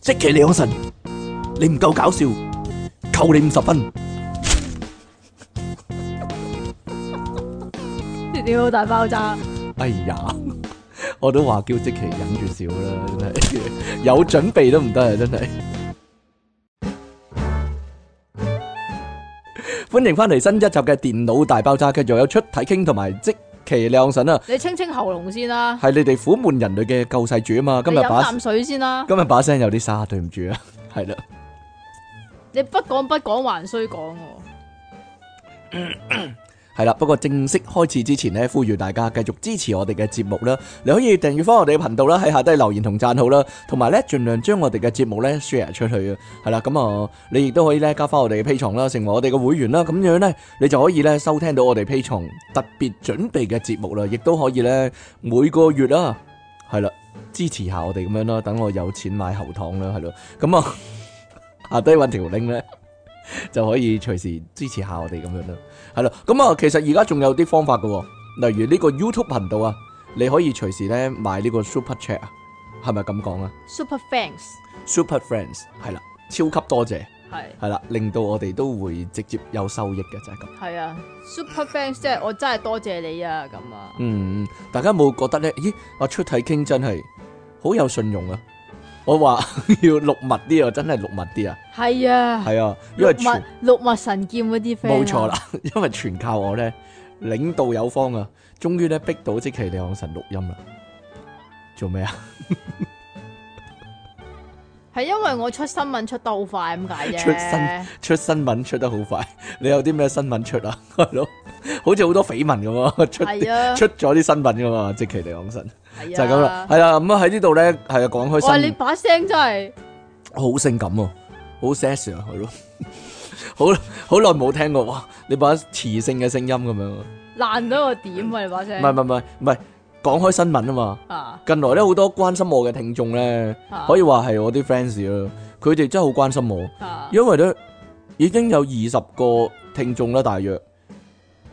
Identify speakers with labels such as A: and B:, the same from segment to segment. A: 即其你可神，你唔夠搞笑，扣你五十分。
B: 屌大爆炸，
A: 哎呀，我都話叫即其忍住笑啦，真係有準備都唔得啊，真係。歡迎翻嚟新一集嘅電腦大爆炸，繼續有出體傾同埋即其亮神啊，
B: 你清清喉嚨先啦，
A: 係你哋苦悶人類嘅救世主啊嘛，今日
B: 你飲
A: 把
B: 啖水先啦。
A: 今日把聲有啲沙，對唔住啊，係啦。
B: 你不講不講還需講喎，
A: 系啦，不過正式開始之前呢，呼籲大家繼續支持我哋嘅節目啦。你可以訂閱翻我哋嘅頻道啦，喺下低留言同讚好啦，同埋呢，盡量將我哋嘅節目呢 share 出去啊。係啦，咁啊，你亦都可以呢加翻我哋嘅 P 床啦，成為我哋嘅會員啦。咁樣呢，你就可以呢收聽到我哋 P 床特別準備嘅節目啦，亦都可以呢每個月啦，係啦，支持下我哋咁樣啦，等我有錢買喉糖啦，係咯。咁啊，下低揾條 link 呢，就可以隨時支持下我哋咁樣啦。系啦，咁啊，其實而家仲有啲方法嘅喎，例如呢個 YouTube 頻道啊，你可以隨時咧買呢個 Super Chat 啊，係咪咁講啊
B: Super thanks
A: ？Super Friends 係啦，超級多謝
B: 係
A: 係啦，令到我哋都會直接有收益嘅就係咁。
B: 係啊，Super thanks 即係我真係多謝你啊咁啊，
A: 嗯，大家有冇覺得咧？咦，阿出體傾真係好有信用啊！我話 要錄密啲啊，真係錄密啲啊，
B: 係啊，
A: 係啊，因為
B: 六
A: 全
B: 脈六脈神劍嗰啲 friend 啊
A: 冇錯啦，， 因為全靠我咧，領導有方啊，終於咧逼到即其李昂神錄音啦。做咩啊？
B: 係因為我出新聞出得好快咁解啫，
A: 出新出新聞出得好快， 你有啲咩新聞出啊？ 係咯，好似好多緋聞咁啊， 出
B: 係啊
A: 出咗啲新聞噶嘛，即其嚟講神
B: 係
A: 就
B: 啊
A: 係咁啦，。係啦，咁啊喺呢度咧係啊講開
B: 哇！
A: 新
B: 你
A: 聞，
B: 把聲真係
A: 好性感喎，好 sexy 啊，係咯， 好好耐冇聽過哇！你把磁性嘅聲音咁樣啊，
B: 爛到個點啊！你把聲
A: 唔係唔係唔係唔係講開新聞啊嘛，
B: 啊
A: 近來咧好多關心我嘅聽眾咧，
B: 啊
A: 可以話係我啲 fans 咯，佢哋真係好關心我。
B: 啊
A: 因為咧已經有二十個聽眾啦，大約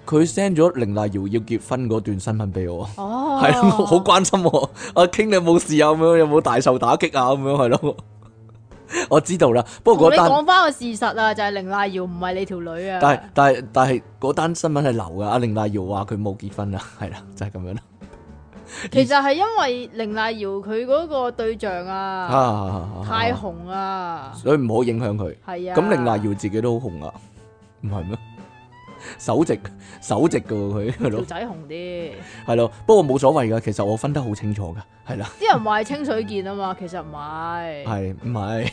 A: 佢 send 咗凌麗瑤要結婚嗰段新聞俾我，
B: 哦，
A: 係咯、好關心我。阿 King 你有冇事啊？咁樣有冇大受打擊啊？咁樣係咯， 我知道啦。不
B: 同
A: 過
B: 你
A: 嗰單，
B: 講翻個事實啊，就係凌麗瑤唔係你條女啊。
A: 但係但係但係嗰單新聞係流噶。阿凌麗瑤話佢冇結婚啊， 係啦，就係、咁樣啦。
B: 其實係因為凌麗瑤佢嗰個對象
A: 啊
B: 啊，
A: 啊啊啊
B: 太紅啊，
A: 所以唔好影響佢。
B: 係啊。
A: 咁凌麗瑤自己都好紅啊，唔係咩？首席首席噶佢係咯
B: 條。仔紅啲，
A: 系咯，不過冇所謂噶，其實我分得好清楚噶，係啦，
B: 啲人話係清水健啊嘛，其實唔係，
A: 係唔係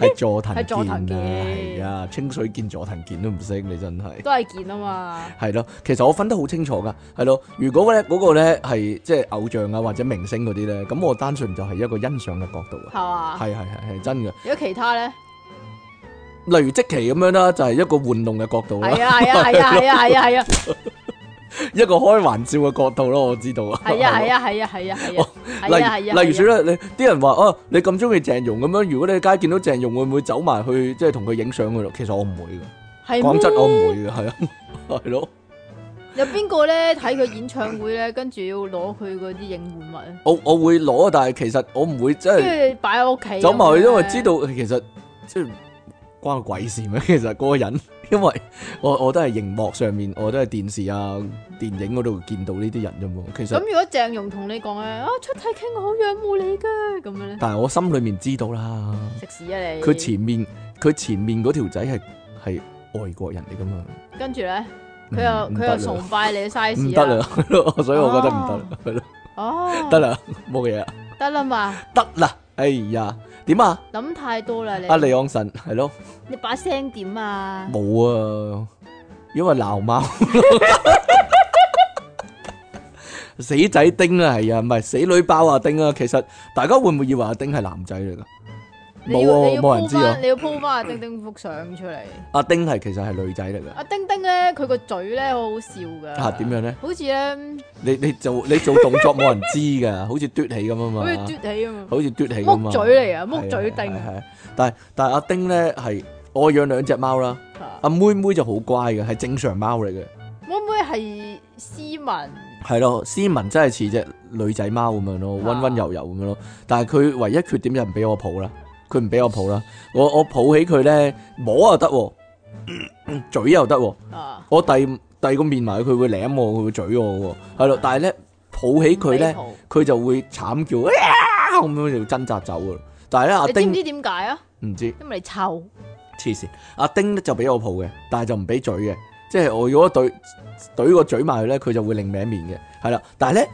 A: 係佐藤
B: 係佐
A: 健啊
B: 藤？健
A: 係啊，清水健佐藤健都唔識你真係，
B: 都係健啊嘛。
A: 係咯，其實我分得好清楚噶，係咯。如果咧嗰個咧係即係偶像啊或者明星嗰啲咧，咁我單純就係一個欣賞嘅角度啊，
B: 係嘛？
A: 係係係係真嘅。
B: 如果其他咧，
A: 例如即期咁樣啦，就係一個玩弄嘅角度
B: 係
A: 啦，
B: 啊係 啊係啊係啊係啊係啊
A: 一個開玩笑嘅角度咯，我知道 啊。
B: 係啊係啊係啊係啊係啊
A: 哦例
B: 係啊係
A: 如
B: 啊，
A: 例如說咧，你啲人話啊，你咁中意鄭融咁樣，如果你喺街見到鄭融，會唔會走埋去即係同佢影相嘅咯？其實我唔會嘅，
B: 係
A: 講真
B: 咩
A: 我唔會嘅，係啊， 係咯，
B: 有邊個咧睇佢演唱會咧，跟住要攞佢嗰啲應援物啊，
A: 我我會攞，但係其實我唔會即係
B: 跟住擺喺屋企咁樣咧。啊
A: 走埋去，因為知道其實即係關我鬼事咩？ 其實嗰個人，因為我我都係熒幕上面，我都係電視啊、電影嗰度見到呢啲人啫嘛。其
B: 咁
A: 實，
B: 如果鄭融同你講咧，啊出體傾我好仰慕你噶，咁樣咧
A: 但係我心裡面知道啦，
B: 食屎啊你！
A: 佢前面佢前面嗰條仔係係外國人嚟噶嘛。
B: 跟住咧，
A: 唔
B: 佢又
A: 唔
B: 佢
A: 得
B: 又
A: 啦
B: 崇拜你嘅 size
A: 唔得 啦，，係咯所以我覺得唔得啦，係咯，
B: 哦，
A: 得啦，冇嘢啦，
B: 得啦嘛，
A: 得啦，哎呀，點啊？
B: 諗太多啦你。
A: 阿李昂臣係咯，
B: 你把聲點啊？
A: 冇啊，因為鬧 貓，死仔丁啊，係啊，唔係死女包啊丁啊，其實大家會唔會以為阿丁係男仔嚟噶？
B: 你要你
A: 冇啊，冇
B: 要 po
A: 人知啊
B: 翻，，你要 po 翻阿丁丁幅相出嚟。
A: 阿丁係其實係女仔嚟噶，
B: 阿丁丁咧，佢個嘴咧好好笑噶。
A: 嚇點？樣咧？
B: 好似咧，
A: 你你做你做動作冇人知噶，好似嘟起咁啊
B: 好似
A: 嘛，
B: 嘟起咁啊，
A: 好似嘟起咁
B: 木
A: 啊。
B: 嘴嚟啊，
A: 係啊
B: 木嘴
A: 係
B: 丁
A: 係係但係但係阿丁咧係我養兩隻貓啦，
B: 啊。
A: 阿妹妹就好乖嘅，係正常貓嚟嘅，
B: 妹妹係斯文，
A: 係咯，斯文真係似只女仔貓咁樣咯，
B: 啊
A: 温温柔柔咁樣咯。但係佢唯一缺點就唔俾我抱啦，佢唔俾我抱啦，我我抱起佢咧摸又得喎， 嘴又得喎。
B: 啊，
A: 我遞遞個面埋佢，佢會舐我，佢會嘴我喎，係咯。但係咧抱起佢咧，
B: 唔
A: 佢就會慘叫 啊咁樣就掙扎走噶啦。但係咧阿
B: 俾抱你知唔
A: 丁
B: 知點解啊？
A: 唔知
B: 因為你臭，
A: 黐線，阿丁咧就俾我抱嘅，但係就唔俾嘴嘅，即係我如果對懟個嘴埋去咧，佢就會擰歪面嘅，係啦。但係咧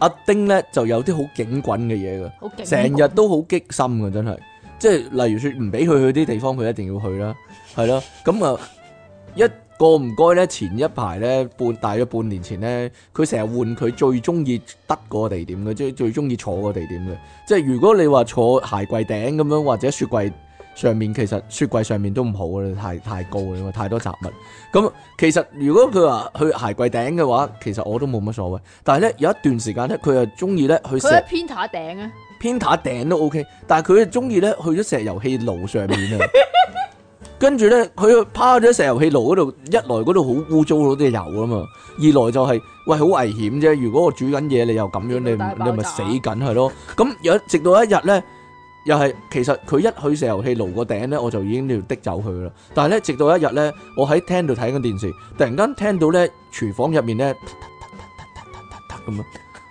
A: 阿丁咧就有啲好警棍嘅嘢㗎。
B: 好勁。
A: 成日都好激心嘅，真係。即係例如説，唔俾佢去啲地方，佢一定要去啦，係咯。咁啊，一個唔該咧，前一排咧，半大約半年前咧，佢成日換佢最中意得嗰個地點嘅，即係最中意坐個地點嘅。即係如果你話坐鞋櫃頂咁樣，或者雪櫃上面，其實雪櫃上面都唔好嘅，太太高啦，因為太多雜物。咁其實如果佢話去鞋櫃頂嘅話，其實我都冇乜所謂。但係咧有一段時間咧，佢又中意咧去
B: 佢
A: 石
B: 喺偏塔頂啊，
A: 偏塔頂都 OK，但係佢中意咧去咗石油氣爐上面啊，跟住咧佢趴咗喺石油氣爐嗰度，一來嗰度好污糟嗰啲油啊嘛，二來就係、喂好危險啫，如果我煮緊嘢你又咁樣，你唔
B: 大爆炸
A: 你咪死緊係咯。咁有直到一日咧，又係其實佢一去石油氣爐個頂咧，我就已經要滴走佢啦。但係咧，直到一日咧，我喺廳度睇緊電視，突然間聽到咧廚房入面咧咁樣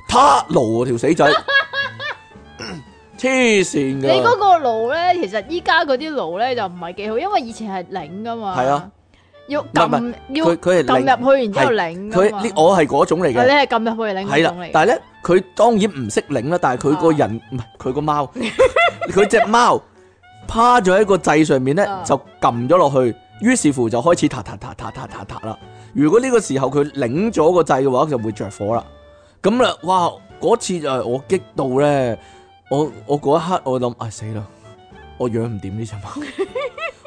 A: 撻爐喎條 死仔，黐線
B: 你嗰
A: 㗎，
B: 個爐咧，其實依家嗰啲爐咧就唔係幾好，因為以前係擰噶嘛。
A: 係啊，
B: 要
A: 唔係
B: 撳要
A: 佢佢係擰
B: 撳入去，然之後擰
A: 佢
B: 㗎嘛
A: 呢我係嗰種嚟
B: 係
A: 嘅
B: 你。係撳入去
A: 係
B: 擰嗰
A: 啦
B: 種嚟，
A: 但
B: 嘅。啊
A: 係咧，佢當然唔識領啦，但係佢個人唔係佢個貓， 佢只貓趴咗喺個掣上面咧
B: 啊，
A: 就撳咗落去，於是乎就開始嗒嗒嗒嗒嗒嗒嗒啦。如果呢個時候佢領咗個掣嘅話，就會着火啦。咁啦，哇！嗰次就係我激到咧，我我嗰一刻我諗，唉死啦，我養唔掂呢 只貓。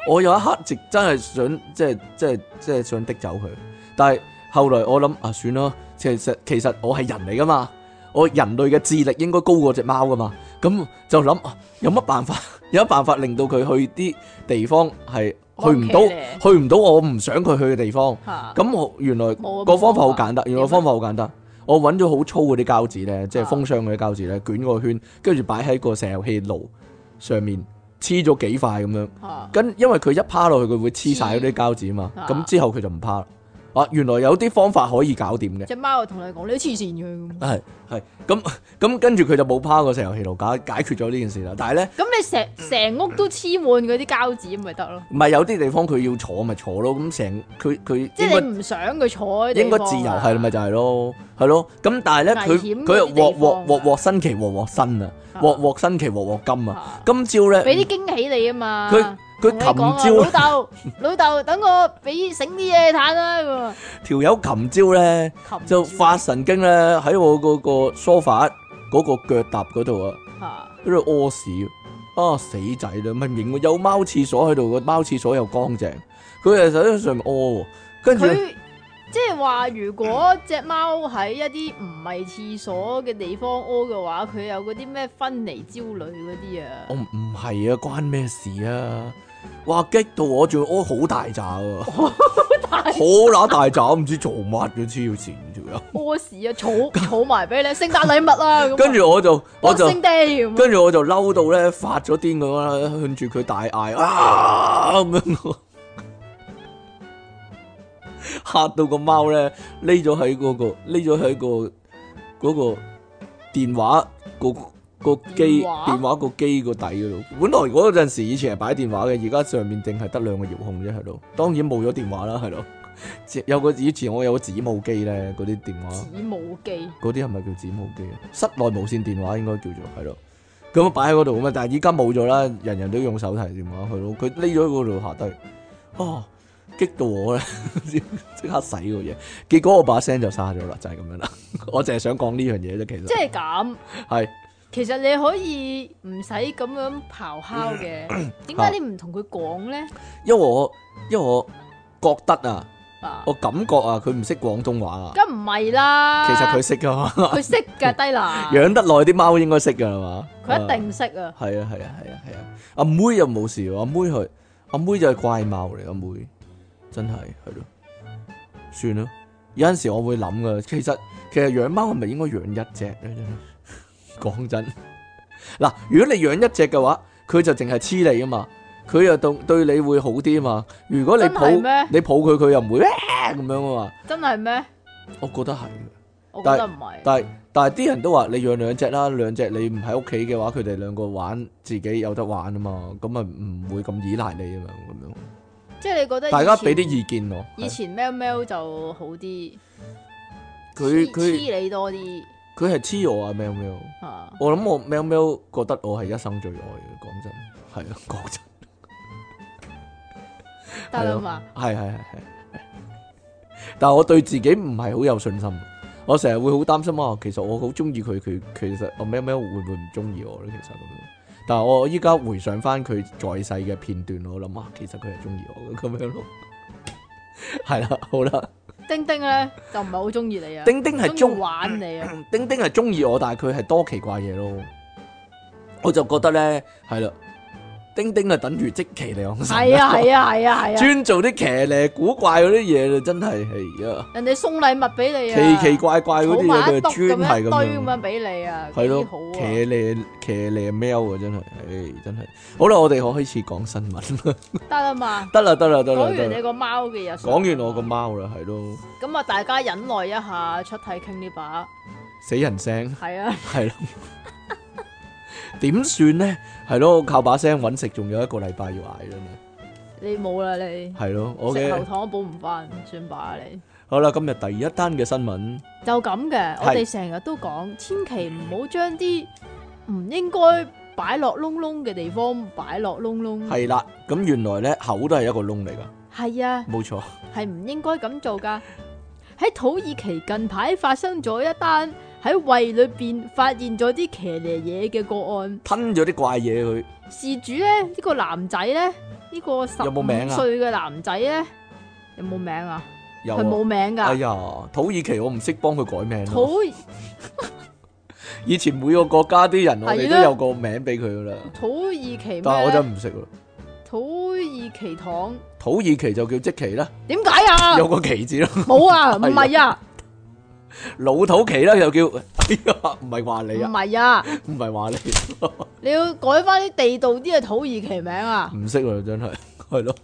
A: 我有一刻直真係想，即係即係即係想滴走佢。但係後來我諗啊，算啦，其實其實我係人嚟噶嘛，我人類嘅智力應該高過只貓噶嘛，咁就諗、啊、有乜辦法， 有乜辦法令到佢去啲地方係去唔到
B: 安全嘅，
A: 去唔到我唔想佢去嘅地方。
B: 嚇
A: 咁我原來
B: 冇啊
A: 個方法好
B: 冇啊
A: 簡單，原來個
B: 點啊
A: 方法好簡單。我揾咗好粗嗰啲膠紙咧，即係
B: 啊
A: 封箱嗰啲膠紙咧，捲個圈，跟住擺喺個石油氣爐上面，黐咗幾塊咁樣。
B: 嚇
A: 跟因為佢一趴落去，佢會黐晒嗰啲膠紙嘛，
B: 啊
A: 咁之後佢就唔趴啦。啊，原來有啲方法可以搞掂 嘅，
B: 只貓就同你講：你都黐線嘅咁。
A: 係係咁咁跟住佢就冇趴過石油氣爐解解決咗呢件事啦。但係咧，
B: 咁你成成屋都黐滿嗰啲膠紙，咪得咯？
A: 唔係有啲地方佢要坐咪坐咯，咁成佢佢
B: 即
A: 應
B: 係
A: 該
B: 你唔想佢坐喺地
A: 應該
B: 方啊
A: 自由係咪就係咯，係咯。咁但係咧，
B: 危
A: 佢
B: 險
A: 佢又
B: 嗰啲地方
A: 鑊
B: 啊
A: 鑊鑊鑊新奇鑊鑊新啊，
B: 啊
A: 鑊鑊新奇鑊鑊金啊
B: 啊。
A: 今朝咧，
B: 俾啲驚喜你啊嘛！
A: 佢佢
B: 同你講啊
A: 琴朝。
B: 老豆老豆，等我俾醒啲嘢你睇啦咁啊！
A: 條友琴朝咧。
B: 擒住
A: 就發神經咧，喺我嗰個 sofa 嗰個腳踏嗰度啊，
B: 嚇
A: 喺度屙屎啊死仔啦！明明有貓廁所喺度，個貓廁所又乾淨，佢又喺上面屙喎，跟住
B: 佢即係話，如果只貓喺一啲唔係廁所嘅地方屙嘅話，佢有嗰啲咩分離焦慮嗰啲啊
A: 我，唔唔係啊，關咩事啊？哇！激到我仲要屙好大扎啊， 好乸大扎，唔知做乜嘅黐線條友。
B: 屙屎啊，儲儲埋俾你，聖誕禮物啦、咁
A: 跟住我就我就。
B: Boxing Day 咁啊
A: 跟住我就嬲到咧，發咗癲咁啦，向住佢大嗌啊咁樣，嚇到個貓咧匿咗喺嗰個匿咗喺個嗰個電話個個機
B: 電話
A: 電話個機個底嗰度。本來嗰陣時以前係擺電話嘅，而家上面淨係得兩個遙控啫喺度。當然冇咗電話啦，係咯。有個以前我有個指母機咧，嗰啲電話。
B: 子母機
A: 嗰啲係咪叫指母機啊？室內無線電話應該叫做係咯，咁擺喺嗰度啊嘛。但係依家冇咗啦，人人都用手提電話去咯。佢匿咗喺嗰度下低，啊激到我咧， 即即刻洗個嘢。結果我把聲就沙咗啦，就係、咁樣啦。我淨係想講呢樣嘢啫，其
B: 即
A: 實
B: 係咁。
A: 係
B: 其實你可以唔使咁樣咆哮嘅，點解你唔同佢講咧？
A: 因為我因為我覺得啊，
B: 啊，
A: 我感覺啊，佢唔識廣東話啊。
B: 梗唔係啦。
A: 其實佢識噶嘛，
B: 佢識 㗎，低能，
A: 養得耐啲貓應該識噶係嘛。
B: 佢一定識啊。
A: 係啊係啊係啊係啊！阿妹又冇事喎，阿妹佢阿妹就係怪貓嚟，阿妹真係係咯，算啦。有陣時我會諗噶，其實其實養貓係 咪應該養一隻咧？真係講真，嗱，如果你養一隻嘅話，佢就淨係黐你啊嘛，佢又對對你會好啲啊嘛。如果你
B: 真
A: 抱
B: 係咩
A: 你抱佢，佢又唔會咁樣啊嘛。
B: 真係咩？
A: 我覺得係，
B: 我覺
A: 但
B: 得唔係，
A: 但係但係啲人都話你養兩隻啦，兩隻你唔喺屋企嘅話，佢哋兩個玩自己有得玩啊嘛，咁咪唔會咁依賴你啊嘛，咁樣。
B: 即係你覺得
A: 大家俾
B: 以前
A: 啲意見我。
B: 以前喵喵就好啲，
A: 佢
B: 黐
A: 佢
B: 黐你多啲
A: 佢係黐我啊，喵喵。
B: 啊，
A: 我諗我喵喵覺得我係一生最愛嘅，講真，係啊，講真。
B: 得啦啊嘛，
A: 係係係係。但係我對自己唔係好有信心，我成日會好擔心啊。其實我好中意佢，佢其實啊我咩咩會唔會唔中意我咧？其實咁樣。但係我依家回想翻佢在世嘅片段，我諗啊，其實佢係中意我嘅咁樣咯。 係啦，好啦，
B: 丁丁咧就唔係好中意你啊，
A: 丁丁係嗯
B: 鍾
A: 中
B: 意玩你啊，
A: 丁丁係中意我，但係佢係多奇怪嘢咯。我就覺得咧，係啦，丁丁係等住即期嚟講神啦
B: 係啊係啊係啊 係啊，
A: 專做啲騎呢古怪嗰啲嘢啦，真係係啊，
B: 人哋送禮物俾你
A: 奇
B: 啊，
A: 奇怪怪嗰啲嘢佢
B: 儲
A: 專
B: 埋
A: 係
B: 一
A: 咁
B: 篤咁樣一堆咁
A: 樣，
B: 樣俾你啊，
A: 係咯
B: 幾好，啊，
A: 騎呢騎呢喵啊，真係，唉，真係。好啦，我哋可開始講新 聞啦，
B: 得啦嘛，
A: 得啦，得啦，得
B: 講
A: 啦，得
B: 完
A: 啦
B: 你，個貓嘅日常，
A: 講完我個貓啦，係咯，
B: 咁啊，大家忍耐一下，出體傾呢把，
A: 死人 聲，
B: 係啊，
A: 係咯，點算咧？係咯，靠把聲揾食，仲有一個禮拜要捱啦，
B: 你冇啦你，
A: 係咯，我
B: 食喉
A: 嘅
B: 糖都補唔翻，算吧你。
A: 好啦，今日第一單嘅新聞
B: 就咁嘅，我哋成日都講，千祈唔好將啲唔應該擺落窿窿嘅地方擺落窿窿。
A: 係啦，咁原來咧口都係一個窿嚟噶，
B: 係啊，
A: 冇錯。
B: 係唔應該咁做噶。喺土耳其近排發生咗一單喺胃裏邊發現咗啲騎呢嘢嘅個案，
A: 吞咗啲怪嘢佢，
B: 事主咧呢、呢個男仔咧，呢、呢個十
A: 有冇
B: 五
A: 名啊
B: 歲嘅男仔咧，有冇名啊？
A: 有
B: 佢
A: 啊
B: 冇名
A: 哎
B: 噶，
A: 呀，土耳其我唔識幫佢改名咯。
B: 土
A: 以前每個國家啲人我哋
B: 係啊
A: 都
B: 啦
A: 有個名俾佢噶啦，
B: 土耳其咩
A: 但係我
B: 呢
A: 就唔識咯。
B: 土耳其糖
A: 土耳其就叫即奇啦，
B: 點解啊？
A: 有個奇字咯。
B: 冇啊，唔
A: 哎
B: 係啊，
A: 老土奇啦又叫， 哎呀，唔係話
B: 唔
A: 你啊，
B: 係啊，
A: 唔係話你，
B: 你要改翻啲地道啲嘅土耳其名啊，
A: 唔識啊真係，係咯，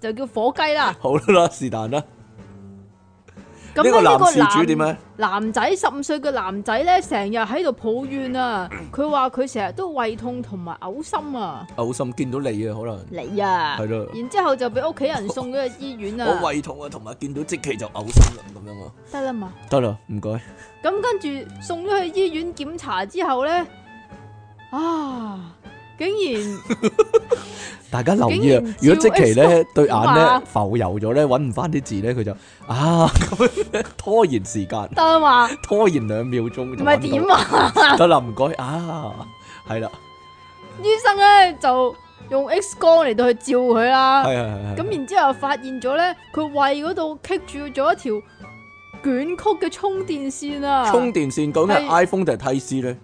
B: 就叫火 雞啦。
A: 好啦，是但啦。
B: 咁
A: 呢
B: 咧
A: 個
B: 呢
A: 男
B: 個
A: 事主點啊
B: 男
A: 咧？
B: 男仔十五歲嘅男仔咧，成日喺度抱怨啊，佢話佢成日都胃痛同埋嘔心啊，
A: 嘔心見到你啊，可能
B: 你啊
A: 係，咯。
B: 然之後就俾屋企人送咗去醫院啊
A: 我，胃痛啊，同埋見到即奇就嘔心啦，咁樣啊。
B: 得啦嘛。
A: 得啦，唔該。
B: 咁跟住送咗去醫院檢查之後咧，啊，竟 然
A: 大家留意啊
B: 竟然！照
A: 如果即期咧
B: X
A: 對眼咧
B: 哇，
A: 浮游咗咧，揾唔翻啲字咧，佢就啊咁樣 咧拖延時間
B: 得啦嘛，
A: 拖延兩秒鐘
B: 唔
A: 就
B: 係點
A: 揾
B: 啊？
A: 到。得啦，唔該啊，係啦，
B: 醫生咧就用 X 光嚟到去照佢啦。
A: 係係係。啊
B: 啊咁然之後發現咗咧，佢胃嗰度棘住咗一條捲曲嘅充電線啊！
A: 充電線究竟係
B: 係
A: iPhone 定係 Type C 咧？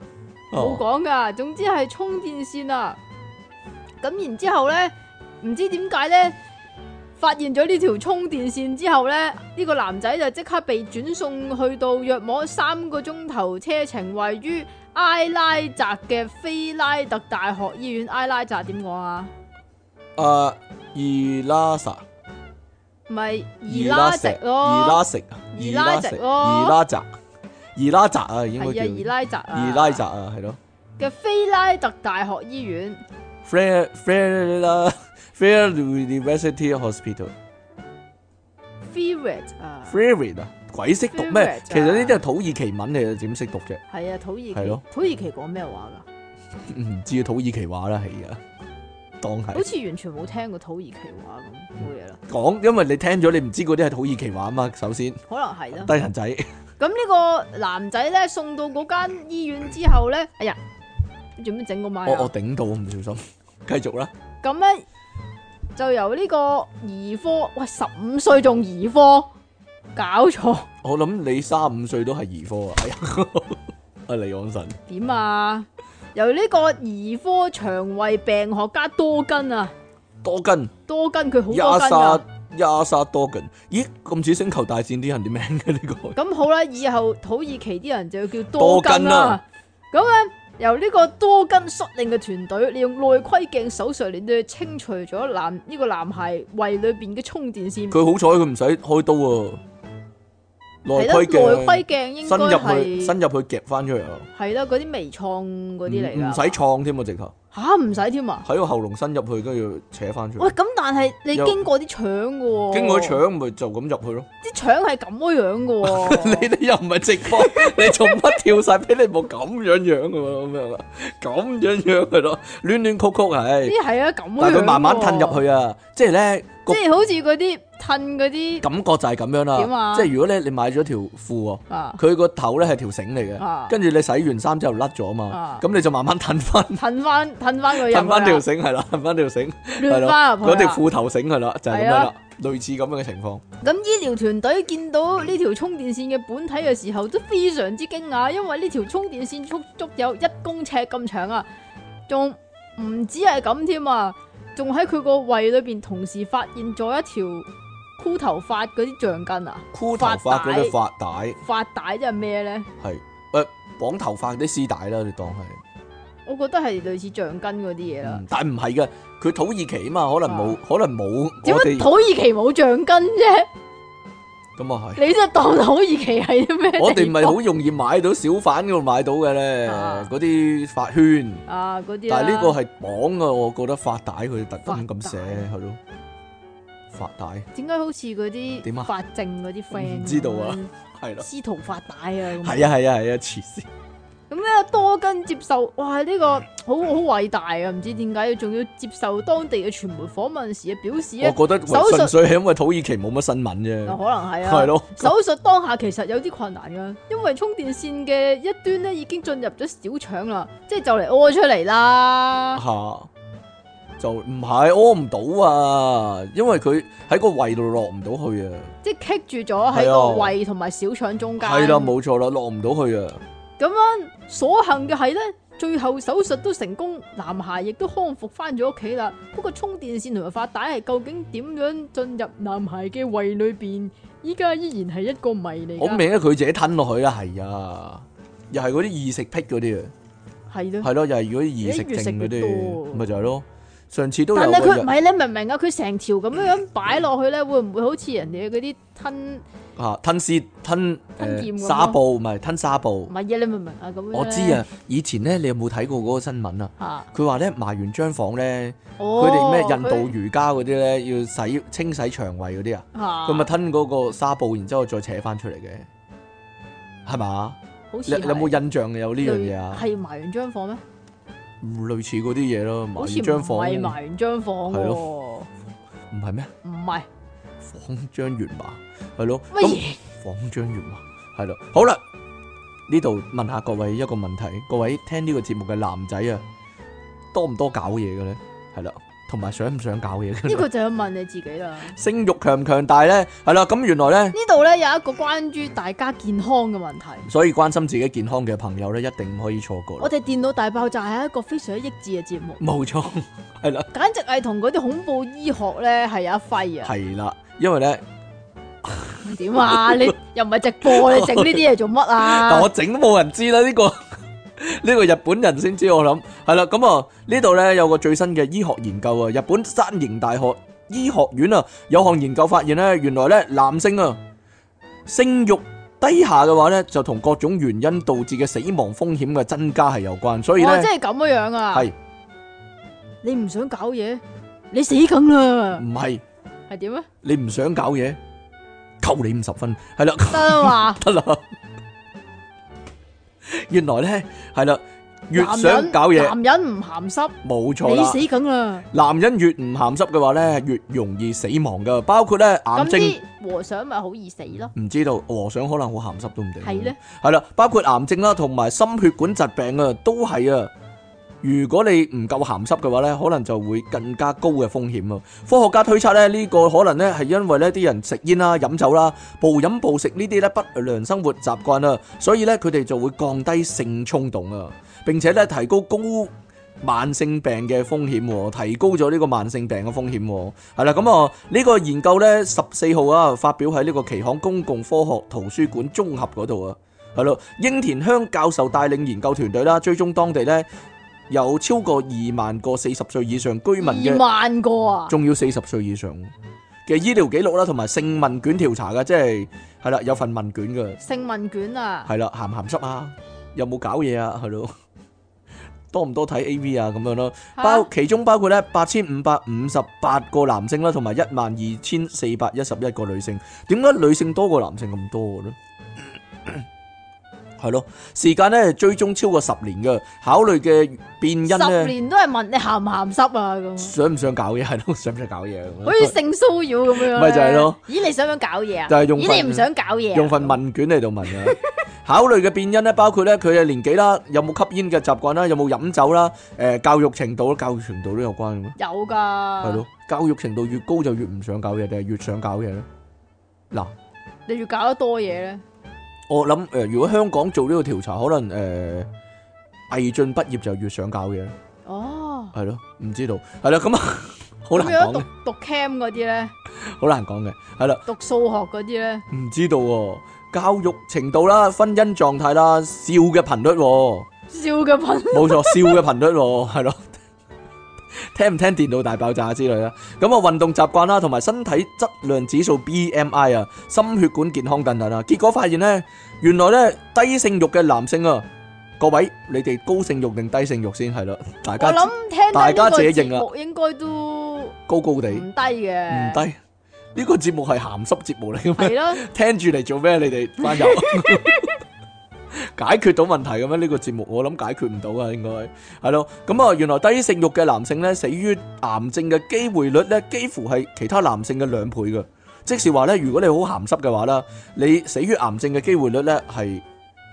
B: 冇
A: 哦，
B: 講噶，總之係充電線啊！咁然之後咧，唔知點解咧，發現咗呢條充電線之後咧，呢、呢個男仔就即刻被轉送去到約摸三個鐘頭車程，位於埃拉澤嘅菲拉特大學醫院。埃拉澤點講啊？
A: 啊，伊拉薩，
B: 咪二拉直咯，
A: 伊拉什，伊
B: 伊
A: 拉
B: 拉
A: 什，
B: 什
A: 伊
B: 咯
A: 拉澤，伊拉澤啊，應該
B: 哦係
A: 叫
B: 啊，伊
A: 伊
B: 拉扎啊，
A: 拉澤啊，係咯。
B: 嘅菲拉特大學醫院
A: Fair Fair 啦，Fair University Hospital。
B: f e r e t 啊，
A: Favorite 啊，鬼識讀咩
B: Favorite？啊
A: 其實呢啲係土耳其文嚟，點識讀啫？
B: 係啊，土耳
A: 係咯
B: 其，土耳其講咩話㗎？
A: 唔知土耳其話啦，係啊，當
B: 好
A: 係
B: 似完全冇聽過土耳其話咁，冇嘢啦，
A: 講，因為你聽咗你唔知嗰啲係土耳其話啊嘛。首先，
B: 可能啊係啦。
A: 低人仔，
B: 咁呢個男仔咧送到嗰間醫院之後咧，哎呀，你做咩整個麥
A: 我我
B: 啊？
A: 頂到唔小心，繼續啦，
B: 咁咧就由呢個兒科，喂，十五歲仲兒科，搞錯
A: 我諗你三五歲都係兒科啊，哎呀， 阿李昂臣
B: 點啊？由呢個兒科腸胃病學家多根啊！
A: 多根，
B: 多根佢好
A: 亞
B: 多根
A: 沙
B: 啊！
A: 亞沙多根，咦，咁似星球大戰啲人啲名 嘅呢個，
B: 咁好啦，以後土耳其啲人就叫多
A: 多
B: 根
A: 根啦
B: 啦。咁咧由呢個多根率領嘅團隊，利用內窺鏡手術嚟到清除咗男呢、個男孩胃裏邊嘅充電線。
A: 佢好彩佢唔使開刀啊，內窺鏡
B: 係咯，內窺鏡應該
A: 伸入去，
B: 係
A: 伸入去夾翻出嚟啊，
B: 係啦，嗰啲微創嗰啲嚟
A: 唔
B: 㗎。
A: 唔使創添啊，直頭
B: 吓唔使添啊！
A: 喺個喉嚨伸入去，跟住扯翻出
B: 喂，
A: 嚟，
B: 咁但係你
A: 又
B: 經過啲腸嘅喎，
A: 經過搶咪就咁入去咯。
B: 啲腸係咁樣嘅喎。
A: 你你又唔係直 播，你做乜跳晒俾你冇咁樣樣嘅喎？咁樣啊，咁樣樣嘅咯，亂亂曲曲係，
B: 啲係啊咁樣喎。
A: 但係佢慢慢褪入去啊，即係咧個
B: 即係好似嗰啲褪嗰啲
A: 感覺就係咁樣
B: 點
A: 啦。
B: 啊
A: 即係如果咧你買咗條褲喎，
B: 啊
A: 佢個頭咧係條繩嚟
B: 啊
A: 嘅，跟住你洗完衫之後甩咗嘛
B: 啊，
A: 咁你就慢慢褪翻
B: 褪翻褪翻佢啊入
A: 褪翻條
B: 去
A: 繩係啦，褪翻條繩
B: 啦，
A: 係
B: 亂啊
A: 咯，
B: 翻入去
A: 嗰條
B: 啦
A: 褲頭繩係啦，就係咁樣
B: 係
A: 啦
B: 啊，
A: 類似咁樣嘅情況。
B: 咁醫療團隊見到呢條充電線嘅本體嘅時候，都非常之驚訝，因為呢條充電線足足有一公尺咁長啊，仲唔止係咁添啊，仲喺佢個胃裏邊同時發現咗一條箍頭髮嗰啲橡筋啊，
A: 箍頭髮嗰啲髮帶
B: 髮帶即係咩呢？
A: 係誒綁頭髮嗰啲絲帶啦，你當係。
B: 我覺得係類似橡筋嗰啲嘢啦。
A: 嗯但唔係嘅，佢土耳其啊嘛，可能冇，可能冇
B: 點
A: 我
B: 解
A: 哋
B: 土耳其冇橡筋啫？
A: 咁啊 係，
B: 你真係當土耳其係啲咩地方？
A: 我哋唔係好容易買到小販嗰度買到嘅咧，
B: 啊
A: 嗰啲髮圈，
B: 啊嗰啲啦
A: 但係呢個係綁嘅，我覺得髮帶佢特登咁寫
B: 髮
A: 係咯，髮帶
B: 點解好似嗰啲
A: 點啊
B: 法證嗰啲 friend
A: 唔知道啊，係咯，
B: 司徒法大 啊咁。
A: 係啊係啊係啊，黐線，
B: 咁咧多根接受，哇！呢、個好好偉大啊！唔知點解仲要接受當地嘅傳媒訪問時嘅表示咧，
A: 我覺得
B: 手術
A: 純粹係因為土耳其冇乜新聞
B: 嗱可
A: 啫，
B: 能係啊。
A: 哦係咯，
B: 手術當下其實有啲困難噶，因為充電線嘅一端咧已經進入咗小腸啦，即係就嚟屙出嚟啦。
A: 吓。就唔係屙唔到啊，因為佢喺個胃度落唔到去啊，
B: 即係棘住咗喺
A: 係啊
B: 個胃同埋小腸中間。
A: 係啦，冇錯啦，落唔到去啊。
B: 咁樣所幸嘅係呢，最後手術都成功，男孩亦都康復翻咗屋企啦。不過充電線同埋發帶係究竟點樣進入男孩嘅胃裏邊，依家依然係一個謎嚟
A: 我
B: 㗎。
A: 明咧，佢自己吞落去啦，係啊，又係嗰啲異食癖嗰啲啊，
B: 係咯，
A: 係咯，又係嗰啲異食症嗰
B: 嗯咦越食越
A: 啲，
B: 多
A: 咪就係咯。上次都有
B: 但係佢唔
A: 個
B: 係你明唔明啊？佢成條咁樣樣擺落去呢，會唔會好似人哋嗰啲吞
A: 嚇啊吞絲吞
B: 吞劍
A: 誒
B: 咁
A: 沙
B: 咯
A: 布，唔係吞沙布
B: 唔。係嘢？你明唔明啊？咁樣
A: 我知啊，以前咧你有冇睇過嗰個新聞啊？
B: 嚇，
A: 佢話咧埋完張房咧，
B: 哦
A: 佢哋咩印度瑜伽嗰啲咧要洗清洗腸胃嗰啲啊，
B: 佢
A: 佢
B: 嚇
A: 咪吞嗰個沙布，然之後再扯翻出嚟嘅，係嘛？
B: 好
A: 你
B: 似
A: 你有冇印象有呢樣嘢啊？
B: 係埋完張房咩？
A: 類似嗰啲嘢咯，埋
B: 好
A: 完
B: 似唔
A: 張房
B: 係埋完張房
A: 係
B: 喎，唔
A: 唔係咩？
B: 係
A: 仿張元麻係咯，
B: 乜
A: 咁
B: 嘢？
A: 仿張元麻係咯，好啦，呢度問下各位一個問題，各位聽呢個節目嘅男仔啊，多唔多搞嘢嘅咧？係啦，同埋想唔想搞嘢嘅
B: 呢
A: 呢？
B: 個就要問你自己啦。
A: 性欲強唔強大咧？係啦，咁原來咧，
B: 呢度咧有一個關於大家健康嘅問題。
A: 所以關心自己健康嘅朋友咧，一定唔可以錯過啦。
B: 我哋電腦大爆炸係一個非常之益智嘅節目，
A: 冇錯，係 啦，
B: 簡直係同嗰啲恐怖醫學咧係有一揮啊！
A: 係啦，因為咧，
B: 點啊？你又唔係直播，你整呢啲嘢做乜
A: 但
B: 啊
A: 我？整都冇人知啦，呢個 呢個日本人先知我諗係啦。咁啊，呢度呢有個最新嘅醫學研究啊，日本山形大學醫學院啊有項研究發現呢，原來呢男性啊性欲低下嘅話呢，就同各種原因導致嘅死亡風險嘅增加係有關，所以
B: 哦，
A: 呢
B: 即，係咁樣樣啊！
A: 係
B: 你唔想搞嘢，你死梗啦！
A: 唔係
B: 係點啊？
A: 你唔想搞嘢，扣你五十分係啦。 ，
B: 得啦嘛
A: 得啦，原來呢，係啦， 越
B: 男
A: 想
B: 人
A: 搞嘢
B: 男人唔鹹濕，
A: 冇錯啦。
B: 你死梗啦！
A: 男人越唔鹹濕嘅話咧，越容易死亡噶，包括咧癌
B: 咁
A: 症。
B: 啲和尚咪好易死咯？
A: 唔知道和尚可能好鹹濕都唔定。
B: 係咧，
A: 係啦，包括癌症啦，同埋心血管疾病啊，都係啊。如果你唔夠鹹濕嘅話咧，可能就會更加高嘅風險啊。科學家推測咧，呢個可能咧係因為呢啲人食煙啦、飲酒啦、暴飲暴食呢啲咧不良生活習慣啊，所以咧佢哋就會降低性衝動啊，並且咧提高高慢性病嘅風險喎，提高咗呢個慢性病嘅風險喎。係啦，咁啊呢個研究呢，十四號啊發表喺呢個期刊《公共科學圖書館綜合》嗰度啊。係咯，英田鄉教授帶領研究團隊啦，追蹤當地咧有超過二萬個四十歲以上居民嘅
B: 二。萬個啊，
A: 仲要四十歲以上嘅醫療記錄啦，同埋性問卷調查嘅，即係係啦，有份問卷嘅，
B: 性問卷啊，
A: 係啦，鹹唔鹹濕啊，有冇搞嘢啊，係咯，多唔多睇 A V 啊咁樣咯，
B: 嚇
A: 包其中包括咧八千五百五十八個男性啦，同埋一萬二千四百一十一個女性，點解女性多過男性咁多嘅 咧？係咯，時間咧追蹤超過十年嘅，考慮嘅變因
B: 十
A: 咧，
B: 年都係問你鹹唔鹹濕 啊咁，
A: 想唔想搞嘢係咯，想唔想搞嘢咁樣
B: 好似性騷擾咁樣呢
A: 咪就係咯。
B: 咦，你想唔想搞嘢啊？
A: 就係用
B: 咦，
A: 份
B: 你唔想搞嘢啊？
A: 用份問卷嚟到問嘅。 考慮嘅變因咧，包括咧佢嘅年紀啦，有冇吸煙嘅習慣啦，有冇飲酒啦，誒、教育程度啦，教育程度都有關嘅咩？
B: 有㗎，
A: 係
B: 係
A: 咯，，教育程度越高就越唔想搞嘢，定係越想搞嘢咧？嗱，
B: 你越搞得多嘢咧，
A: 我諗誒、呃如果香港做呢個調查，可能誒毅進畢業就越想搞嘢，
B: 哦，
A: 係咯，唔知道，係啦，咁啊， 好難
B: 咁樣
A: 講嘅，
B: 讀讀 cam 嗰啲咧，
A: 好難講嘅，係啦。
B: 讀數學嗰啲咧，
A: 唔知道喎、教育程度啦、婚姻狀態啦、笑嘅頻率、喎。
B: 笑嘅品
A: 冇錯，笑嘅頻率喎， 係咯。聽唔聽電腦大爆炸之類啦，咁啊運動習慣啦，同埋身體質量指數 BMI 啊、心血管健康等等啊，結果發現呢，原來呢低性慾嘅男性啊，各位你哋高性慾定低性慾先係啦，大
B: 我
A: 家
B: 諗聽
A: 大
B: 得
A: 家
B: 呢個
A: 自己認啦
B: 節目應該都唔
A: 高高地唔
B: 低嘅，
A: 低，呢個節目係鹹濕節目嚟嘅咩？
B: 係咯，
A: 聽住嚟做咩？你哋班友解決到問題嘅咩？呢、個節目我諗解決唔到啊，應該係咯。咁啊，原來低性慾嘅男性咧，死於癌症嘅機會率咧，幾乎係其他男性嘅兩倍嘅。即是話咧，如果你好鹹濕嘅話啦，你死於癌症嘅機會率咧係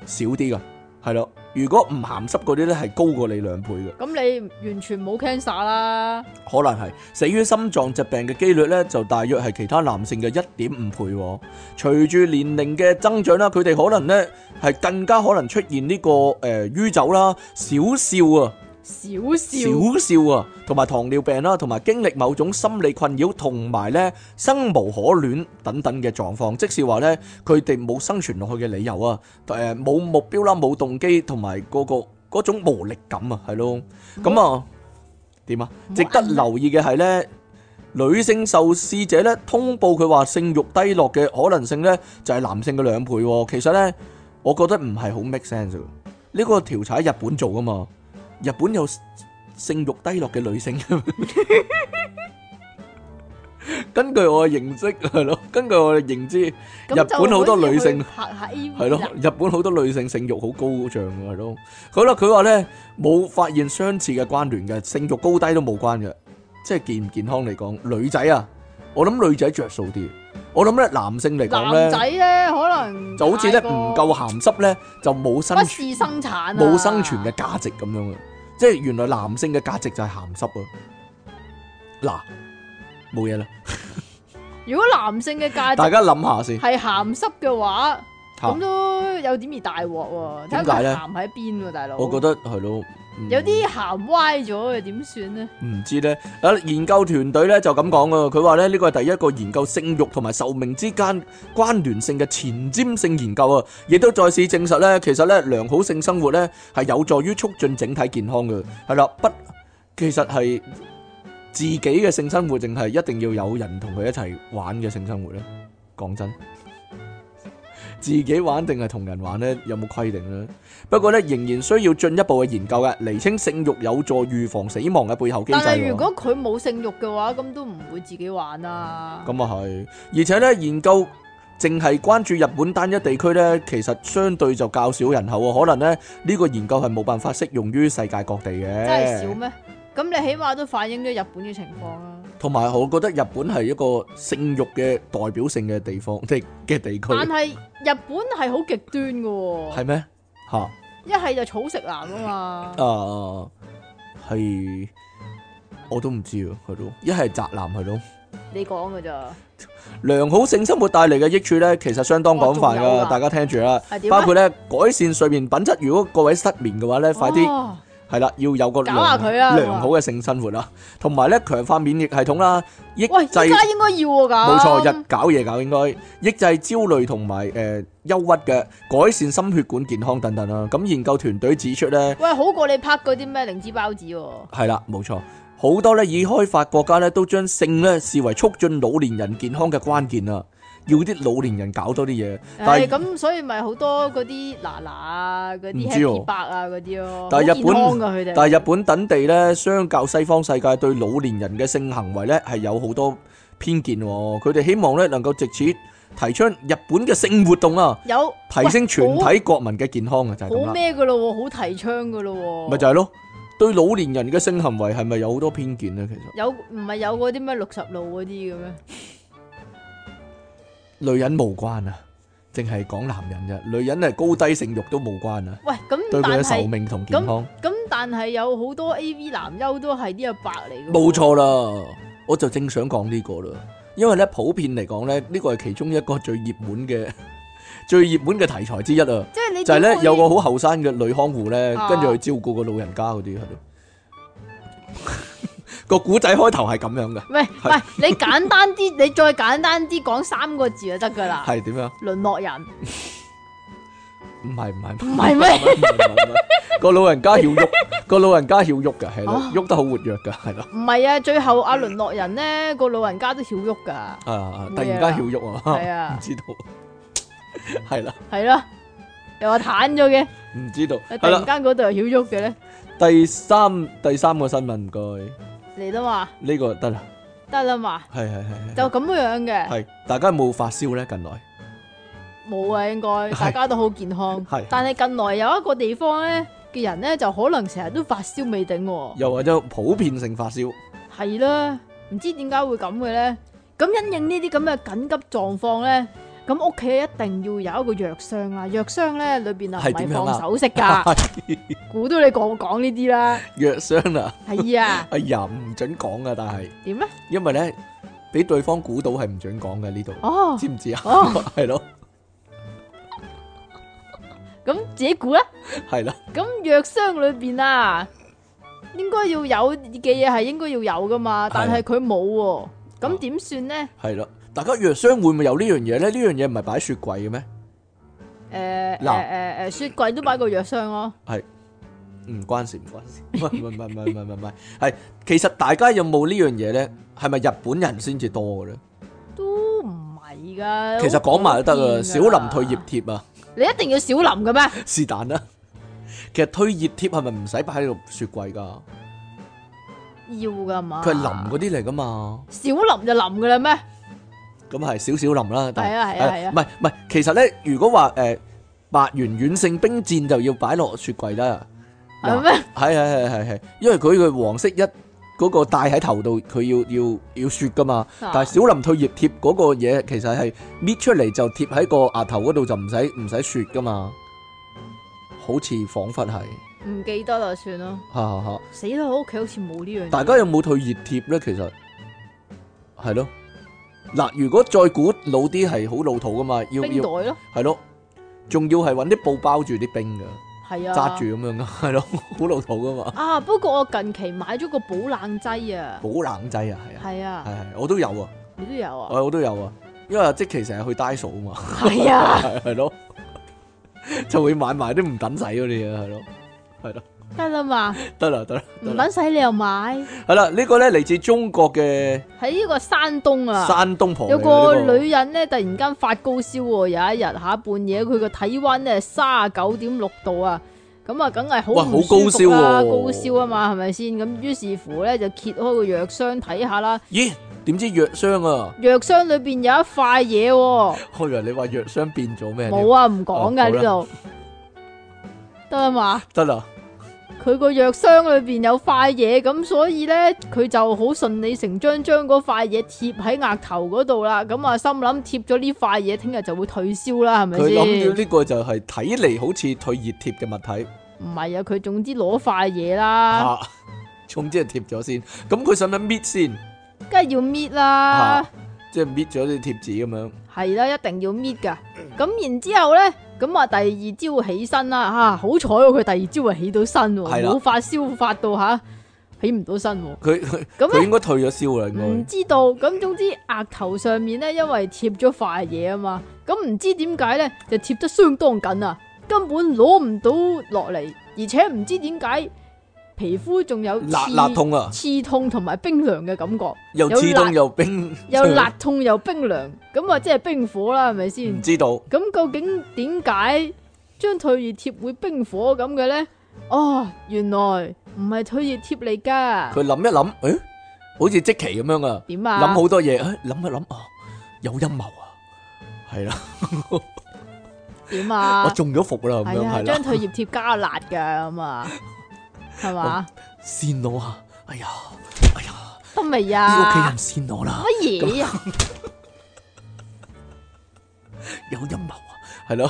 A: 少啲嘅，係咯。如果唔鹹濕嗰啲咧係高過你兩倍嘅。
B: 咁你完全冇 cancer 啦，
A: 可能係死於心臟疾病嘅機率咧，就大約係其他男性嘅一點五倍喎。隨住年齡嘅增長啦，佢哋可能咧係更加可能出現呢、個誒酗酒啦、少笑啊、
B: 少
A: 少
B: 少
A: 笑啊，同埋糖尿病啦，同埋經歷某種心理困擾，同埋咧生無可戀等等嘅狀況，即是話咧佢哋冇生存落去嘅理由啊，誒冇目標啦，冇動機，同埋嗰個嗰種無力感啊，係咯，咁啊點啊？值得留意嘅係呢，女性受試者呢通報佢話性慾低落嘅可能性呢，就係男性嘅兩倍喎。其實呢，我覺得唔係好 make sense 喎。呢個調查喺日本做噶嘛，日本有性慾低落嘅女性。根據我嘅認識係咯，根據我嘅認知，
B: 咁
A: 日本好多女性
B: 就可以去拍下 A
A: 係咯，日本好多女性性欲好高漲嘅係咯。好啦，佢話咧冇發現相似嘅關聯嘅，性欲高低都冇關嘅，即係健唔健康嚟講，女仔啊，我諗女仔着數啲，我諗咧男性嚟講
B: 男
A: 咧
B: 仔咧可能
A: 就好似咧
B: 太過
A: 唔夠鹹濕咧就冇生
B: 不
A: 存
B: 是生產啊
A: 冇生存嘅價值咁樣嘅，即係原來男性嘅價值就係鹹濕啊！嗱，冇嘢啦，
B: 如果男性嘅價
A: 大
B: 值
A: 家諗下先
B: 係鹹濕嘅話，
A: 嚇
B: 咁，都有點而大鑊喎。睇下
A: 點解
B: 佢
A: 咧
B: 鹹喺邊喎，大佬。
A: 我覺得係咯，嗯
B: 有啲鹹歪咗嘅點算呢？
A: 唔知咧，啊研究團隊咧就咁講啊，佢話咧呢個係第一個研究性慾同埋壽命之間關聯性嘅前瞻性研究啊，亦都再次證實咧，其實咧良好性生活咧係有助於促進整體健康嘅，係啦，不其實係自己嘅性生活，定係一定要有人同佢一齊玩嘅性生活咧？講真，自己玩定係同人玩咧，有冇規定咧？不過咧，仍然需要進一步嘅研究嘅，釐清性慾有助預防死亡嘅背後機制
B: 但
A: 喎。
B: 係如果佢冇性慾嘅話，咁都唔會自己玩啦。
A: 咁啊係，而且咧研究淨係關注日本單一地區咧，其實相對就較少人口啊，可能咧呢個研究係冇辦法適用於世界各地嘅。
B: 真係少咩？咁你起碼都反映咗日本嘅情況啊啦。
A: 同埋我覺得日本係一個性慾嘅代表性嘅地方，即係嘅地
B: 但
A: 區，
B: 係日本係好極端嘅喎，
A: 係咩？吓
B: 一係就草食男啊嘛，
A: 啊，係我都唔知啊，係咯，一係宅男係咯。
B: 你講嘅咋？
A: 良好性生活帶嚟嘅益處咧，其實相當廣泛
B: 哦仲有
A: 噶，
B: 啊
A: 大家聽住啦。
B: 係點啊
A: 包括咧改善睡眠品質，如果各位失眠嘅話咧，快啲。
B: 哦
A: 系啦，要有個
B: 搞下
A: 良
B: 佢啊
A: 良好嘅性生活啦，同埋咧強化免疫系統啦，抑
B: 喂，依
A: 制
B: 家應該要喎，咁
A: 冇錯，日搞夜搞應該抑制焦慮同埋誒憂鬱嘅，改善心血管健康等等啦。咁研究團隊指出咧，
B: 喂，好過你拍嗰啲咩靈芝包子喎，
A: 係啦，冇錯，好多咧已開發國家咧都將性咧視為促進老年人健康嘅關鍵啊，要啲老年人搞多啲嘢，但
B: 唉，
A: 係
B: 咁所以咪好多嗰啲嗱嗱啊，嗰
A: 唔
B: 啲
A: 知喎
B: happy 白啊嗰啲咯，
A: 但係
B: 好
A: 日
B: 健
A: 本
B: 康噶佢哋，
A: 但係日本等地咧，相較西方世界對老年人嘅性行為咧係有好多偏見喎，佢哋希望咧能夠藉此提倡日本嘅性活動啊，
B: 有
A: 提升全
B: 喂好
A: 體國民嘅健康啊，就係咁
B: 好
A: 啦。
B: 咩噶咯喎，好提倡噶咯喎，
A: 咪就係咯，對老年人嘅性行為係咪有好多偏見呢？其實
B: 有唔係有嗰啲咩六十路嗰啲嘅咩？
A: 女人無關啊，淨係講男人啫。女人係高低性慾都無關啊，
B: 喂，咁
A: 對佢
B: 但
A: 嘅壽
B: 係
A: 命同健康
B: 咁但係有好多 A V 男優都係啲阿伯嚟嘅喎，
A: 冇錯啦。我就正想講呢個啦，因為咧普遍嚟講咧，呢個係其中一個最熱門嘅 最熱門嘅題材之一啊。
B: 即係你
A: 就係咧
B: 點會
A: 有個好後生嘅女看護咧，
B: 啊
A: 跟住去照顧個老人家嗰啲係咯。 個古仔開頭係咁樣嘅，
B: 喂喂，你簡單啲，你再簡單啲講三個字就得噶啦。
A: 係點樣？
B: 淪落人
A: 唔係唔係唔
B: 唔係咩？
A: 唔係唔係唔 係個老人家曉喐，個老人家曉喐噶，係咯
B: 哦，
A: 喐得好活躍噶，係咯，
B: 唔係啊，最後阿淪落人咧個老人家都曉喐噶，
A: 啊啊，突
B: 咩
A: 然
B: 啊
A: 間曉喐啊，
B: 係
A: 唔
B: 啊
A: 知道，係啦，
B: 係咯，又話攤咗嘅，
A: 唔知道，
B: 突
A: 係
B: 然
A: 啦，
B: 間嗰度又曉喐嘅咧，
A: 第三第三個新聞唔該，
B: 嚟啦嘛，
A: 呢個得啦，
B: 得啦嘛，
A: 係係係
B: 就
A: 係
B: 咁樣嘅，
A: 係，大家有冇發燒咧？近來
B: 哦冇啊應該，
A: 係
B: 大家都好健康
A: 係，
B: 但係近來有一個地方咧嘅人咧就可能成日都發燒未定喎。
A: 又或者普遍性發燒，
B: 系啦，唔知點解會咁嘅咧？咁因應呢啲咁嘅緊急狀況咧，咁屋企一定要有一個藥箱啊！藥箱咧裏边啊唔
A: 係點
B: 係
A: 樣啊
B: 放首飾噶，估到你講講呢啲啦。
A: 藥傷啦，
B: 係啊，
A: 哎呀，唔准講噶，但係
B: 點咧？
A: 因為咧俾對方估到係唔准講嘅呢度，
B: 哦，
A: 知唔知啊？
B: 哦
A: 係咯，
B: 咁自己估啦。
A: 係啦，
B: 咁藥箱裏边啊，應該要有嘅嘢係應該要有噶嘛，但係佢冇喎。
A: 哦
B: 咁點算咧？
A: 係啦，大家藥傷會唔會有呢樣嘢咧？呢樣嘢唔係擺喺雪櫃嘅咩？
B: 诶诶
A: 嗱
B: 诶诶，雪櫃都擺個藥箱咯。
A: 唔關事，唔關事，唔係唔係唔係唔係唔係唔係，係其實大家有冇呢樣嘢咧？係咪日本人先至多嘅咧？
B: 都唔係噶，
A: 其實講埋都得
B: 好
A: 啊，
B: 普
A: 小
B: 遍㗎
A: 林退熱貼啊，
B: 你一定要小林嘅咩？
A: 是但啦。其實退熱貼係咪唔使擺喺個雪櫃
B: 啊
A: 㗎？
B: 要噶嘛？
A: 佢係淋嗰啲嚟㗎嘛，
B: 小林就淋噶啦咩？
A: 咁係少少淋啦。但
B: 係啊係啊係啊
A: 唔係唔係，其實咧，如果話誒白元軟性冰箭就要擺落雪櫃啦。
B: 係咩？
A: 係係係係係，因為佢佢黃色一嗰個戴喺頭度，佢要要要雪㗎嘛。
B: 啊
A: 但係小林退熱貼嗰個嘢，其實係搣出嚟就貼喺個額頭嗰度，就唔使唔使雪噶嘛。好似彷彿係，
B: 唔記得啦，算啦。
A: 哈哈哈！
B: 死啦！我屋企好似冇呢樣嘢。
A: 大家有冇退熱貼咧？其實係咯，嗱，如果再古老啲係好老土噶嘛，要
B: 冰袋
A: 要
B: 咯，
A: 係咯，仲要係揾啲布包住啲冰噶，
B: 係啊。
A: 揸住咁樣噶， 係咯，好老土噶嘛，
B: 啊！不過我近期買咗個保冷劑啊，
A: 保冷劑啊，係啊，
B: 係
A: 係
B: 啊，
A: 係，我都有啊，
B: 你都有啊。
A: 我我都有啊，因為即其成日去 d i 啊嘛。
B: 係啊，
A: 係係咯，就會買埋啲唔等使嗰啲嘢，係咯，係咯，
B: 得啦嘛，
A: 得啦得啦得
B: 唔
A: 啦，
B: 等使你又買。
A: 係啦，呢個咧嚟自中國嘅
B: 喺呢個山東啊，
A: 山東婆嚟嘅
B: 有個
A: 呢個
B: 女人咧突然間發高燒喎，有一日下半夜佢個體温咧三十九點六度啊，咁啊梗係好
A: 哇
B: 唔
A: 好
B: 舒服
A: 高燒
B: 啦，
A: 喎
B: 高燒啊嘛，係咪先？咁於是乎咧就揭開個藥箱睇下啦。
A: 咦？點知藥箱啊？
B: 藥箱裏边有一塊嘢喎，
A: 我以啊為你話藥箱變咗咩？
B: 冇啊，唔講
A: 哦好啦
B: 噶呢度，得啦嘛。
A: 得啦，
B: 佢個藥箱裏边有塊嘢，咁所以咧佢就好順理成章將嗰塊嘢貼喺額頭嗰度啦。咁啊，心諗貼咗呢塊嘢，聽日就會退燒啦，係咪
A: 佢諗
B: 先
A: 住？呢個就係睇嚟好似退熱貼嘅物體
B: 唔係啊，佢總之攞塊嘢啦，
A: 啊，總之係貼咗先。咁佢使唔使搣先？
B: 梗係要搣啦
A: 啊，即係搣咗啲貼紙咁樣。
B: 係啦，一定要搣噶。咁然之后咧，咁啊，第二朝起身啦，吓、好彩喎，佢第二朝啊起到身喎，
A: 係啦
B: 冇發燒發到吓、起唔到身喎。
A: 佢佢
B: 咁啊嗯
A: 佢
B: 咧
A: 應該退咗燒啦，
B: 唔
A: 應
B: 知道，咁總之額頭上面咧，因為貼咗塊嘢啊嘛，咁唔知點解咧就貼得相當緊啊，根本攞唔到落嚟，而且唔知點解皮膚仲有
A: 該
B: 刺
A: 辣辣痛啊，
B: 刺痛同埋冰涼嘅感覺，
A: 又
B: 有
A: 刺
B: 辣
A: 痛又冰，
B: 又辣痛又冰涼，咁啊即係冰火啦，係咪先？
A: 唔知道
B: 咁究竟點解張退熱貼會冰火咁嘅咧？哦，原來唔係退熱貼嚟噶，
A: 佢諗一諗，誒，好似即期咁樣啊，
B: 點啊？
A: 諗好多嘢，誒諗一諗啊，有陰謀啊，係啦，
B: 點啊？
A: 我中咗伏啦，咁
B: 系
A: 樣係
B: 啊，
A: 啦
B: 張。退葉貼加辣噶 咁啊，係嘛？
A: 扇我啊！哎呀，哎呀，
B: 得未
A: 啲
B: 啊
A: 屋？企人扇我啦，
B: 乜嘢啊？
A: 有陰謀啊，係 咯，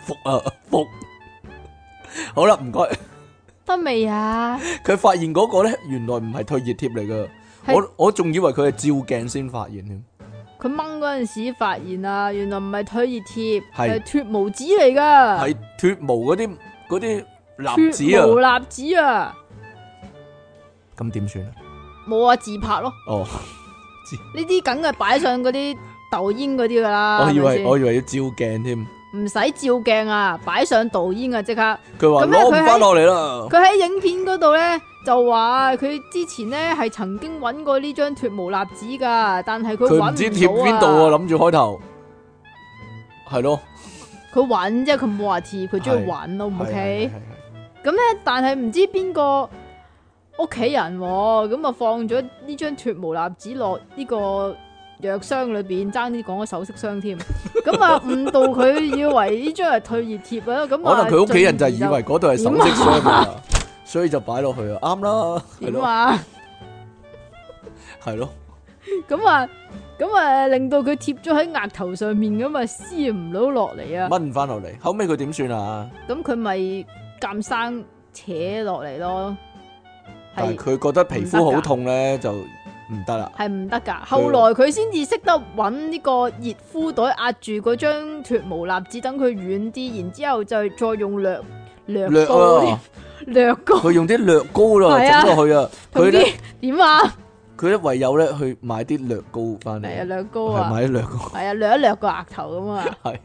A: 服啊服。好啦，唔該。
B: 得未啊？
A: 佢發現嗰個咧，原來唔係退熱貼嚟噶，
B: 係
A: 我我仲以為佢係照鏡先發現添。
B: 佢掹嗰陣時發現啊，原來唔係退熱貼，
A: 係
B: 係脱毛紙嚟噶，
A: 係脱毛嗰啲嗰啲蠟
B: 脱毛
A: 紙啊，
B: 蠟紙啊，
A: 咁點算啊？
B: 冇啊自拍咯，
A: 哦，
B: 呢啲梗係擺上嗰啲抖音嗰啲噶啦，
A: 我以
B: 係咪
A: 為
B: 先
A: 我以為要照鏡添。
B: 唔使照鏡啊，擺上抖音啊即刻。
A: 佢話
B: 咁咧
A: 攞唔
B: 佢喺
A: 翻落嚟啦，
B: 佢喺影片嗰度咧就話佢之前咧係曾經揾過呢張脱毛蠟紙噶，但係佢
A: 佢
B: 揾
A: 唔知貼邊度啊，
B: 啊！
A: 諗住開頭係咯，
B: 佢揾啫，佢冇話貼，佢中意
A: 係
B: 揾咯
A: 係係
B: ，OK
A: 係。係
B: 但係唔知邊個屋企人喎咁啊放咗呢張脱毛蠟紙落呢個藥箱裏邊，爭啲講咗首飾 箱添。咁啊誤導佢以為呢張係退熱貼啊，咁
A: 可
B: 啊
A: 能佢屋企人就係以
B: 進而
A: 為嗰度係首飾箱啊，所以就擺落去啊，啱啦，係
B: 點
A: 咯，
B: 啊？
A: 係咯，
B: 咁啊，咁啊，令到佢貼咗喺額頭上面，咁啊撕唔到落嚟啊，
A: 掹唔翻落嚟。後尾佢點算啊？
B: 咁佢咪鑑生扯落嚟咯，
A: 但係
B: 係
A: 佢覺得皮膚好痛咧，就唔得啦。
B: 係唔得噶。後來佢先至識得揾呢個熱敷袋壓住嗰張脱毛蠟紙，等佢軟啲，然之後就再用略
A: 略
B: 略膏
A: 啊，
B: 略膏
A: 佢用啲略膏啦，
B: 係啊
A: 整落去啊。
B: 同
A: 佢咧，
B: 啲點啊？
A: 佢咧唯有咧去買啲略膏翻
B: 係啊，
A: 嚟，
B: 略膏
A: 係
B: 啊，
A: 買啲略膏，
B: 係啊，略一略個額頭 咁 啊，
A: 係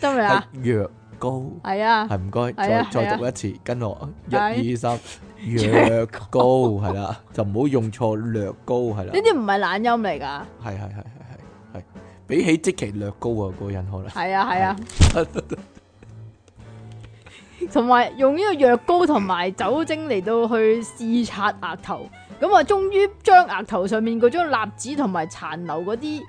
B: 得未
A: 係
B: 啊？
A: 藥膏，
B: 係啊，
A: 係唔該，
B: 係
A: 再
B: 啊
A: 再讀一次，跟我一二 三，藥膏係啦，就唔好用錯略膏 係啦
B: 呢。啲唔係懶音嚟㗎，
A: 係係係係係係，比起即其略高啊，個人可能
B: 係啊係啊。 同埋用呢個藥膏同埋酒精嚟到去試擦額頭，咁啊，終於將額頭上面嗰張蠟紙同埋殘留嗰啲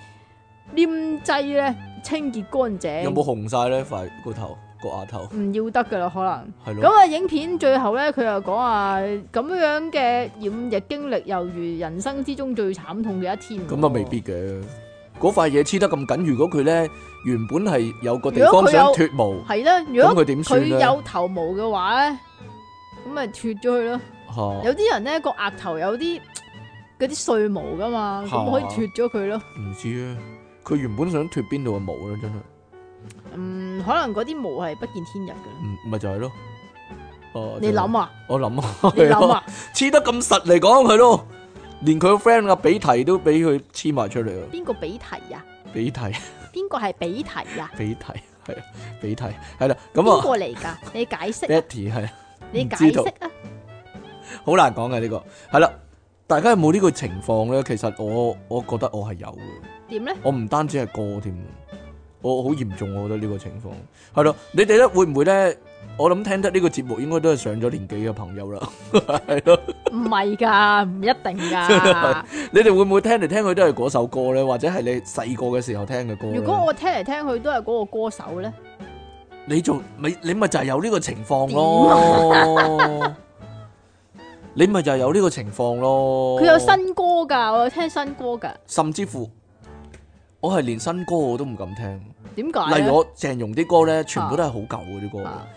B: 黏劑咧清潔乾淨。
A: 有冇紅晒咧塊個頭個額頭
B: 唔要得噶啦？可能
A: 係
B: 咁
A: 咯，
B: 啊，影片最後咧，佢又講啊，咁樣嘅染疫經歷，猶如人生之中最慘痛嘅一天喎。
A: 咁啊未必嘅。嗰塊嘢黐得咁緊，如果佢咧原本係有個地方
B: 如果佢有
A: 想脱毛，
B: 係啦。如
A: 咁
B: 果
A: 佢點算
B: 佢
A: 咧？
B: 有頭毛嘅話咧，咁咪脱咗佢咯。
A: 嚇
B: 有啲人咧個額頭有啲嗰啲碎毛噶嘛，咁可以脱咗佢咯。
A: 唔知啊，佢原本想脱邊度嘅毛咧，真係
B: 嗯，可能嗰啲毛係不見天日噶啦。
A: 唔咪就係咯。哦，
B: 你
A: 就係
B: 諗啊，
A: 我諗啊，
B: 你
A: 係
B: 諗
A: 咯
B: 啊，
A: 黐得咁實嚟講佢咯，連佢個 friend 阿比提都俾佢黐埋出嚟啊！
B: 邊個比提啊？
A: 比提
B: 邊個係比提啊？
A: 比提係啊，比提係啦，咁啊
B: 邊。個嚟㗎？你 解釋啊，
A: Betty 係
B: 你
A: 唔
B: 解
A: 知道
B: 釋啊！
A: 好難講嘅呢個，係啦，大家有冇呢個情況咧？其實我我覺得我係有嘅，
B: 點咧？
A: 我唔單止係歌添，我好嚴重，我覺得呢個情況係咯。你哋咧會唔會咧？我諗聽得呢個節目應該都係上咗年紀嘅朋友啦， 係咯。
B: 唔係㗎，唔一 定㗎。
A: 你哋會唔會聽嚟聽去都係嗰首歌咧？或者係你細個嘅時候聽嘅歌呢？
B: 如果我聽嚟聽去都係嗰個歌手咧，
A: 你仲咪你咪就係有呢個情況咯， 你咪就係有呢個情況咯。
B: 佢有新歌㗎，我有聽新歌㗎。
A: 甚至乎我係連新歌我都唔敢聽。
B: 點解
A: 例
B: 咧
A: 如？我鄭融啲歌咧，全部都係好舊嗰啲歌，
B: 啊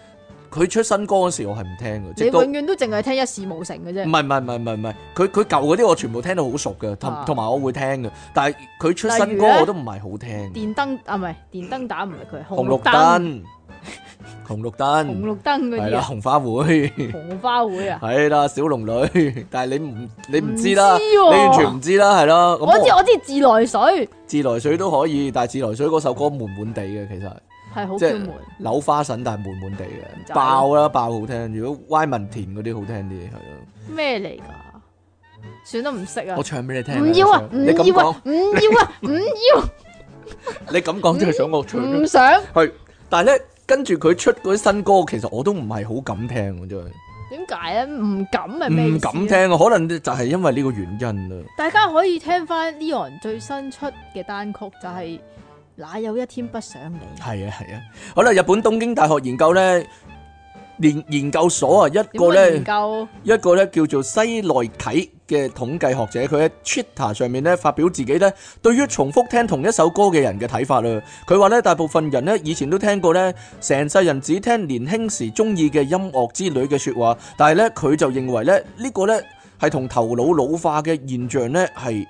A: 佢佢出新歌嗰時我係唔聽嘅，
B: 你
A: 直到嗯
B: 永遠都淨係聽一事無成嘅啫
A: 唔。係唔係唔係唔係唔係，佢佢舊嗰啲我全部聽到好熟嘅，同
B: 啊
A: 同埋我會聽嘅，但係佢出
B: 例
A: 新
B: 如
A: 歌
B: 呢
A: 我都唔係好聽。
B: 電燈啊，唔係電燈膽，唔係佢
A: 紅
B: 紅
A: 綠
B: 綠燈，
A: 燈，紅綠
B: 紅
A: 燈，
B: 綠燈嗰
A: 嗯係
B: 啲
A: 啦，
B: 啊，
A: 紅花會，
B: 紅花會啊，
A: 係啦，小龍女，但係你唔你唔知啦，
B: 唔知
A: 你
B: 喎
A: 完全唔知啦，係啦。咁
B: 我知
A: 我
B: 我知自來水
A: 自來水都可以，但係自來水嗰首歌悶悶地嘅，其實
B: 係好
A: 即
B: 專
A: 係
B: 門，
A: 扭花神，但係悶悶地嘅，
B: 就係
A: 爆啦爆好聽。如果歪文田嗰啲好聽啲，係咯。
B: 咩嚟㗎？算啦，唔識啊
A: 我，唱俾你聽啊。
B: 唔要啊，
A: 唱
B: 唔
A: 你咁
B: 要
A: 講
B: 啊，，唔 要啊，唔
A: 你咁講就係想我唱
B: 要，唔想
A: 係，但係咧，跟住佢出嗰啲新歌，其實我都唔係好敢聽喎，真係。
B: 點解咧？唔敢係咩
A: 唔
B: 意思
A: 敢
B: 啊？
A: 聽啊，可能就係因為呢個原因啦。啊
B: 大家可以聽翻 Leon 最新出嘅單曲，就係、哪有一天不想你。
A: 係啊係啊，好啦，日本東京大學研究咧，研研究所啊，一
B: 點
A: 個
B: 會
A: 咧
B: 研究
A: 一個咧叫做西內啟嘅統計學者，佢喺 Twitter 上面咧發表自己咧對於重複聽同一首歌嘅人嘅睇法啦。佢話咧大部分人咧以前都聽過咧，成世人只聽年輕時中意嘅音樂之類嘅説話，但係咧佢就認為咧呢個咧係同頭腦老化嘅現象咧係。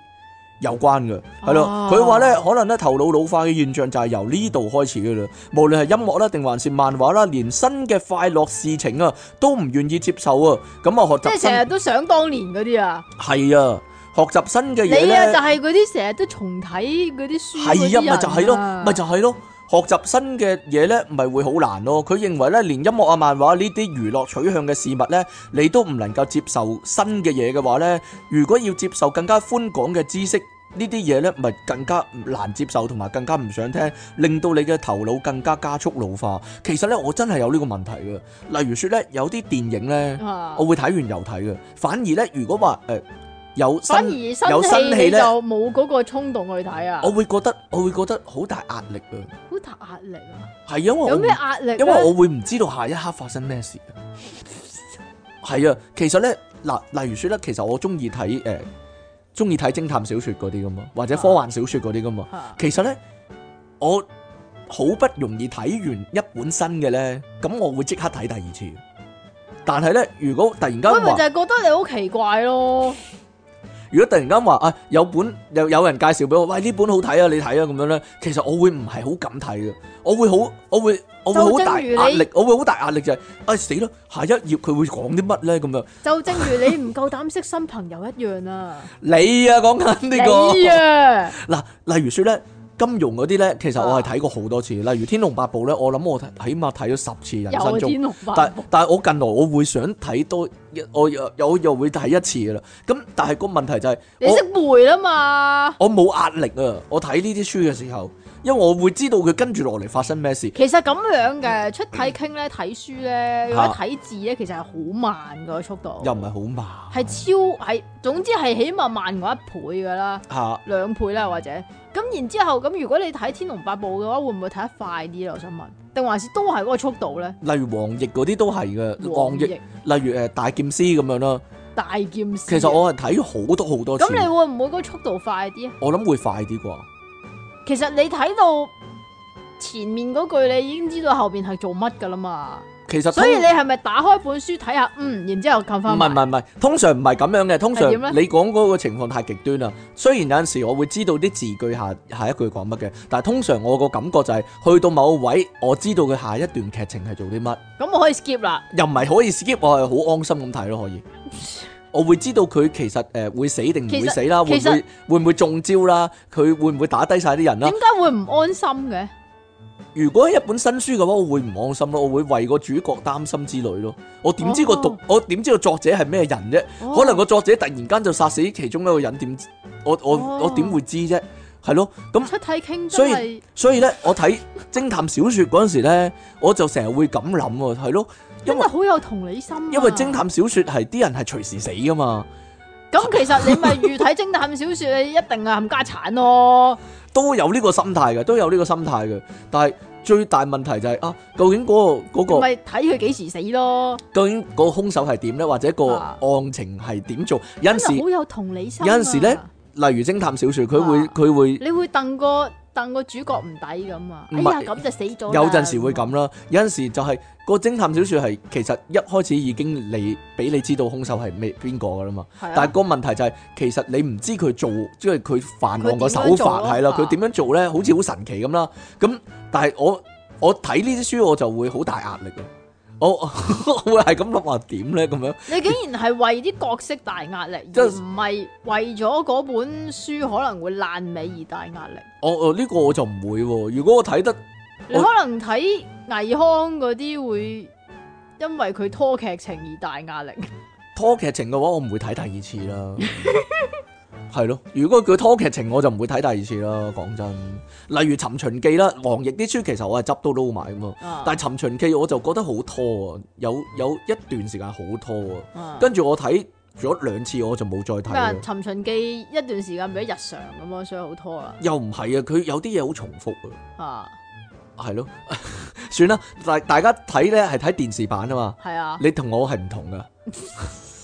A: 有關嘅，係咯
B: 哦，
A: 佢話咧，呃可能咧頭腦老化嘅現象就係由呢度開始嘅啦。無論係音樂啦，定還是漫畫啦，連新嘅快樂事情啊，都唔願意接受啊。咁啊，學
B: 即
A: 習
B: 係
A: 新
B: 成日都想當年嗰啲啊！
A: 係啊，學習新嘅
B: 你
A: 嘢
B: 啊，
A: 咧
B: 就，係嗰啲成日都重睇嗰啲書嗰啲
A: 係啊，
B: 人
A: 咪就係咯，咪就係咯。學習新嘅嘢咧，咪會好難咯。佢認為咧，連音樂啊、漫畫呢啲娛樂取向嘅事物咧，你都唔能夠接受新嘅嘢嘅話咧，如果要接受更加寬廣嘅知識，呢啲嘢咧，咪更加難接受，同埋更加唔想聽，令到你嘅頭腦更加加速老化。其實咧，我真係有呢個問題嘅。例如說咧，有啲電影咧。
B: 啊
A: 我會睇完又睇嘅。反而咧，如果話誒、呃有
B: 反而啊
A: 新，
B: 新
A: 有新
B: 戲
A: 戲
B: 你
A: 呢
B: 就冇嗰個衝動去睇啊，
A: 我會覺得我會覺得好大壓力啊。
B: 好大壓力啊！
A: 係因為我
B: 有
A: 唔
B: 咩壓力呢？
A: 因為我會唔知道下一刻發生咩事啊。係啊，其實咧嗱，例如說咧，其實我中意睇誒中意睇偵探小說嗰啲噶嘛，或者科幻小說嗰啲噶嘛。
B: 啊
A: 其實咧，我好不容易睇完一本新嘅咧，咁我會即刻睇第二次。但係咧，如果突然間
B: 我咪
A: 話
B: 就係覺得你好奇怪咯，
A: 如果突然間話啊有本有有人介紹俾我，喂呢本好睇啊，你睇啊咁樣咧，其實我會唔係好敢睇嘅，我會好我會我會好大
B: 就正如你
A: 壓力，我會好大壓力就係、啊死啦，下一頁佢會講啲乜咧咁樣？
B: 就正如你唔夠膽識新朋友一樣啊！
A: 你啊講緊 呢
B: 你
A: 個
B: 啊，
A: 嗱，例如説咧金融嗰啲咧，其實我係睇過好多次，例如《天龍八部》咧，我諗我睇起碼睇咗十次人生
B: 又
A: 中。
B: 天龍八
A: 但
B: 部。
A: 但係我近來我會想睇多一，我又又又會睇一次噶啦。咁但係個問題就係、
B: 你
A: 我
B: 識背啦嘛？
A: 我冇壓力啊！我睇呢啲書嘅時候，因為我會知道佢跟住落嚟發生咩事。
B: 其實咁樣嘅出體傾咧，睇書咧，如果
A: 嗯嚇
B: 睇字咧，其實係好慢個速度，
A: 又唔係好慢，
B: 係超係，總之係起碼慢我一倍噶啦，
A: 嚇
B: 兩倍啦或者。咁然之後咁，如果你睇《天龍八部》嘅話，會唔會睇得快啲咧？我想問，定還是都係嗰個速度咧？
A: 例如王奕嗰啲都係嘅，王
B: 王
A: 奕
B: 奕
A: 例如誒大劍師咁樣啦。
B: 大劍師，
A: 其實我係睇好多好多次
B: 咁，你會唔會嗰個速度快啲啊？
A: 我諗會快啲啩。
B: 其實你睇到前面嗰句，你已經知道後邊係做乜噶啦嘛。
A: 其實
B: 所以
A: 通
B: 你係咪打開本書睇下，嗯，然之後撳
A: 唔
B: 翻
A: 係唔
B: 埋？
A: 係唔係，通常唔係咁樣嘅。通常
B: 係點咧
A: 你講嗰個情況太極端啦。雖然有陣時我會知道啲字句下下一句講乜嘅，但係通常我個感覺就係、去到某個位，我知道佢下一段劇情係做啲乜。
B: 咁我可以 skip 啦。
A: 又唔係可以 skip，我係好安心咁睇咯， 可以。我會知道佢其實誒、呃、會死定唔會死啦，會
B: 其
A: 唔
B: 實
A: 會會唔會中招啦？佢會唔會打低晒啲人啦
B: 點？解會唔安心嘅？
A: 如果係一本新書嘅話，我會唔安心咯，我會為個主角擔心之類咯。我點知個讀、
B: 哦
A: 我點知個作者係咩人啫？
B: 哦
A: 可能個作者突然間就殺死其中一個人，點知我我、
B: 哦
A: 我點會知啫？係咯，咁
B: 出體傾
A: 所
B: 真
A: 以
B: 係
A: 所以咧，我睇 偵探小説嗰陣時咧，我就成日會咁諗喎，係咯，因
B: 真
A: 為
B: 係好有同理心啊。
A: 因為偵探小説係啲人係隨時死噶嘛。
B: 咁，其實你咪預睇偵探小説，你一定係冚家產咯。
A: 都有呢個心態嘅，都有呢個心態嘅。但係最大問題就係、啊，究竟嗰、個嗰、
B: 咪睇佢幾時死咯。
A: 個究竟嗰個兇手係點呢？或者個
B: 啊
A: 案情係點做？有
B: 真
A: 陣時，
B: 係
A: 例
B: 好有同理心啊。
A: 有陣時呢如偵探小説，佢會
B: 啊
A: 佢會
B: 你會掟個掟凳個主角唔抵咁啊！
A: 唔
B: 哎
A: 係
B: 呀，咁就死咗啦。
A: 有陣時會咁啦，有陣時就係、個偵探小説係其實一開始已經你俾你知道兇手係咩邊個噶啦嘛，
B: 係啊，
A: 但係個問題就係、其實你唔知佢做，即係佢犯案個手
B: 佢點樣做
A: 法
B: 咯
A: 係啦，
B: 啊
A: 佢點樣做咧，好似好神奇咁啦。咁但係我我睇呢啲書我就會好大壓力嘅，啊我 我會係咁諗話點咧咁樣。
B: 你竟然係為啲角色大壓力，
A: 即
B: 而
A: 係
B: 唔係為咗嗰本書可能會爛尾而大壓力。
A: 我我呢個我就唔會喎，如果我睇得
B: 你
A: 我
B: 可能睇倪匡嗰啲會因為佢拖劇情而大壓力。
A: 拖劇情嘅話，我唔會睇第二次 啦。係咯，如果佢拖劇情，我就唔會睇第二次啦。講真，例如《尋秦記》啦，黃奕啲書其實我係執都撈埋噶嘛。
B: 啊
A: 但係《尋秦記》我就覺得好拖啊，有有一段時間好拖啊。
B: 啊
A: 跟住我睇咗兩次，我就冇再睇
B: 咩啊
A: 啦
B: 《尋秦記》一段時間變咗日常咁咯，所以好拖啦。
A: 又唔係啊，佢有啲嘢好重複啊，
B: 啊，
A: 係咯， 算啦。大大家睇咧係睇電視版啊嘛，
B: 係啊。
A: 你同我係唔同噶，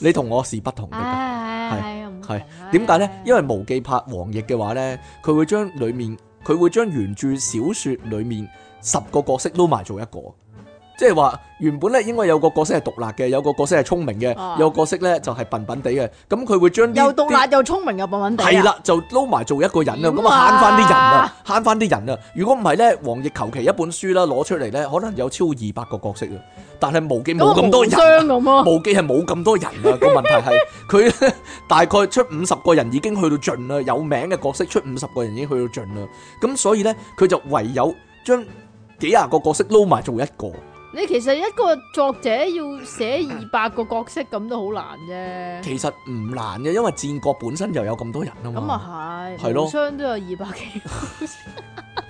A: 你同我是不同
B: 啊
A: 嘅。
B: 唉，係啊，
A: 係
B: 係
A: 點解呢？因為無記拍黃奕嘅話呢，佢會將裡面佢會將原著小説裡面十個角色撈埋做一個，即係話原本呢應該有個角色係獨立嘅，有個角色係聰明嘅，
B: 啊
A: 有個角色呢就係笨笨地嘅，咁佢會將呢
B: 又毒
A: 啲
B: 辣又聰明又笨笨地啊
A: 係，啦，就撈埋做一個人啦，咁
B: 點
A: 啊
B: 啊
A: 慳翻啲人啊，慳翻啲人啊！如果唔係咧，黃奕求其一本書啦，攞出嚟咧，可能有超二百個角色啊，但係無記冇咁多人啊。
B: 咁咯。
A: 無記係冇咁多人啊，個問題係佢 咧大概出五十個人已經去到盡啦，有名嘅角色出五十個人已經去到盡啦，咁所以呢，佢就唯有將幾廿個角色撈埋做一個，
B: 你其實一個作者要寫二百個角色咁都好難啫。
A: 其實唔難嘅，因為戰國本身又有咁多人啊
B: 咁
A: 嘛，
B: 啊係，
A: 係咯
B: 無雙都有二 百幾個。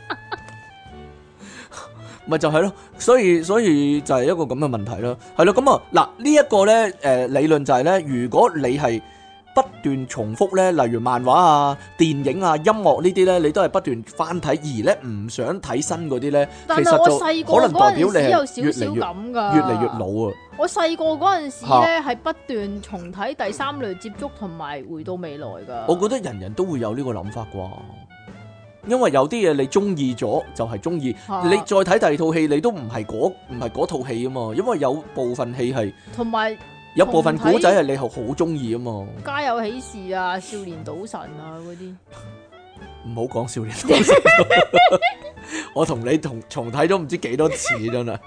A: 咪就係咯，所以所以就係一個咁嘅問題咯，係咯，咁啊嗱呢一個呢誒、呃理論就係呢：如果你係不斷重複呢，例如漫畫啊、電影啊、音樂呢啲呢，你都係不斷翻睇，而呢唔想睇新嗰啲呢。
B: 但係我細個
A: 可能
B: 嗰
A: 代
B: 陣
A: 表你
B: 時有
A: 係
B: 少少
A: 越嚟
B: 咁㗎。
A: 越越嚟越。老啊！
B: 我細個嗰陣時咧係不斷重睇第三類接觸同埋回到未來㗎。
A: 我覺得人人都會有呢個諗法啩，因為有啲嘢你中意咗就係中意，
B: 嚇
A: 你再睇第二套戲你都唔係嗰唔係嗰套戲啊嘛，因為有部分戲係
B: 同埋
A: 有部分
B: 同睇
A: 古仔係你係好中意啊嘛，
B: 家有喜事啊、少年賭神啊嗰啲。
A: 唔好講少年多士 我同你同重睇咗唔知幾多次真係，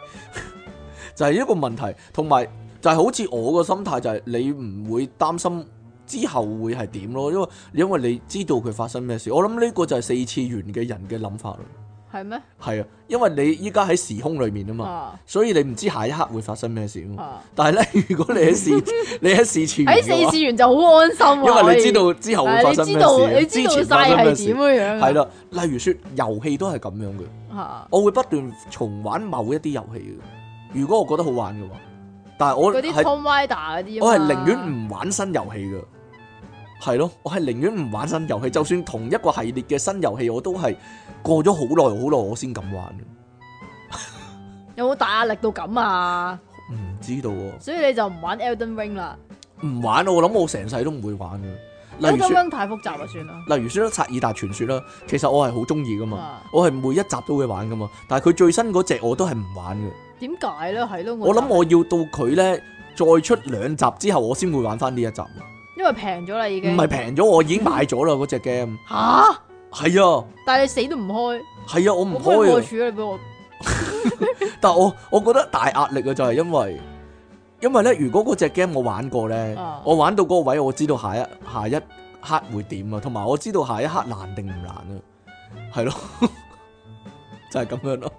A: 就係一個問題，同埋就係好似我個心態就係你唔會擔心之後會係點咯，因為因為你知道佢發生咩事，我諗呢個就係四次元嘅人嘅諗法咯，
B: 係咩？
A: 係啊，因為你依家喺時空裏面啊嘛，
B: 啊
A: 所以你唔知下一刻會發生咩事啊嘛，
B: 啊！
A: 但係咧，如果你喺 四你喺四次元
B: 喺
A: 嘅
B: 四
A: 話，
B: 次元就好安心
A: 因為
B: 啊，
A: 你
B: 可以
A: 知道之後會
B: 係
A: 發
B: 你
A: 生
B: 知
A: 咩
B: 道
A: 事，
B: 你
A: 之
B: 知道
A: 前發
B: 晒
A: 生
B: 係
A: 咩事
B: 點。啊樣樣啊
A: 係啦，例如說遊戲都係咁樣嘅，
B: 啦，
A: 我會不斷重玩某一啲遊戲嘅。如果我覺得好玩嘅話，但係我
B: 嗰啲
A: 係
B: Tom Rider 嗰啲啊嘛，
A: 我係寧願唔玩新遊戲嘅，係咯，我係寧願唔玩新遊戲。就算同一個系列嘅新遊戲，我都係過咗好耐好耐我先敢玩嘅。
B: 有冇大壓力到咁啊？
A: 唔知道喎，
B: 所以你就唔玩 Elden Ring 啦
A: 唔玩我諗我成世都唔會玩嘅。例如
B: ，Elden
A: 說，
B: Ring 太複雜啦，算啦。
A: 例如說《薩爾達傳說》啦，其實我係好中意噶嘛，
B: 啊，
A: 我係每一集都會玩噶嘛，但係佢最新嗰只我都係唔玩嘅。
B: 點解咧？係咯，
A: 我諗
B: 就
A: 我要到佢咧再出兩集之後，我先會玩翻呢一集。唔
B: 因為平咗啦已經，
A: 係平咗，我已經買咗啦嗰只 game。
B: 吓，
A: 係啊，
B: 但係你死都唔開，
A: 係啊，我唔
B: 我幫你
A: 開
B: 破
A: 啊。
B: 處啦，你俾我
A: 但我我覺得大壓力啊，就係因為因為咧，如果嗰只 game 我玩過咧，
B: 啊
A: 我玩到嗰個位，我知道下一下一刻會點啊，同埋我知道下一刻難定唔難啊，係咯， 就係咁樣咯。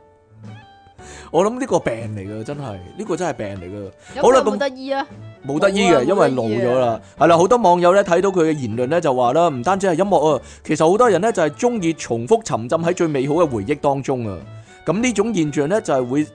A: 我諗呢個病嚟噶，真係呢個真係病嚟噶。
B: 有
A: 好啦
B: 冇
A: 咁
B: 咁得意啊？
A: 冇得醫
B: 冇
A: 嘅，
B: 啊
A: 因為老咗啦。係啦，好多網友咧睇到佢嘅言論咧就話啦，唔單止係音樂啊，其實好多人咧就係中意重複沉浸喺最美好嘅回憶當中啊。咁呢種現象咧就係會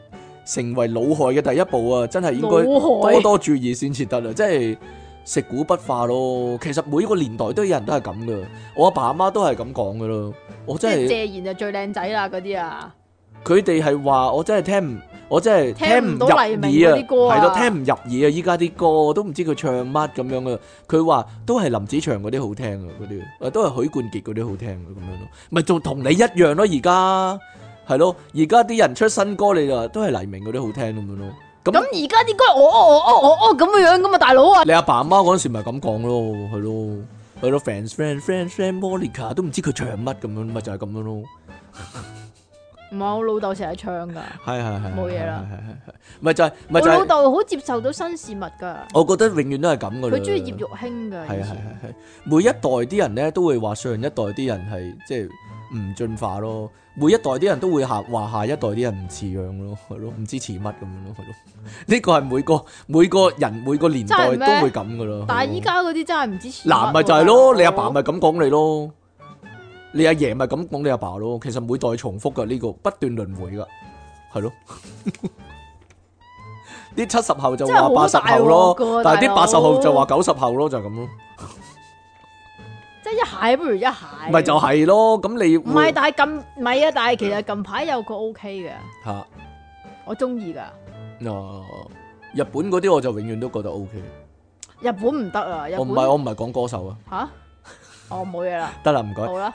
A: 成為老害嘅第一步啊，真係應該
B: 腦海
A: 多多注意先至得啦。即係食古不化咯。其實每個年代都有人都係咁噶，我阿爸阿媽都係咁講噶咯。我
B: 即
A: 真
B: 係
A: 係
B: 謝賢就最靚仔啦嗰啲啊，
A: 佢哋係話我真係聽唔，我真係
B: 聽唔到
A: 入
B: 黎明嗰啲歌
A: 耳
B: 啊
A: 係咯，聽唔入耳啊！依家啲歌我都唔知佢唱乜咁樣啊！佢話都係林子祥嗰啲好聽啊，嗰啲啊都係許冠傑嗰啲好聽啊，咁樣咯，咪就同你一樣咯，而家係咯，而家啲人出新歌你就話都係黎明嗰啲好聽咁樣咯。
B: 咁
A: 咁
B: 而家啲歌，哦我我我我我咁嘅樣噶嘛，大佬啊！
A: 你阿爸阿媽嗰陣時咪咁講咯，係咯，係咯，friends friend friend friend Monica 都唔知佢唱乜咁樣，咪就係咁樣咯。
B: 唔係我老豆成日唱噶，
A: 係係係，
B: 冇嘢啦
A: 係，係係係咪就係咪
B: 我
A: 就係
B: 老豆好接受到新事物噶，
A: 我覺得永遠都係咁噶啦。
B: 佢中意葉玉卿噶，
A: 哦係啊
B: 以
A: 係
B: 前
A: 啊係啊，每一代啲人咧都會話上一代啲人係即係唔進化咯，每一代啲人都會下話下一代啲人唔似樣咯，係咯，唔知似乜咁樣咯，係咯。呢個係每個每個人每個年代
B: 真係咩
A: 都會咁噶咯。
B: 但
A: 係
B: 係
A: 咯
B: 依家嗰啲真係唔知似乜
A: 嗱，咪
B: 喎
A: 就係咯，你阿爸咪咁講你咯，你阿爺咪咁講你阿爸咯。其實每代重複噶呢個不斷輪迴噶，係咯。 啲七十後就
B: 真係
A: 話八
B: 好
A: 十
B: 大
A: 後咯
B: 鑊㗎，喎
A: 但係啲
B: 大佬
A: 八十後就話九十後咯，就係咁咯，
B: 即係一蟹不如一蟹，
A: 咪就係咯。咁你
B: 唔
A: 會
B: 係？但係近唔係啊！但係其實近排有個 O K 嘅，
A: 嚇
B: 我中意噶。
A: 嗱，日本嗰啲我就永遠都覺得 O K。
B: 日本唔得啊！日
A: 我唔
B: 本
A: 係我唔係講歌手啊，
B: 吓，哦冇嘢 啦，
A: 得啦，唔該。
B: 好啦，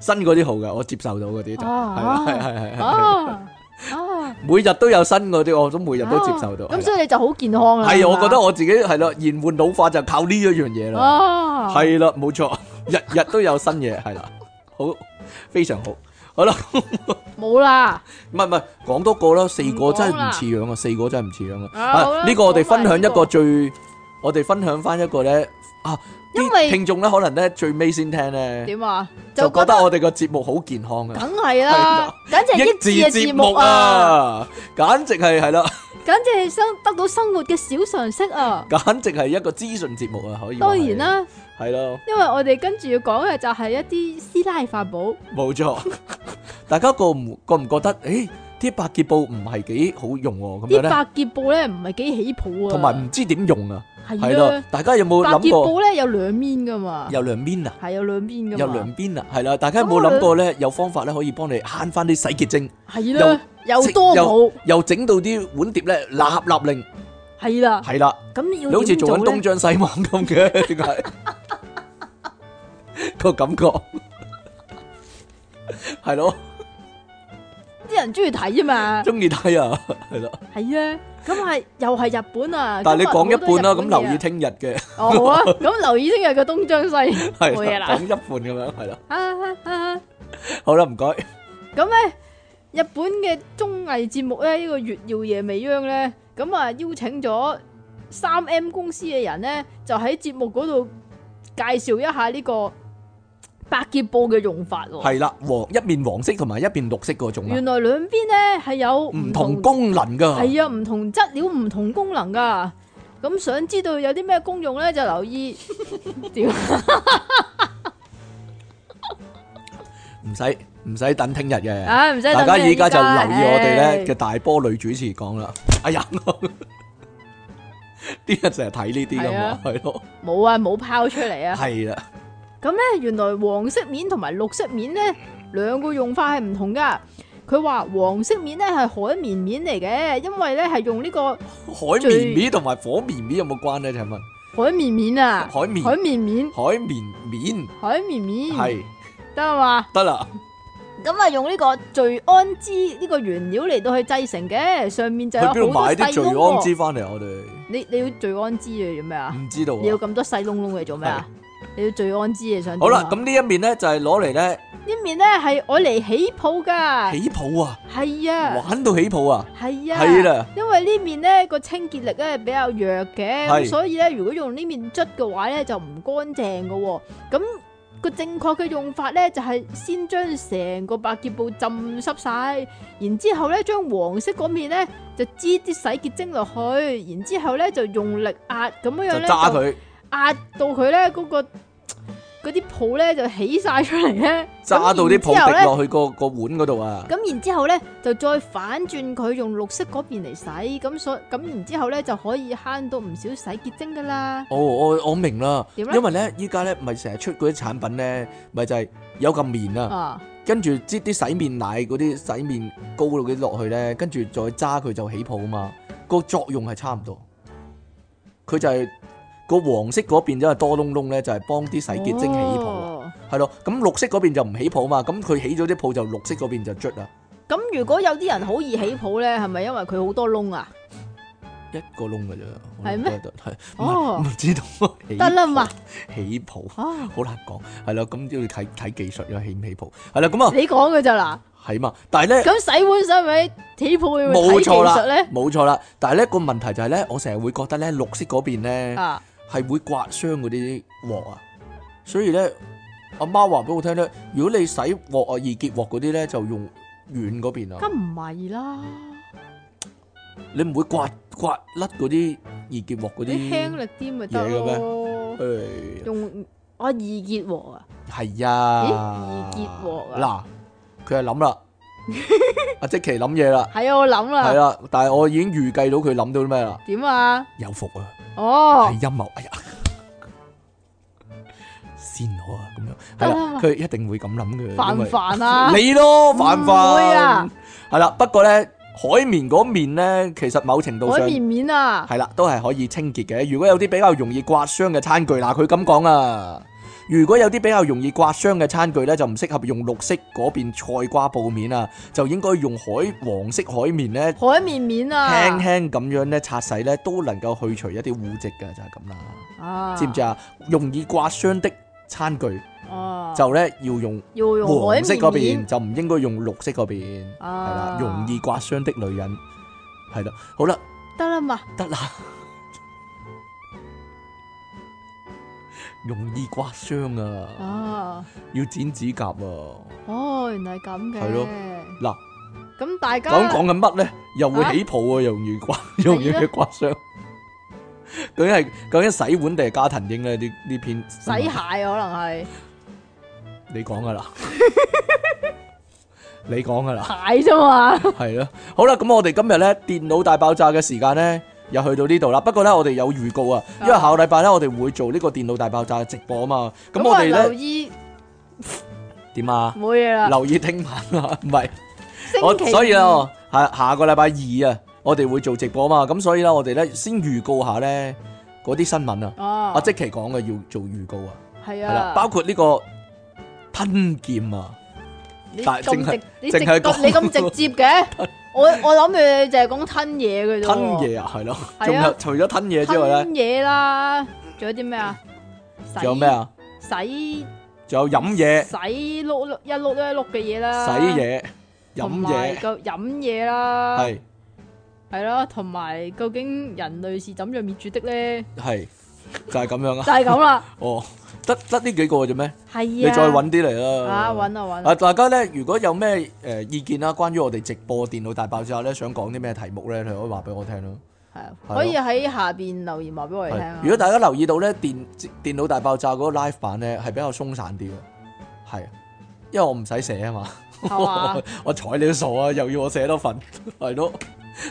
A: 新嗰啲好嘅，我接受到嗰啲就係啦
B: 啊
A: 係係係係，
B: 啊 啊，
A: 每日都有新嗰啲，我都每日都接受到。係啦
B: 咁所以你就好健康啦。
A: 系，我覺得
B: 我
A: 我自己係啦，延緩老化就靠呢一樣嘢啦。
B: 啊
A: 係啦，冇錯，日日都有新嘢，係啦，好，非常好。好啦，
B: 冇啦，
A: 唔係唔係，講多個啦，四個
B: 唔講
A: 真係
B: 啦
A: 唔似樣啊，四個真係唔似樣啊。
B: 啊好啦
A: 啊呢個我哋分享一
B: 講
A: 個
B: 埋呢個
A: 最，我哋分享翻一個咧啊，
B: 因為
A: 啲聽眾咧可能咧最尾先聽咧，
B: 點啊？
A: 就覺
B: 覺
A: 得我哋個節目好健康啊，
B: 梗係
A: 係
B: 啦
A: 啦，
B: 簡直係益智嘅
A: 節
B: 節目啊，，
A: 簡直係係啦，
B: 簡直係生得到生活嘅小常識啊！
A: 簡直係一個資訊節目啊，可以話
B: 當
A: 係
B: 然，啦，
A: 係咯。
B: 因為我哋跟住要講嘅就係一啲師奶法寶。
A: 冇錯， 大家覺唔覺唔覺得？誒，啲百潔布唔係幾好用喎，咁樣
B: 啲
A: 咧，
B: 百潔布咧唔係幾起泡啊，
A: 同埋唔知點用啊，係
B: 係
A: 咯
B: 啦，，
A: 大家有冇
B: 百
A: 諗
B: 潔
A: 過
B: 布咧有兩面噶嘛，
A: 有兩邊啊？
B: 係有兩邊噶嘛，
A: 有兩邊啊，係啦，大家有冇諗過咧？有方法咧可以幫你慳翻啲洗潔精，
B: 係啦，有多
A: 又
B: 冇
A: 又整到啲碗碟咧立立令，
B: 係啦，
A: 係啦，
B: 咁要
A: 你好似
B: 點
A: 做緊
B: 咧
A: 東張西望咁嘅，點解 個感覺係咯？
B: 啲人中意睇啊嘛，
A: 中意睇啊，係啦，
B: 係啊，咁係又係日本啊，
A: 但係你
B: 今日
A: 講一半啦，
B: 好
A: 咁
B: 多日本嘢啊
A: 留意聽日嘅。
B: 哦好啊，咁留意聽日嘅東張西
A: 係啊
B: 冇嘢啦
A: 講一半咁樣係啦。
B: 啊啊啊
A: 好啦，唔該。
B: 咁咧，日本嘅綜藝節目咧，呢、個月耀夜未央咧，咁啊邀請咗三 M 公司嘅人咧，就喺節目嗰度介紹一下呢個百潔布嘅用法喎。
A: 係啦，黃一面黃色同埋一面綠色嗰種啊
B: 原，來兩邊咧係有
A: 唔同功能噶。
B: 係啊，唔同質料、唔同功能噶。咁想知道有啲咩功用咧，就留意屌
A: 唔使唔使等聽日嘅。
B: 啊！唔使等
A: 大家
B: 咩
A: 而家就留意我哋咧
B: 唉
A: 嘅大波女主持講啦。哎呀， 啲人成日睇呢啲噶
B: 係
A: 嘛
B: 啊，
A: 係咯，
B: 冇啊，冇拋出嚟啊！
A: 係啦，
B: 咁咧，原來黃色面同埋綠色面咧兩個用法係唔同噶。佢話黃色面咧係海綿面嚟嘅，因為咧係用呢個
A: 海綿面同埋火綿面有冇關咧？請問
B: 海綿面啊，
A: 海綿
B: 海綿面，
A: 海綿面
B: 海綿面
A: 係
B: 得啊嘛。
A: 得啦，
B: 咁啊，用呢個聚氨酯呢個原料嚟到去製成嘅，上面
A: 去
B: 就有好
A: 邊度
B: 多
A: 買
B: 細
A: 啲聚
B: 窿
A: 氨
B: 喎。
A: 酯翻嚟？我哋
B: 你你要聚氨酯嚟做咩啊？
A: 唔知道
B: 你要
A: 啊。
B: 咁多細窿窿嚟做咩啊？你要聚氨酯嚟想點啊
A: 好啦，咁呢一面咧就係攞嚟咧
B: 呢面咧係我嚟起泡噶，
A: 起泡啊！
B: 係啊，
A: 玩到起泡啊！
B: 係啊，
A: 係啦，
B: 因為呢面咧個清潔力咧比較弱嘅，
A: 係
B: 咁所以咧如果用呢面捽嘅話咧就唔乾淨嘅喎。咁、個正確嘅用法咧就係、先將成個百潔布浸濕晒，然之後咧將黃色嗰面咧就擠啲洗潔精落去，然之後咧就用力壓咁樣樣
A: 就
B: 咧
A: 揸佢，
B: 壓到佢咧嗰個。嗰啲泡咧就起晒出嚟咧，
A: 揸到啲
B: 咁然之後
A: 泡
B: 咧
A: 滴落去個個碗嗰度啊！
B: 咁然之後咧，就再反轉佢用綠色嗰邊嚟洗，咁所咁然之後咧就可以慳到唔少洗潔精噶啦。
A: 哦，我我明啦，
B: 點咧
A: 因為咧依家咧咪成日出嗰啲產品咧，咪就係有嚿棉啊，
B: 啊，
A: 跟住擠啲洗面奶嗰啲洗面膏嗰啲落去咧，跟住再揸佢就起泡啊嘛，個作用係差唔多。佢就係個黃色嗰邊就係多窿窿咧，就係幫啲洗潔精起泡啊，
B: 哦
A: 係咯。咁綠色嗰邊就唔起泡啊嘛，咁佢起咗啲泡就綠色嗰邊就捽啦，
B: 咁如果有啲人好易起泡咧，係咪因為佢好多窿啊？
A: 一個窿㗎啫。我
B: 係咩
A: 覺得？係唔
B: 哦
A: 係唔知道起
B: 得啦嘛，
A: 起泡。
B: 啊，
A: 好難講，係啦，咁都要睇睇技術啦，起唔起泡，係啦，咁啊，
B: 你講嘅咋嗱？
A: 係嘛，但係咧，
B: 咁洗碗使唔使起泡要睇
A: 冇
B: 技
A: 錯啦
B: 術咧？，
A: 冇錯啦，但係咧個問題就係咧，我成日會覺得咧綠色嗰邊咧
B: 啊，
A: 係會刮傷嗰啲鑊啊，所以咧阿媽話俾我聽咧，如果你洗鑊啊易結鑊嗰啲咧，就用軟嗰邊
B: 咁
A: 啊，
B: 唔係啦，
A: 你唔會刮刮甩嗰啲易結鑊嗰
B: 你輕
A: 啲，
B: 力啲咪得
A: 嘢嘅咩
B: 咯，
A: 誒
B: 用我易潔鑊啊，
A: 係啊，
B: 咦易結鑊
A: 嗱，佢係諗 啦，阿即奇諗嘢啦。
B: 係啊，我諗
A: 系
B: 啦，
A: 啦，但系我已經預計到佢諗到啲咩啦，
B: 點啊？
A: 有伏啊，
B: 哦
A: 係。阴謀，哎呀，先我啊，咁樣
B: 得
A: 係
B: 啦
A: 啦，佢一定會咁諗嘅，
B: 煩
A: 因
B: 唔
A: 為
B: 煩啊？
A: 你咯，犯
B: 唔會啊
A: 法，係啦，不過咧，海綿嗰面咧，其實某程度
B: 海
A: 上
B: 綿面啊，
A: 係啦，都係可以清潔嘅。如果有啲比較容易刮傷嘅餐具，嗱，佢咁講啊。如果有啲比較容易刮傷嘅餐具咧，就唔適合用綠色嗰邊菜瓜布面啊，就應該用海黃色海綿咧
B: 海綿面
A: 輕
B: 啊，
A: 輕咁樣咧擦洗咧，都能夠去除一啲污跡嘅，就係咁啦。
B: 啊，
A: 知唔知啊？容易刮傷的餐具
B: 啊？
A: 就咧要用
B: 要用海
A: 黃色嗰
B: 綿
A: 邊，
B: 面
A: 就唔應該用綠色嗰邊。係啦
B: 啊，，
A: 容易刮傷的女人係啦，好啦，
B: 得啦嘛，
A: 得啦，容易刮傷啊，
B: 啊，
A: 要剪指甲啊。
B: 哦，原來係咁嘅，
A: 係咯嗱，
B: 咁大家
A: 講講緊乜咧？又會起泡啊，容易刮，容易嘅刮傷。究竟係究竟洗碗定係加藤英咧？呢呢篇
B: 洗蟹可能係
A: 你講噶啦， 你講噶啦，
B: 蟹啫嘛，
A: 係咯。好啦，咁我哋今日咧電腦大爆炸嘅時間咧。又去到呢度啦，不過咧我哋有預告啊，因為下個禮拜咧我哋會做呢個電腦大爆炸嘅直播啊嘛，咁我
B: 啊
A: 哋
B: 留
A: 咧
B: 意
A: 點啊？
B: 冇嘢啦，
A: 留意聽晚啊， 唔係。
B: 星
A: 我
B: 期
A: 所以
B: 五
A: 啊，下下個禮拜二啊，我哋會做直播嘛，咁所以咧，我哋咧先預告下咧嗰啲新聞啊，
B: 啊
A: 阿，即奇講嘅要做預告啊，
B: 係
A: 係啦
B: 啊，，
A: 包括呢個吞劍啊，
B: 你
A: 但係淨
B: 咁
A: 係
B: 直，你直
A: 淨係講
B: 咁你咁直接嘅，我我諗你就係講吞嘢嘅啫喎，
A: 吞嘢啊，係咯，
B: 係啊
A: 仲有除咗吞嘢之外
B: 吞
A: 咧，
B: 嘢啦，仲有啲咩啊？
A: 仲有咩？啊？
B: 洗
A: 仲有飲嘢、洗
B: 洗碌碌一碌一碌嘅嘢啦，
A: 嘢、
B: 同
A: 飲
B: 埋
A: 嘢，
B: 個飲嘢啦，
A: 係
B: 係啦，同埋究竟人類是怎樣滅絕的咧？
A: 係就係咁樣
B: 就
A: 啊，
B: 係咁啦，
A: 哦，得得呢幾個嘅啫咩？
B: 係啊，
A: 你再揾啲嚟啦，
B: 啊，揾啊揾
A: 啊！
B: 啊，
A: 大家咧，如果有咩誒、呃意見啦，關於我哋直播電腦大爆炸咧，想講啲咩題目咧，你可以話俾我聽咯。
B: 係啊，
A: 係咯
B: 可以喺下邊留言話俾我哋聽
A: 係
B: 啊。
A: 如果大家留意到咧，電電腦大爆炸嗰個 live 版咧係比較鬆散啲嘅，係，因為我唔使寫啊嘛，
B: 係嘛
A: 我睬你都傻啊，又要我寫多份， 係咯，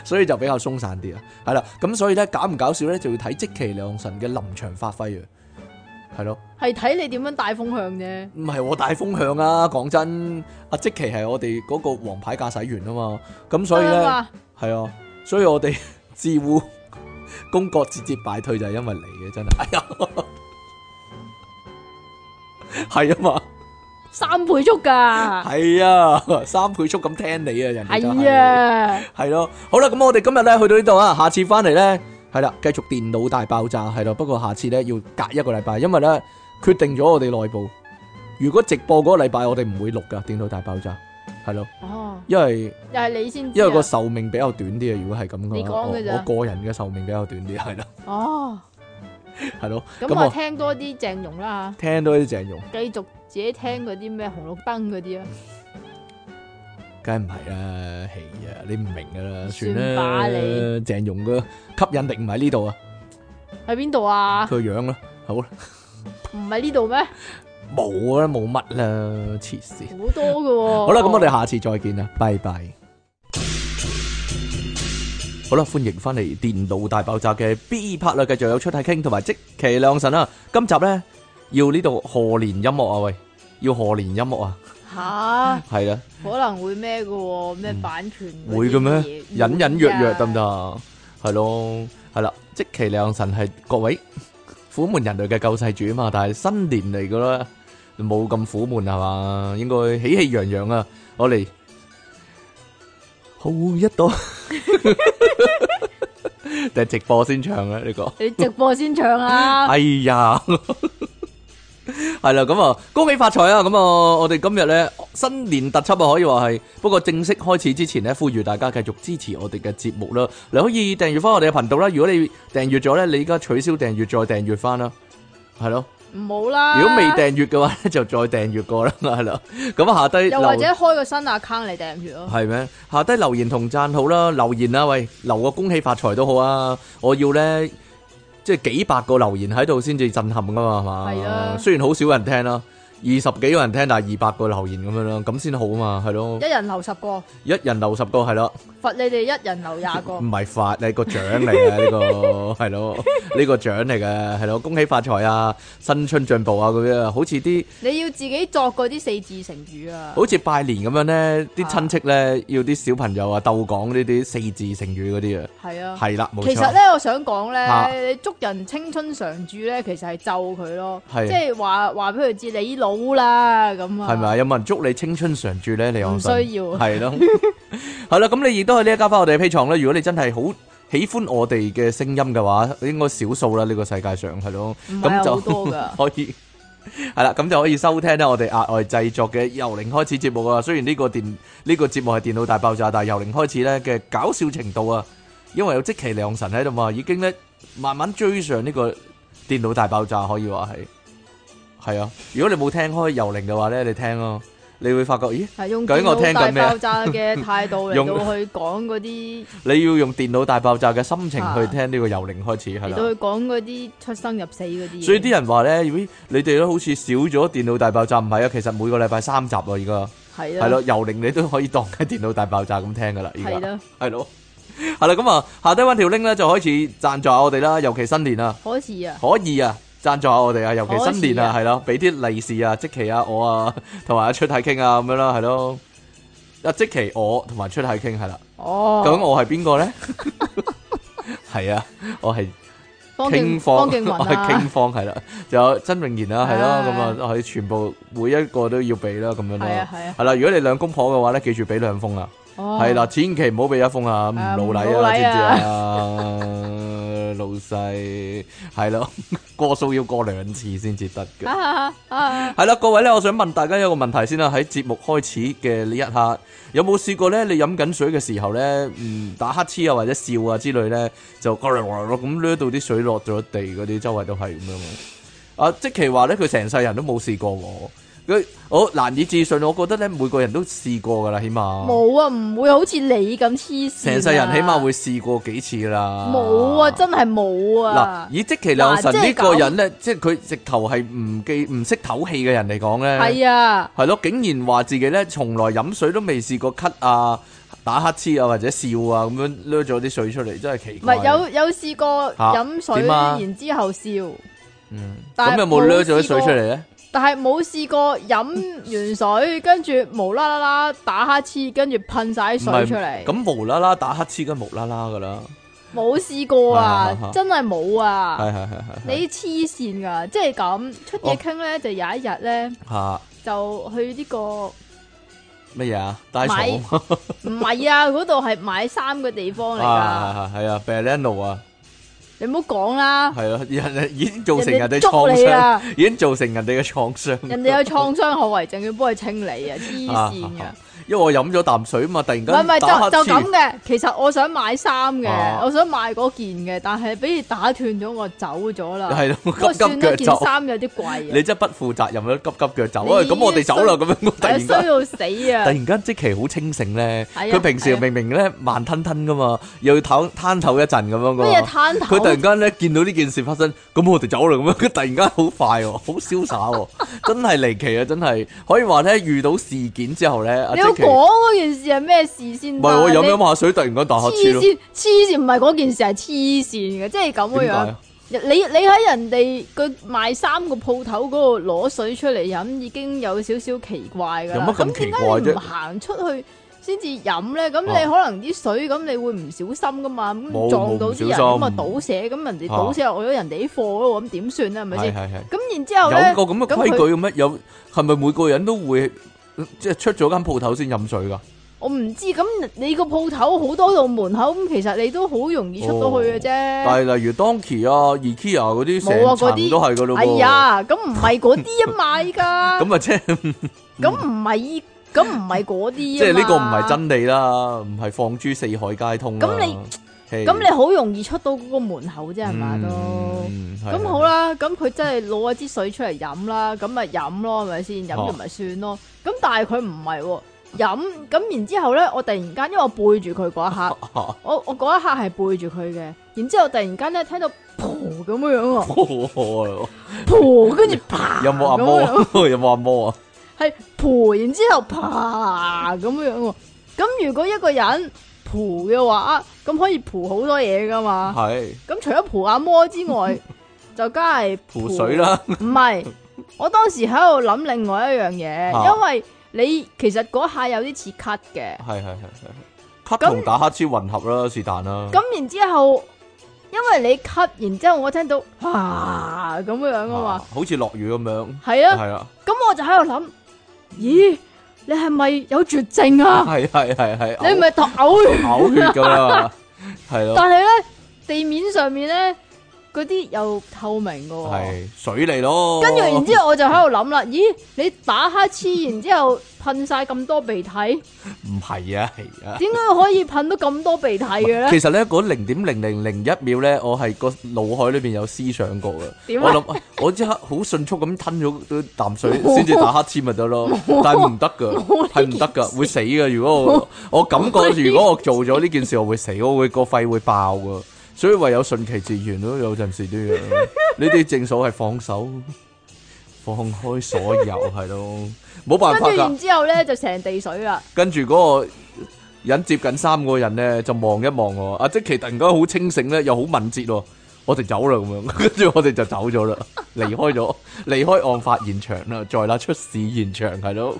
A: 所以就比較鬆散啲啊。係啦，咁所以咧搞唔搞笑咧，就要睇即其良神嘅臨場發揮啊，係咯。
B: 係睇你點樣帶風向啫，
A: 唔係我大風向啊！講真，阿即奇係我哋嗰個黃牌駕駛員啊嘛，咁所以
B: 得
A: 咧
B: 啦嘛
A: 係啊，所以我哋 自護公國節節敗退就係因為你嘅真係，哎呀，係 啊嘛，
B: 三倍速㗎，
A: 係啊，三倍速咁聽你啊，人哋就
B: 係
A: 係
B: 啊，
A: 係咯，好啦，咁我哋今日咧去到呢度啊，下次翻嚟咧係啦，繼續電腦大爆炸係咯，不過下次咧要隔一個禮拜，因為咧決定咗我哋內部，如果直播嗰個禮拜我哋唔會錄噶電腦大爆炸係咯，
B: 哦，
A: 因為
B: 又係你先知
A: 因為個
B: 啊，
A: 壽命比較短啲啊，如果係咁
B: 你
A: 嘅話，
B: 講
A: 我
B: 嘅咋
A: 我個人嘅壽命比較短啲係啦，
B: 哦，
A: 係咯，
B: 咁我
A: 咁我
B: 聽多啲鄭融啦
A: 聽到啲鄭融，
B: 嚇，繼續自己聽嗰啲咩紅綠燈嗰啲啊。
A: 梗係唔係啦，係啊，你唔明噶啦，算
B: 算吧
A: 啦，
B: 你
A: 鄭融嘅吸引力唔喺呢度啊，
B: 喺邊度啊？
A: 佢個樣啦，好啦。
B: 唔係呢度咩？
A: 冇啦，冇乜啦，黐線。
B: 好多噶喎。
A: 好啦，咁我哋下次再見啦，拜拜。好啦，歡迎翻嚟《電腦大爆炸》嘅 B part 啦，繼續有出體傾同埋即其兩神啦。今集咧要呢度賀年音樂啊，喂，要賀年音樂啊，
B: 吓
A: 係啦，
B: 可能會咩噶喎？咩版權嗰啲
A: 會嘅咩
B: 嘢？
A: 隱隱約約得唔得？
B: 會㗎
A: 啊？係咯，係啦，即其兩神係各位苦悶人類嘅救世主啊嘛，但係新年嚟噶啦，冇咁苦悶係嘛，應該喜氣洋洋啊！我嚟好一朵，定係直播先唱啊呢個。
B: 你直播先唱啊！
A: 哎呀， 系啦，咁啊，恭喜發財啊！咁啊，我哋今日咧新年特輯啊，可以話係。不過正式開始之前咧，呼籲大家繼續支持我哋嘅節目啦。你可以訂閱翻我哋嘅頻道啦。如果你訂閱咗咧，你而家取消訂閱再訂閱翻啦，
B: 啊
A: 係咯。
B: 唔好啦。
A: 如果未訂閱嘅話咧，就再訂閱過啦，係啦。咁啊，下低
B: 又或
A: 留
B: 者開個新 account 嚟訂血咯。
A: 係咩？下低留言同讚好啦，留言啊，喂，留個恭喜發財都好啊！我要咧，即係幾百個留言喺度先至震撼噶嘛，係嘛？
B: 係啊
A: 雖然好少人聽啦，二十幾個人聽，但係二百個留言咁樣啦，咁先好啊嘛，係咯
B: 一，人留十個，
A: 一人留十個係啦，
B: 罰你哋一人留廿個
A: 唔。係發你個獎嚟嘅呢個係咯，呢個獎嚟嘅係咯，恭喜發財啊，新春進步啊咁樣，好似啲。
B: 你要自己作嗰啲四字成語啊。
A: 好似拜年咁樣咧，啲
B: 啊
A: 親戚咧要啲小朋友啊鬥講呢啲四字成語嗰啲啊，
B: 係啊。
A: 係啦，冇
B: 其實
A: 錯
B: 咧，，我想講
A: 啊
B: 咧，你捉人青春常駐咧，其實係咒佢咯，
A: 係
B: 即係話話俾佢知你老啦咁啊。
A: 係咪啊？有冇人祝你青春常駐咧？你
B: 唔
A: 我
B: 需要啊
A: 係咯， 係啦，咁你亦都可以呢一家翻我哋嘅 P 床啦。如果你真係好喜歡我哋嘅聲音嘅話，應該少數啦，呢個世界上係咯，
B: 唔係
A: 咁
B: 啊
A: 就
B: 好 多㗎
A: 可以。係啦，咁就可以收聽咧我哋額外製作嘅由零開始節目啊。雖然呢個電呢、個節目係電腦大爆炸，但係由零開始咧嘅搞笑程度啊，因為有即其良神喺度嘛，已經咧慢慢追上呢個電腦大爆炸，可以話係係啊。如果你冇聽開由零嘅話咧，你聽咯，你會發覺咦，
B: 係用
A: 究
B: 電
A: 竟我聽
B: 腦
A: 緊
B: 大
A: 咩啊
B: 爆炸嘅態度嚟
A: 用
B: 到去講嗰啲，
A: 你要用電腦大爆炸嘅心情去
B: 啊
A: 聽呢個由零開始係
B: 嚟
A: 啦
B: 到。去講嗰啲出生入死嗰啲嘢。
A: 所以啲人話咧，咦，你哋都好似少咗電腦大爆炸，唔係啊，其實每個禮拜三集啊，而家。
B: 係
A: 係
B: 啊
A: 咯，，由零你都可以當係電腦大爆炸咁聽噶啦，而
B: 係
A: 家
B: 啦，
A: 係咯， 係啦，咁啊，下低揾條 link 咧就開始贊助下我哋啦，尤其新年啊，
B: 可是啊，
A: 可以啊，贊助下我哋啊，尤其新年啊，
B: 可
A: 係咯，俾啲利是啊，即期啊， 我啊，同埋阿出太傾啊，咁樣啦，係咯，啊，即期我同埋出太傾係啦，
B: 哦，
A: 究竟我係邊個咧？ 係啊，我係
B: 方
A: 傾
B: 敬
A: 方，
B: 方 敬
A: 我
B: 文
A: 係傾
B: 啊，
A: 方係啦，仲有曾永賢啦，係
B: 啊
A: 咯，咁啊，我哋全部每一個都要俾啦，咁樣
B: 係
A: 啦
B: 啊。係啊，
A: 係啦，如果你兩公婆嘅話咧，記住俾兩封啊，
B: 哦
A: 係啦，，千祈唔好俾一封啊，唔
B: 啊
A: 老
B: 唔
A: 禮
B: 老
A: 啊，
B: 禮
A: 知唔知
B: 啊
A: 啊？老細係咯， 過數要過兩次先至得嘅。
B: 啊啊啊
A: 係啦，各位咧，我想問大家一個問題先啦，喺節目開始嘅呢一刻，有冇試過咧？你飲緊水嘅時候咧，嗯，打乞嗤啊，或者笑啊之類咧，就咁掠到啲水落咗地嗰啲，周圍都係咁樣喎。啊，即其話咧，佢成世人都冇試過喎。佢我難以置信，我覺得咧，每個人都試過噶啦，起碼
B: 冇啊，唔會好似你咁黐線啊，
A: 哦成世人起碼會試過幾次㗎啦。
B: 冇啊，真係冇
A: 嗱
B: 啊，，
A: 以即其兩神
B: 嗱
A: 呢
B: 即係
A: 個
B: 咁
A: 人咧，即係佢直頭係唔記唔識唞氣嘅人嚟講咧，
B: 係啊，
A: 係咯，竟然話自己咧從來飲水都未試過咳啊、打乞嗤啊或者笑啊咁樣掠咗啲水出嚟，真係奇
B: 唔
A: 怪。
B: 係有有試過
A: 嚇
B: 飲水，
A: 點啊
B: 然之後笑。
A: 嗯，
B: 但
A: 咁
B: 係
A: 有冇掠咗啲
B: 冇試
A: 水
B: 過
A: 出嚟咧？
B: 但係冇試過飲完水，跟住無啦啦啦打乞嗤，跟住噴晒啲
A: 唔係
B: 水出嚟，
A: 咁無啦啦打乞嗤，梗無啦啦噶啦，
B: 冇試過
A: 係係
B: 啊
A: 係，
B: 真係冇啊！
A: 係係係係
B: 你黐線噶，即係啊咁出嘢傾咧，就有一日咧
A: 嚇
B: 就去呢個唔
A: 乜嘢啊？大草
B: 咪係啊，嗰度係買衫嘅地方嚟噶，
A: 啊係啊 b e l e n o 啊，
B: 你唔好 講啦，
A: 係啊，人已經造成人
B: 人
A: 哋
B: 哋
A: 創
B: 捉你
A: 傷，
B: 啊，
A: 已經造成人哋嘅創傷。
B: 人哋有創傷後遺症，要幫佢清理啊，黐線
A: 啊
B: 噶，
A: 因為我飲咗啖水啊嘛，突然
B: 唔係
A: 間
B: 唔係
A: 打
B: 就
A: 乞
B: 就咁
A: 嗤，
B: 嘅，其實我想買衫嘅，
A: 啊
B: 我想買嗰件嘅，但係俾你打斷咗，我走咗啦。
A: 係
B: 不過
A: 咯，急
B: 算
A: 急
B: 啦，
A: 腳
B: 件
A: 走，
B: 衫有啲貴啊
A: 你，真係不負責任啦，急急腳走啊！
B: 你
A: 咁我哋走啦，咁樣我突
B: 係啊
A: 然間
B: 衰。到死
A: 突
B: 啊！
A: 然間即期好清醒咧，
B: 係啊
A: 佢平時
B: 係啊
A: 明明咧慢吞吞噶嘛，又要唞攤唞一陣咁樣噶
B: 咩嘢
A: 嘛，
B: 攤
A: 佢突
B: 頭
A: 然間咧見到呢件事發生，咁我哋走啦咁樣， 佢突然間好快喎，好瀟灑 喎，真係離奇啊！真係可以話咧，遇到事件之後咧，阿
B: 你要
A: 即期
B: 講嗰件事係咩事先
A: 唔
B: 得？
A: 係我飲
B: 你
A: 飲下水，突然間打
B: 黐
A: 乞嗤咯，
B: 線，黐線唔係嗰件事係黐線嘅，即係
A: 點
B: 咁嘅
A: 解
B: 樣
A: 啊。？
B: 你你喺人哋個賣衫個鋪頭嗰度攞水出嚟飲，已經有少少奇怪㗎啦。
A: 有乜咁奇怪啫
B: 咁點解你唔行出去先至飲咧？咁
A: 啊
B: 你可能啲水咁，你會唔小心噶嘛？
A: 冇
B: 咁撞到啲
A: 冇唔
B: 人咁
A: 小
B: 啊
A: 心
B: 倒瀉，咁人哋
A: 啊
B: 倒瀉落咗人哋啲貨嗰度，咁點算咧？係咪
A: 係
B: 先？
A: 係係。
B: 咁然之後
A: 有
B: 咧，
A: 個咁嘅
B: 咁
A: 規
B: 佢
A: 矩嘅咩？有係咪每個人都會即係出咗間鋪頭先飲水㗎？
B: 我唔知咁你個鋪頭好多道門口，咁其實你都好容易出到去嘅啫。
A: 但係例如 Donkey 啊、IKEA 嗰啲
B: 冇啊
A: 成
B: 嗰
A: 層
B: 啲
A: 都係㗎咯
B: 哎
A: 喎。
B: 呀，咁唔係嗰啲啊嘛，依 家
A: 咁啊，即係
B: 咁唔係，咁唔係嗰啲啊
A: 即
B: 即
A: 係呢個唔係。真理啦，唔係放諸四海皆通啦。
B: 咁你
A: 係
B: 咁你好容易出到嗰個門口啫，係嘛都。
A: 嗯係
B: 咁好啦，咁佢真係攞一支水出嚟飲啦，咁咪飲咯，係咪先？飲
A: 哦
B: 完咪算咯。咁但係佢唔係喎，飲咁然之後咧，我突然間因為我背住佢嗰 一刻，我我嗰一刻係背住佢嘅，然之後突然間咧聽到噗咁樣樣喎，噗跟住 啪，
A: 有冇阿
B: 咁樣樣
A: 摩？有冇阿摩啊？
B: 系蒲，然之后爬咁樣样喎。咁如果一個人蒲嘅話，咁可以蒲好多嘢噶嘛。
A: 係
B: 咁除咗蒲阿摩之 外，就梗係
A: 湖水。啦，
B: 唔係，我當時喺度諗另外一樣
A: 啊
B: 嘢，因為你其實嗰下有啲似咳嘅。
A: 係係係係。咳同打乞嗤混合啦，是但啦。
B: 咁然之后，因為你咳，然之后我聽到啊咁樣啊嘛，
A: 啊好似落雨咁樣。
B: 係啊。
A: 係啊，
B: 咁我就喺度諗，咦，你係咪有絕症啊？
A: 係係係係。
B: 你係咪頭嘔完
A: 嘔血噶啦，系 咯，
B: 但系咧，地面上面咧嗰啲又透明噶、喎。
A: 系水嚟咯。
B: 跟住然之後我就喺度諗啦，咦，你打乞嗤，然之後噴晒咁多鼻涕，點
A: 唔系啊，系啊。
B: 解可以噴到咁多鼻涕嘅咧？
A: 其實咧，嗰零點零零零一秒咧，我係個腦海裏边有思想過嘅。
B: 點
A: 我
B: 啊
A: 諗，我即刻好迅速咁吞咗啖水，先至打乞嗤咪得咯。但係唔得噶，
B: 啊冇啊
A: 係唔得噶，會死噶。如果 我我感覺，如果我做咗呢件事，我會死，我會個肺會爆噶。所以唯有順其自然咯，有陣時都 要。呢啲正所謂放手，放開所有係咯，冇辦
B: 跟
A: 法
B: 住
A: 㗎
B: 然。之後咧就成地水啦，
A: 跟住嗰個人接近三個人咧，就望一望我。阿即奇突然間好清醒咧，又好敏捷喎。我哋走啦咁樣， 跟住我哋就走咗啦，離開咗，離開案發現場啦，在那出事現場係咯。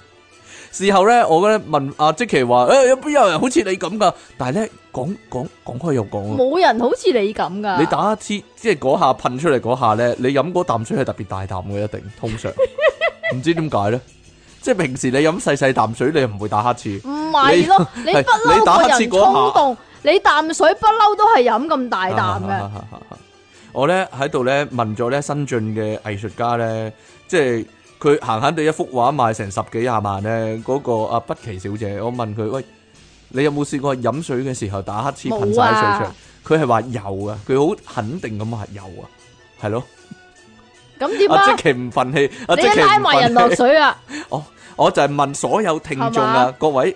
A: 事後咧，我咧問阿即奇話：，誒、有邊有人好似你咁噶？但係咧，講講講開又講啊，
B: 冇啊人好似你咁噶。
A: 你打一支，即係嗰下噴出嚟嗰下咧，你飲嗰啖水係特別大啖嘅，一定通常，唔知點解咧？即係平時你飲細細啖水，你唔會打乞嗤。
B: 唔係咯，
A: 你
B: 你不
A: 你打
B: 嬲個
A: 乞嗤
B: 人
A: 嗰下
B: 衝動，你啖水不嬲都係飲咁
A: 啊
B: 大啖嘅。
A: 嘅。啊我咧喺度咧問咗咧新晉嘅藝術家咧，即係佢閒閒地一幅畫賣成十幾廿萬咧，嗰、個阿北奇小姐，我問佢：喂，你有冇試過飲水嘅時候打乞嗤噴晒
B: 冇
A: 水
B: 啊
A: 出嚟？佢係話有啊，佢好肯定咁話有啊，係咯。
B: 咁點
A: 阿
B: 啊
A: 即？奇唔憤氣，阿
B: 你
A: 即
B: 一
A: 奇
B: 拉
A: 唔
B: 埋人落
A: 憤氣。
B: 水啊！
A: 我就係問所有聽眾
B: 係
A: 啊，各位，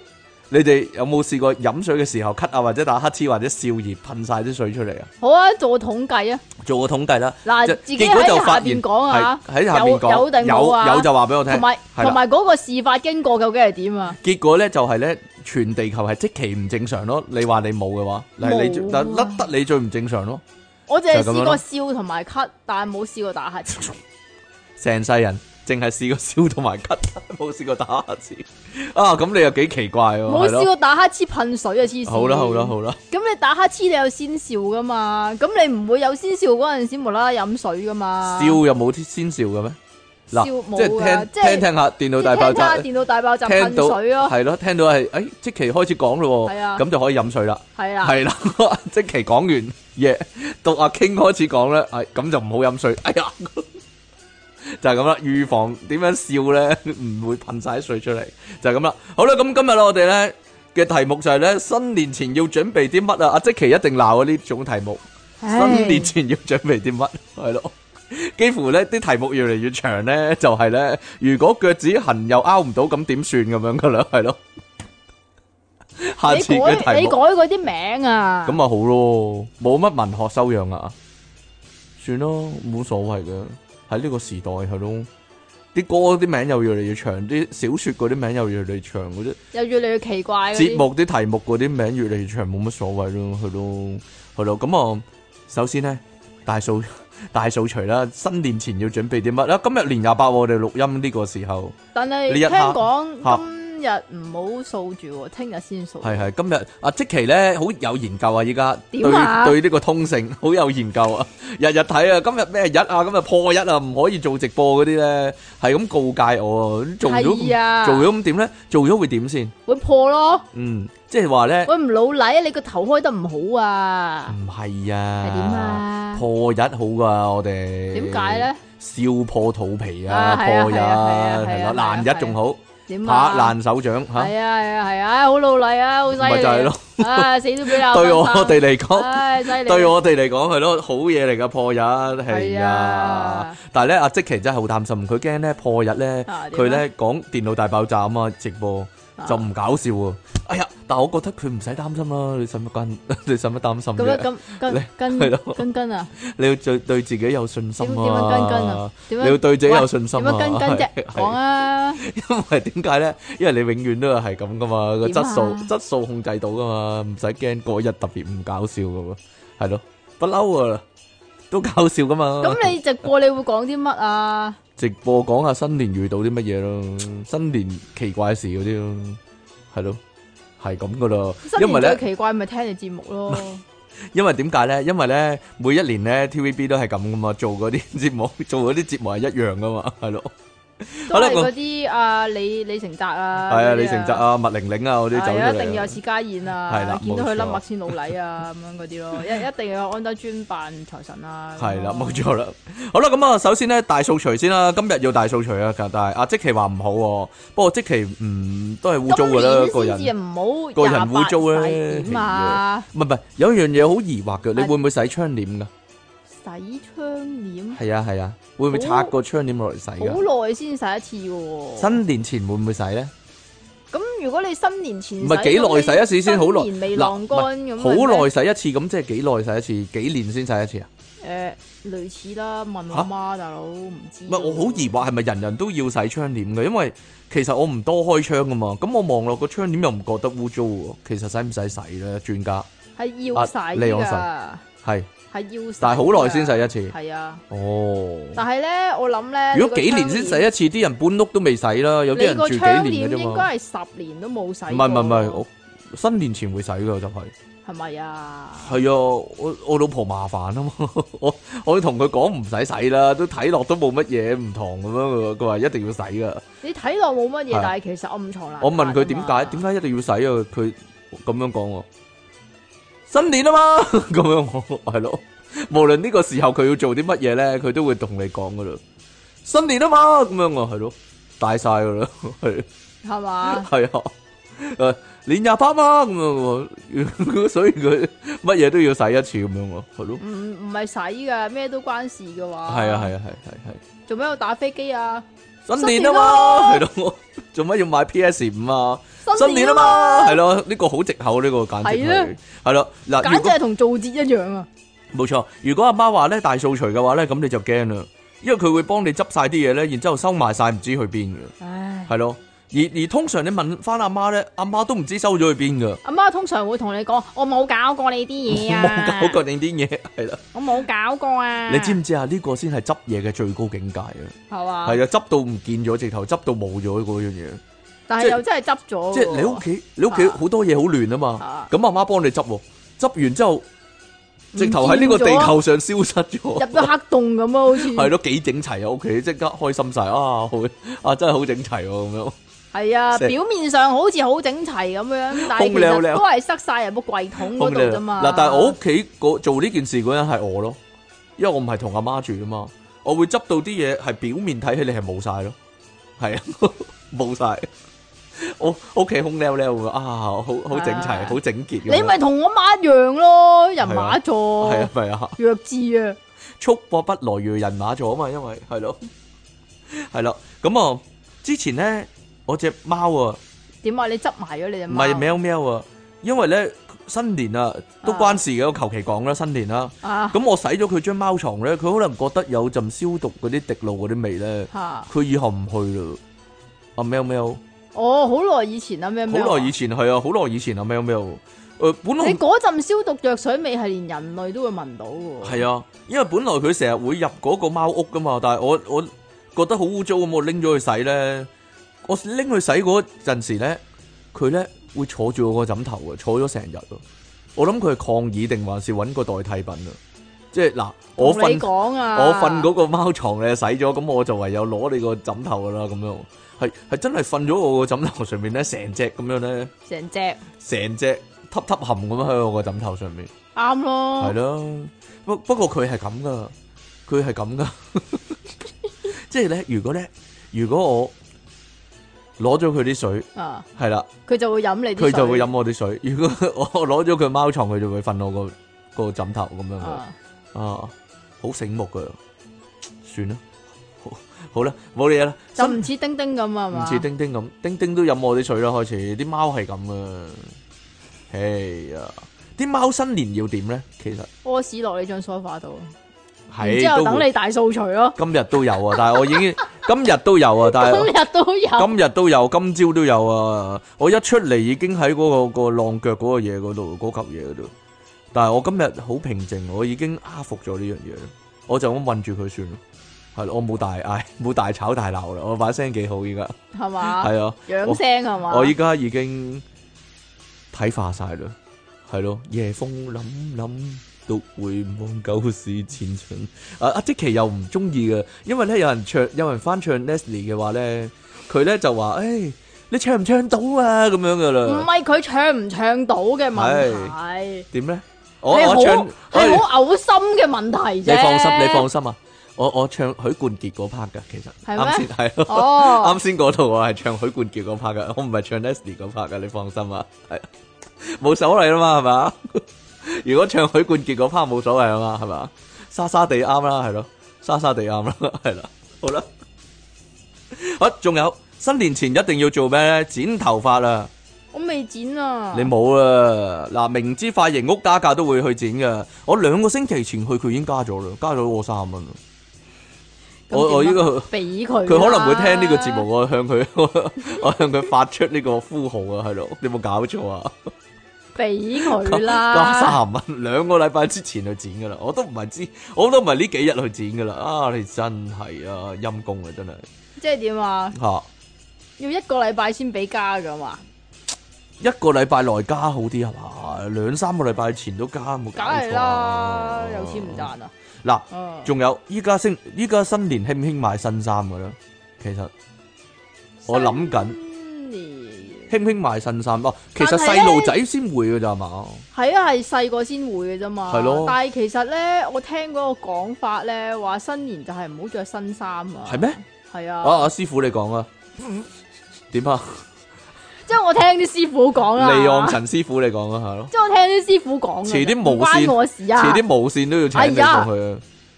A: 你哋有冇試過飲水嘅時候咳啊，或者打乞嗤，或者笑而噴晒啲水出嚟啊？
B: 好啊，做個統計啊！
A: 做個統計啦。
B: 嗱，
A: 就
B: 自己
A: 結果就
B: 喺
A: 發
B: 下
A: 現
B: 邊講啊，
A: 係喺下面講
B: 有有定冇啊？
A: 有有就話俾我聽，
B: 同埋
A: 係啦
B: 同埋嗰個事發經過究竟係點啊？
A: 結果咧就係咧全地球係即其唔正常咯。你話你冇嘅話，嗱你最
B: 冇啊
A: 嗱甩得你最唔正常咯。
B: 我淨係
A: 就係咁樣
B: 試
A: 咯
B: 過笑同埋咳，但係冇試過打乞嗤。
A: 成世人淨係試過燒同埋咳， 冇試過打乞嗤啊！咁你又幾奇怪喎？
B: 冇
A: 係
B: 試
A: 咯。
B: 過打乞嗤噴水啊！黐線！
A: 好啦好啦好啦，
B: 咁你打乞嗤你有先笑噶嘛？咁你唔會有先笑嗰陣時無啦啦飲水噶嘛？
A: 笑又冇先笑嘅咩？嗱，
B: 笑冇
A: 即
B: 㗎
A: 係
B: 即
A: 聽
B: 係
A: 聽聽下電腦大爆
B: 聽
A: 炸
B: 下，電腦大爆炸
A: 聽到
B: 噴水咯，
A: 係咯，聽到係誒即其開始講咯
B: 係
A: 喎，
B: 啊
A: 咁就可以飲水啦。
B: 係啦。
A: 系啦， 即期講 完嘢，到阿 King 開始講咧，哎，咁就唔好飲水。哎呀，就係咁啦，預防點樣笑咧，唔會噴晒啲水出嚟，就係咁啦。好啦，咁今日我哋咧嘅題目就係咧新年前要準備啲乜啊？阿即奇一定鬧啊呢種題目，新年前要準備啲乜 係咯？幾乎咧啲題目越嚟越長咧，就係咧如果腳趾痕又拗唔到，咁點算咁樣噶啦？係咯，下
B: 你
A: 次
B: 改
A: 嘅題
B: 你
A: 目
B: 改。嗰啲名啊，
A: 咁啊好咯，冇乜文學修養啊，算咯，冇所謂嘅。喺呢個時代係咯，啲歌啲名又越嚟越長，啲小説嗰啲名又越嚟越長，嗰啲
B: 又越嚟越奇怪嗰啲
A: 節目啲題目嗰啲名越嚟越長，冇乜所謂咯，係咯，係咯。咁啊，首先呢，大掃 大掃除啦，新年前要準備啲乜啦？今日年廿八喎，我哋錄音呢個時候。
B: 但係
A: 呢一刻
B: 聽
A: 嚇
B: 講今日唔好掃住喎，聽日先掃。
A: 系系，今日阿即期咧好有研究啊！依家對
B: 點啊
A: 對呢個通勝 好有研究啊！日日睇啊，今日咩日啊，今日破一啊，唔可以做直播嗰啲咧，係咁告誡我啊！做咗咁
B: 係啊
A: 做咗咁點咧？做咗會點先？
B: 會破咯，
A: 嗯，即係話咧，
B: 喂唔老禮，你個頭開得唔好啊？
A: 唔係
B: 係
A: 啊，
B: 點？啊？
A: 破一好噶，我哋
B: 點解？咧？
A: 笑破肚皮啊！
B: 啊
A: 破一
B: 係啊係啊係啊係
A: 係
B: 啊
A: 啦，
B: 係
A: 爛
B: 啊
A: 一仲好，
B: 點
A: 拍
B: 啊？
A: 爛手掌吓，
B: 係啊係啊係啊！好老禮啊，好犀
A: 咪
B: 利。
A: 就係咯。
B: 啊，死都俾鬧。
A: 對我哋嚟講。
B: 唉，犀利。
A: 對我哋嚟講係咯，好嘢嚟噶破日係
B: 係
A: 啊
B: 啊！
A: 但係咧，阿即奇真係好擔心，佢驚咧破日咧，
B: 啊點啊
A: 佢咧講電腦大爆炸啊嘛，直播
B: 啊
A: 就唔搞笑喎。哎呀，但係我覺得佢唔使擔心啦，你使乜跟？ 你使乜擔心
B: 咁樣
A: 啫？
B: 咁
A: 你
B: 跟
A: 係
B: 跟
A: 咯
B: 跟跟啊？
A: 你要對對自己有信心
B: 點點樣跟跟
A: 啊
B: 啊！點
A: 你要
B: 樣
A: 對自己有信心
B: 點
A: 啊！
B: 樣跟跟
A: 係
B: 啫？講！啊！
A: 係 因為點解咧？因為你永遠都係咁噶嘛，個
B: 點啊
A: 質素質素控制到噶嘛，唔使驚嗰日特別唔搞笑噶喎，係咯，不嬲噶啦，都搞笑噶嘛。
B: 咁你直播你會講啲乜啊？
A: 直播講下新年遇到啲乜嘢咯，新年奇怪事嗰啲咯，係咯，係咁噶啦。
B: 新
A: 因為
B: 年最
A: 咧，
B: 奇怪咪聽你節目咯，
A: 因為點解咧？因為咧，每一年咧 TVB 都係咁噶嘛，做嗰啲節目，做嗰啲節目係一樣噶嘛，係咯，
B: 都
A: 好啦
B: 係
A: 咁
B: 嗰啲啊李李成澤啊，
A: 係
B: 嗰啲
A: 啊，李成澤，啊、麥玲玲啊嗰啲走
B: 係啊
A: 咗
B: 一定要有
A: 嚟啊。
B: 薛家燕
A: 係
B: 啊
A: 啦，
B: 見到
A: 冇
B: 佢
A: 錯
B: 甩麥先老禮啊咁樣嗰啲咯，一一定要有安德專扮財神啊，
A: 係啦，冇錯啦。好啦，咁啊，首先咧大掃除先啦，今日要大掃除啊，但係阿即奇話唔好喎，不過即奇唔都係污糟噶啦，個
B: 今年
A: 人
B: 先。至唔好
A: 個人污糟咧
B: 廿八洗點啊，
A: 唔係唔係，有一樣嘢好疑惑嘅，你
B: 係
A: 會唔會洗窗簾噶？
B: 洗窗簾
A: 係啊係啊，會唔會拆個窗簾落嚟洗噶？
B: 好耐先洗一次嘅喎。
A: 新年前會唔會洗咧？
B: 咁如果你新年前
A: 唔係幾耐洗一次先好耐
B: 新年
A: 嗱
B: 未晾乾咁，
A: 好耐洗一次，咁即係幾耐洗一次？幾年先洗一次啊？
B: 誒類似啦，問我
A: 嚇
B: 媽大佬唔知。
A: 唔係我好疑惑，係咪人人都要洗窗簾嘅？因為其實我唔多開窗噶嘛，咁我望落個窗簾又唔覺得污糟喎。其實使唔使洗咧？專家
B: 係要洗
A: 啊利用神
B: 㗎，
A: 係，
B: 係要洗。
A: 但係好耐先。洗一次。
B: 係啊，
A: 哦，
B: 但係咧，我諗咧，
A: 如果幾年先
B: 一，
A: 洗一次，啲人搬屋都未洗啦，有啲
B: 你
A: 人
B: 個
A: 住
B: 窗
A: 幾年
B: 簾
A: 嘅啫
B: 應
A: 嘛。
B: 該係十年都冇洗過。
A: 唔係唔係唔係，我新年前會洗噶就係、
B: 係咪啊？
A: 係啊，我我老婆麻煩啊嘛， 我我同佢講唔使洗啦，都睇落都冇乜嘢唔同咁樣，佢佢話一定要洗噶。
B: 你睇落冇
A: 係
B: 乜嘢，但係其實暗藏難。
A: 我問佢啊點解，點？解一定要洗啊？佢咁樣講喎，新年啊嘛， 咁樣我係咯。無論呢個時候佢要做啲乜嘢咧，佢都會同你講噶啦。新年啊嘛，咁樣我係咯，大晒噶啦，係
B: 係嘛？
A: 係啊，誒年廿八嘛，咁樣喎， 所以佢乜嘢都要洗一次咁樣喎，係咯。
B: 唔唔係洗㗎，咩都關事嘅話。
A: 係啊係啊係
B: 做咩要打飛機啊？
A: 係係，新年啊嘛，係咯， 做乜要買 PS 五啊？新年啊嘛，係咯，呢個好藉口啊呢個簡直係
B: 係
A: 係咯嗱，如
B: 簡直
A: 果
B: 係同做節一樣啊！
A: 冇錯，如果阿媽話咧大掃除嘅話咧，咁你就驚啦，因為佢會幫你執晒啲嘢咧，然之後收埋晒唔知去邊嘅，
B: 唉，
A: 係咯。而而通常你問翻阿媽咧，阿媽都唔知收咗去邊噶，
B: 阿媽通常會同你講：我冇搞過你啲
A: 哎
B: 嘢啊，
A: 冇搞過你啲嘢，係啦。
B: 我冇搞過啊！
A: 你知唔知啊？呢個先係執嘢嘅最高境界啊！
B: 係嘛？
A: 係啊，執到唔見咗，直頭執到冇咗嗰樣嘢。
B: 但
A: 即係
B: 係又真係執咗喎。
A: 即係你屋企，你屋企
B: 啊
A: 好多嘢好亂啊嘛
B: 啊，
A: 咁阿媽幫你執喎，執完之後，
B: 唔
A: 直頭喺呢個
B: 見咗
A: 地球上消失
B: 入
A: 咗，
B: 咗黑洞咁啊，好似
A: 係咯，幾整齊啊屋企，即刻開心晒啊，好啊，真係好整齊喎咁樣，
B: 係啊，
A: 成
B: 表面上好似好整齊咁樣，但係
A: 空
B: 其
A: 溜溜
B: 實都係塞晒入個櫃桶嗰度啫嘛。
A: 嗱，但係我屋企嗰做呢件事嗰人係我咯，因為我唔係同阿媽住啊嘛，我會執到啲嘢係表面睇起嚟係冇晒咯，係啊， 冇晒。我屋企空溜溜㗎啊，好好整齊，
B: 啊
A: 好整潔咁樣。
B: 你咪同我媽一樣咯，人馬座，
A: 係啊，係啊。
B: 弱智啊！
A: 束縛不來如人馬座啊嘛，因為係咯， 係咯，咁啊，之前咧我只貓啊，
B: 點啊？你執埋咗你只
A: 唔
B: 貓
A: 係喵喵啊，因為咧新年啊都關事嘅，我求其講啦，新年啦，
B: 啊
A: 咁我洗咗佢張貓床咧，佢可能覺得有陣消毒嗰啲滴露嗰啲味咧，
B: 嚇！
A: 佢以後唔去啦。阿喵喵，
B: 我好耐以前啊，咩咩啊
A: 好耐以前係啊，好耐以前啊，喵喵，誒、本來
B: 你嗰陣消毒藥水味係連人類都會聞到嘅喎。
A: 係啊，因為本來佢成日會入嗰個貓屋噶嘛，但係我我覺得好污糟咁，我拎咗去洗咧。我拎去洗嗰陣時咧，佢咧會坐住我個枕頭啊，坐咗成日啊。我諗佢係抗議定還是揾個代替品啊？即係嗱，我
B: 同
A: 瞓
B: 你講啊，
A: 我瞓嗰個貓床你洗咗，咁我就唯有攞你個枕頭噶啦，咁樣係係真係瞓咗我個枕頭上面咧，成隻咁樣咧，
B: 成隻
A: 成隻揼揼含咁樣喺我個枕頭上面。
B: 啱
A: 系
B: 咯，
A: 咯，不不过佢系咁噶，佢系咁噶， 即系咧，如果咧，如果我攞咗佢啲水，
B: 啊，
A: 系啦，
B: 佢就會飲你啲
A: 佢就会
B: 會
A: 饮我啲水。 如果我攞咗佢貓床，佢就會瞓我個个枕頭咁樣噶。
B: 啊，
A: 啊，好醒目噶，算啦，好，好啦，冇嘢啦，
B: 就
A: 新
B: 唔似丁丁咁啊係
A: 唔
B: 嘛，
A: 似丁丁咁，丁丁都飲我啲水啦。開始啲貓係 咁啊，哎呀，啲貓新年要點咧？其實
B: 屙屎落你張梳化度，然
A: 係
B: 之後
A: 都會
B: 等你大掃除咯，
A: 今日都有啊，但系我已 經今日都有啊，但
B: 今
A: 系
B: 日都有
A: 今日都有，今朝都有啊。我一出嚟已經喺嗰、個個浪腳嗰個嘢嗰度，嗰嚿嘢嗰度。但係我今日好平靜，我已經克服咗呢樣嘢啦。我就咁韞住佢算啦，係啦我冇大嗌，冇大吵大鬧啦。我把聲幾好依家，
B: 係嘛，
A: 係啊，
B: 養聲係嘛，
A: 我依家已經睇化晒啦，係咯。夜風凛凛，獨回望舊事前塵。啊阿即奇又唔中意嘅，因為咧有人唱，有人翻唱 Leslie 嘅話咧，佢咧就話：，诶、你唱唔唱到啊？咁樣噶
B: 唔
A: 啦，
B: 係佢唱唔唱到嘅問題。
A: 點咧？我
B: 係
A: 我唱
B: 好，係
A: 哎
B: 好嘔心嘅問題
A: 你
B: 啫。
A: 放心，你放心啊！我我唱許冠傑嗰 part 噶，其實
B: 係
A: 啱
B: 咩
A: 先係咯。
B: 哦
A: 啱，先嗰度我係唱許冠傑嗰 part 噶，我唔係唱 Leslie 嗰 part 噶，你放心啊，係冇所謂啦嘛，係嘛？如果唱許冠傑嗰 part 冇所謂啊嘛，係嘛？沙沙地啱啦，係咯，沙沙地啱啦， 係啦，好啦，好，仲有新年前一定要做咩咧？剪頭髮啦！
B: 我未剪啊。
A: 你冇啊！嗱，明知髮型屋加價都會去剪嘅，我兩個星期前去佢已經加咗啦，加咗我三蚊啦。
B: 咁
A: 我我
B: 點
A: 依
B: 啊
A: 個。
B: 俾佢啦。
A: 佢可能會聽呢個節目，我向佢 我向佢發出呢個呼號啊，係咯，你有冇搞錯啊？
B: 俾佢
A: 加
B: 啦。
A: 三十蚊，兩個禮拜之前去剪噶啦，我都唔係知，我都唔係呢幾日去剪噶啦。啊，你真係啊，陰公啊，真係
B: 即係點啊？
A: 吓、嚇
B: 要一個禮拜先俾加噶嘛？
A: 一個禮拜內加好啲係嘛？兩三個禮拜前都加，冇搞
B: 梗
A: 錯啊
B: 係啦，有錢唔賺啊。
A: 嗱，
B: 嗯，
A: 仲有依家星依家新年興唔興買新衫噶啦？其實我諗緊
B: 新年
A: 興唔興買新衫啊？其實
B: 但係呢
A: 細路仔先會噶咋係嘛？
B: 係啊，係細個先會嘅啫嘛。
A: 係咯
B: 但係其實咧，我聽嗰個講法咧，話新年就係唔好着新衫啊。
A: 係咩？
B: 係啊，
A: 啊，阿師傅你講啊，點啊？
B: 即係我聽啲師傅講啦。
A: 利昂陳師傅你講啊，係咯，
B: 即係我聽啲師傅講嘅，
A: 遲啲無
B: 唔關
A: 線
B: 我事啊，
A: 遲啲無線都要請你上去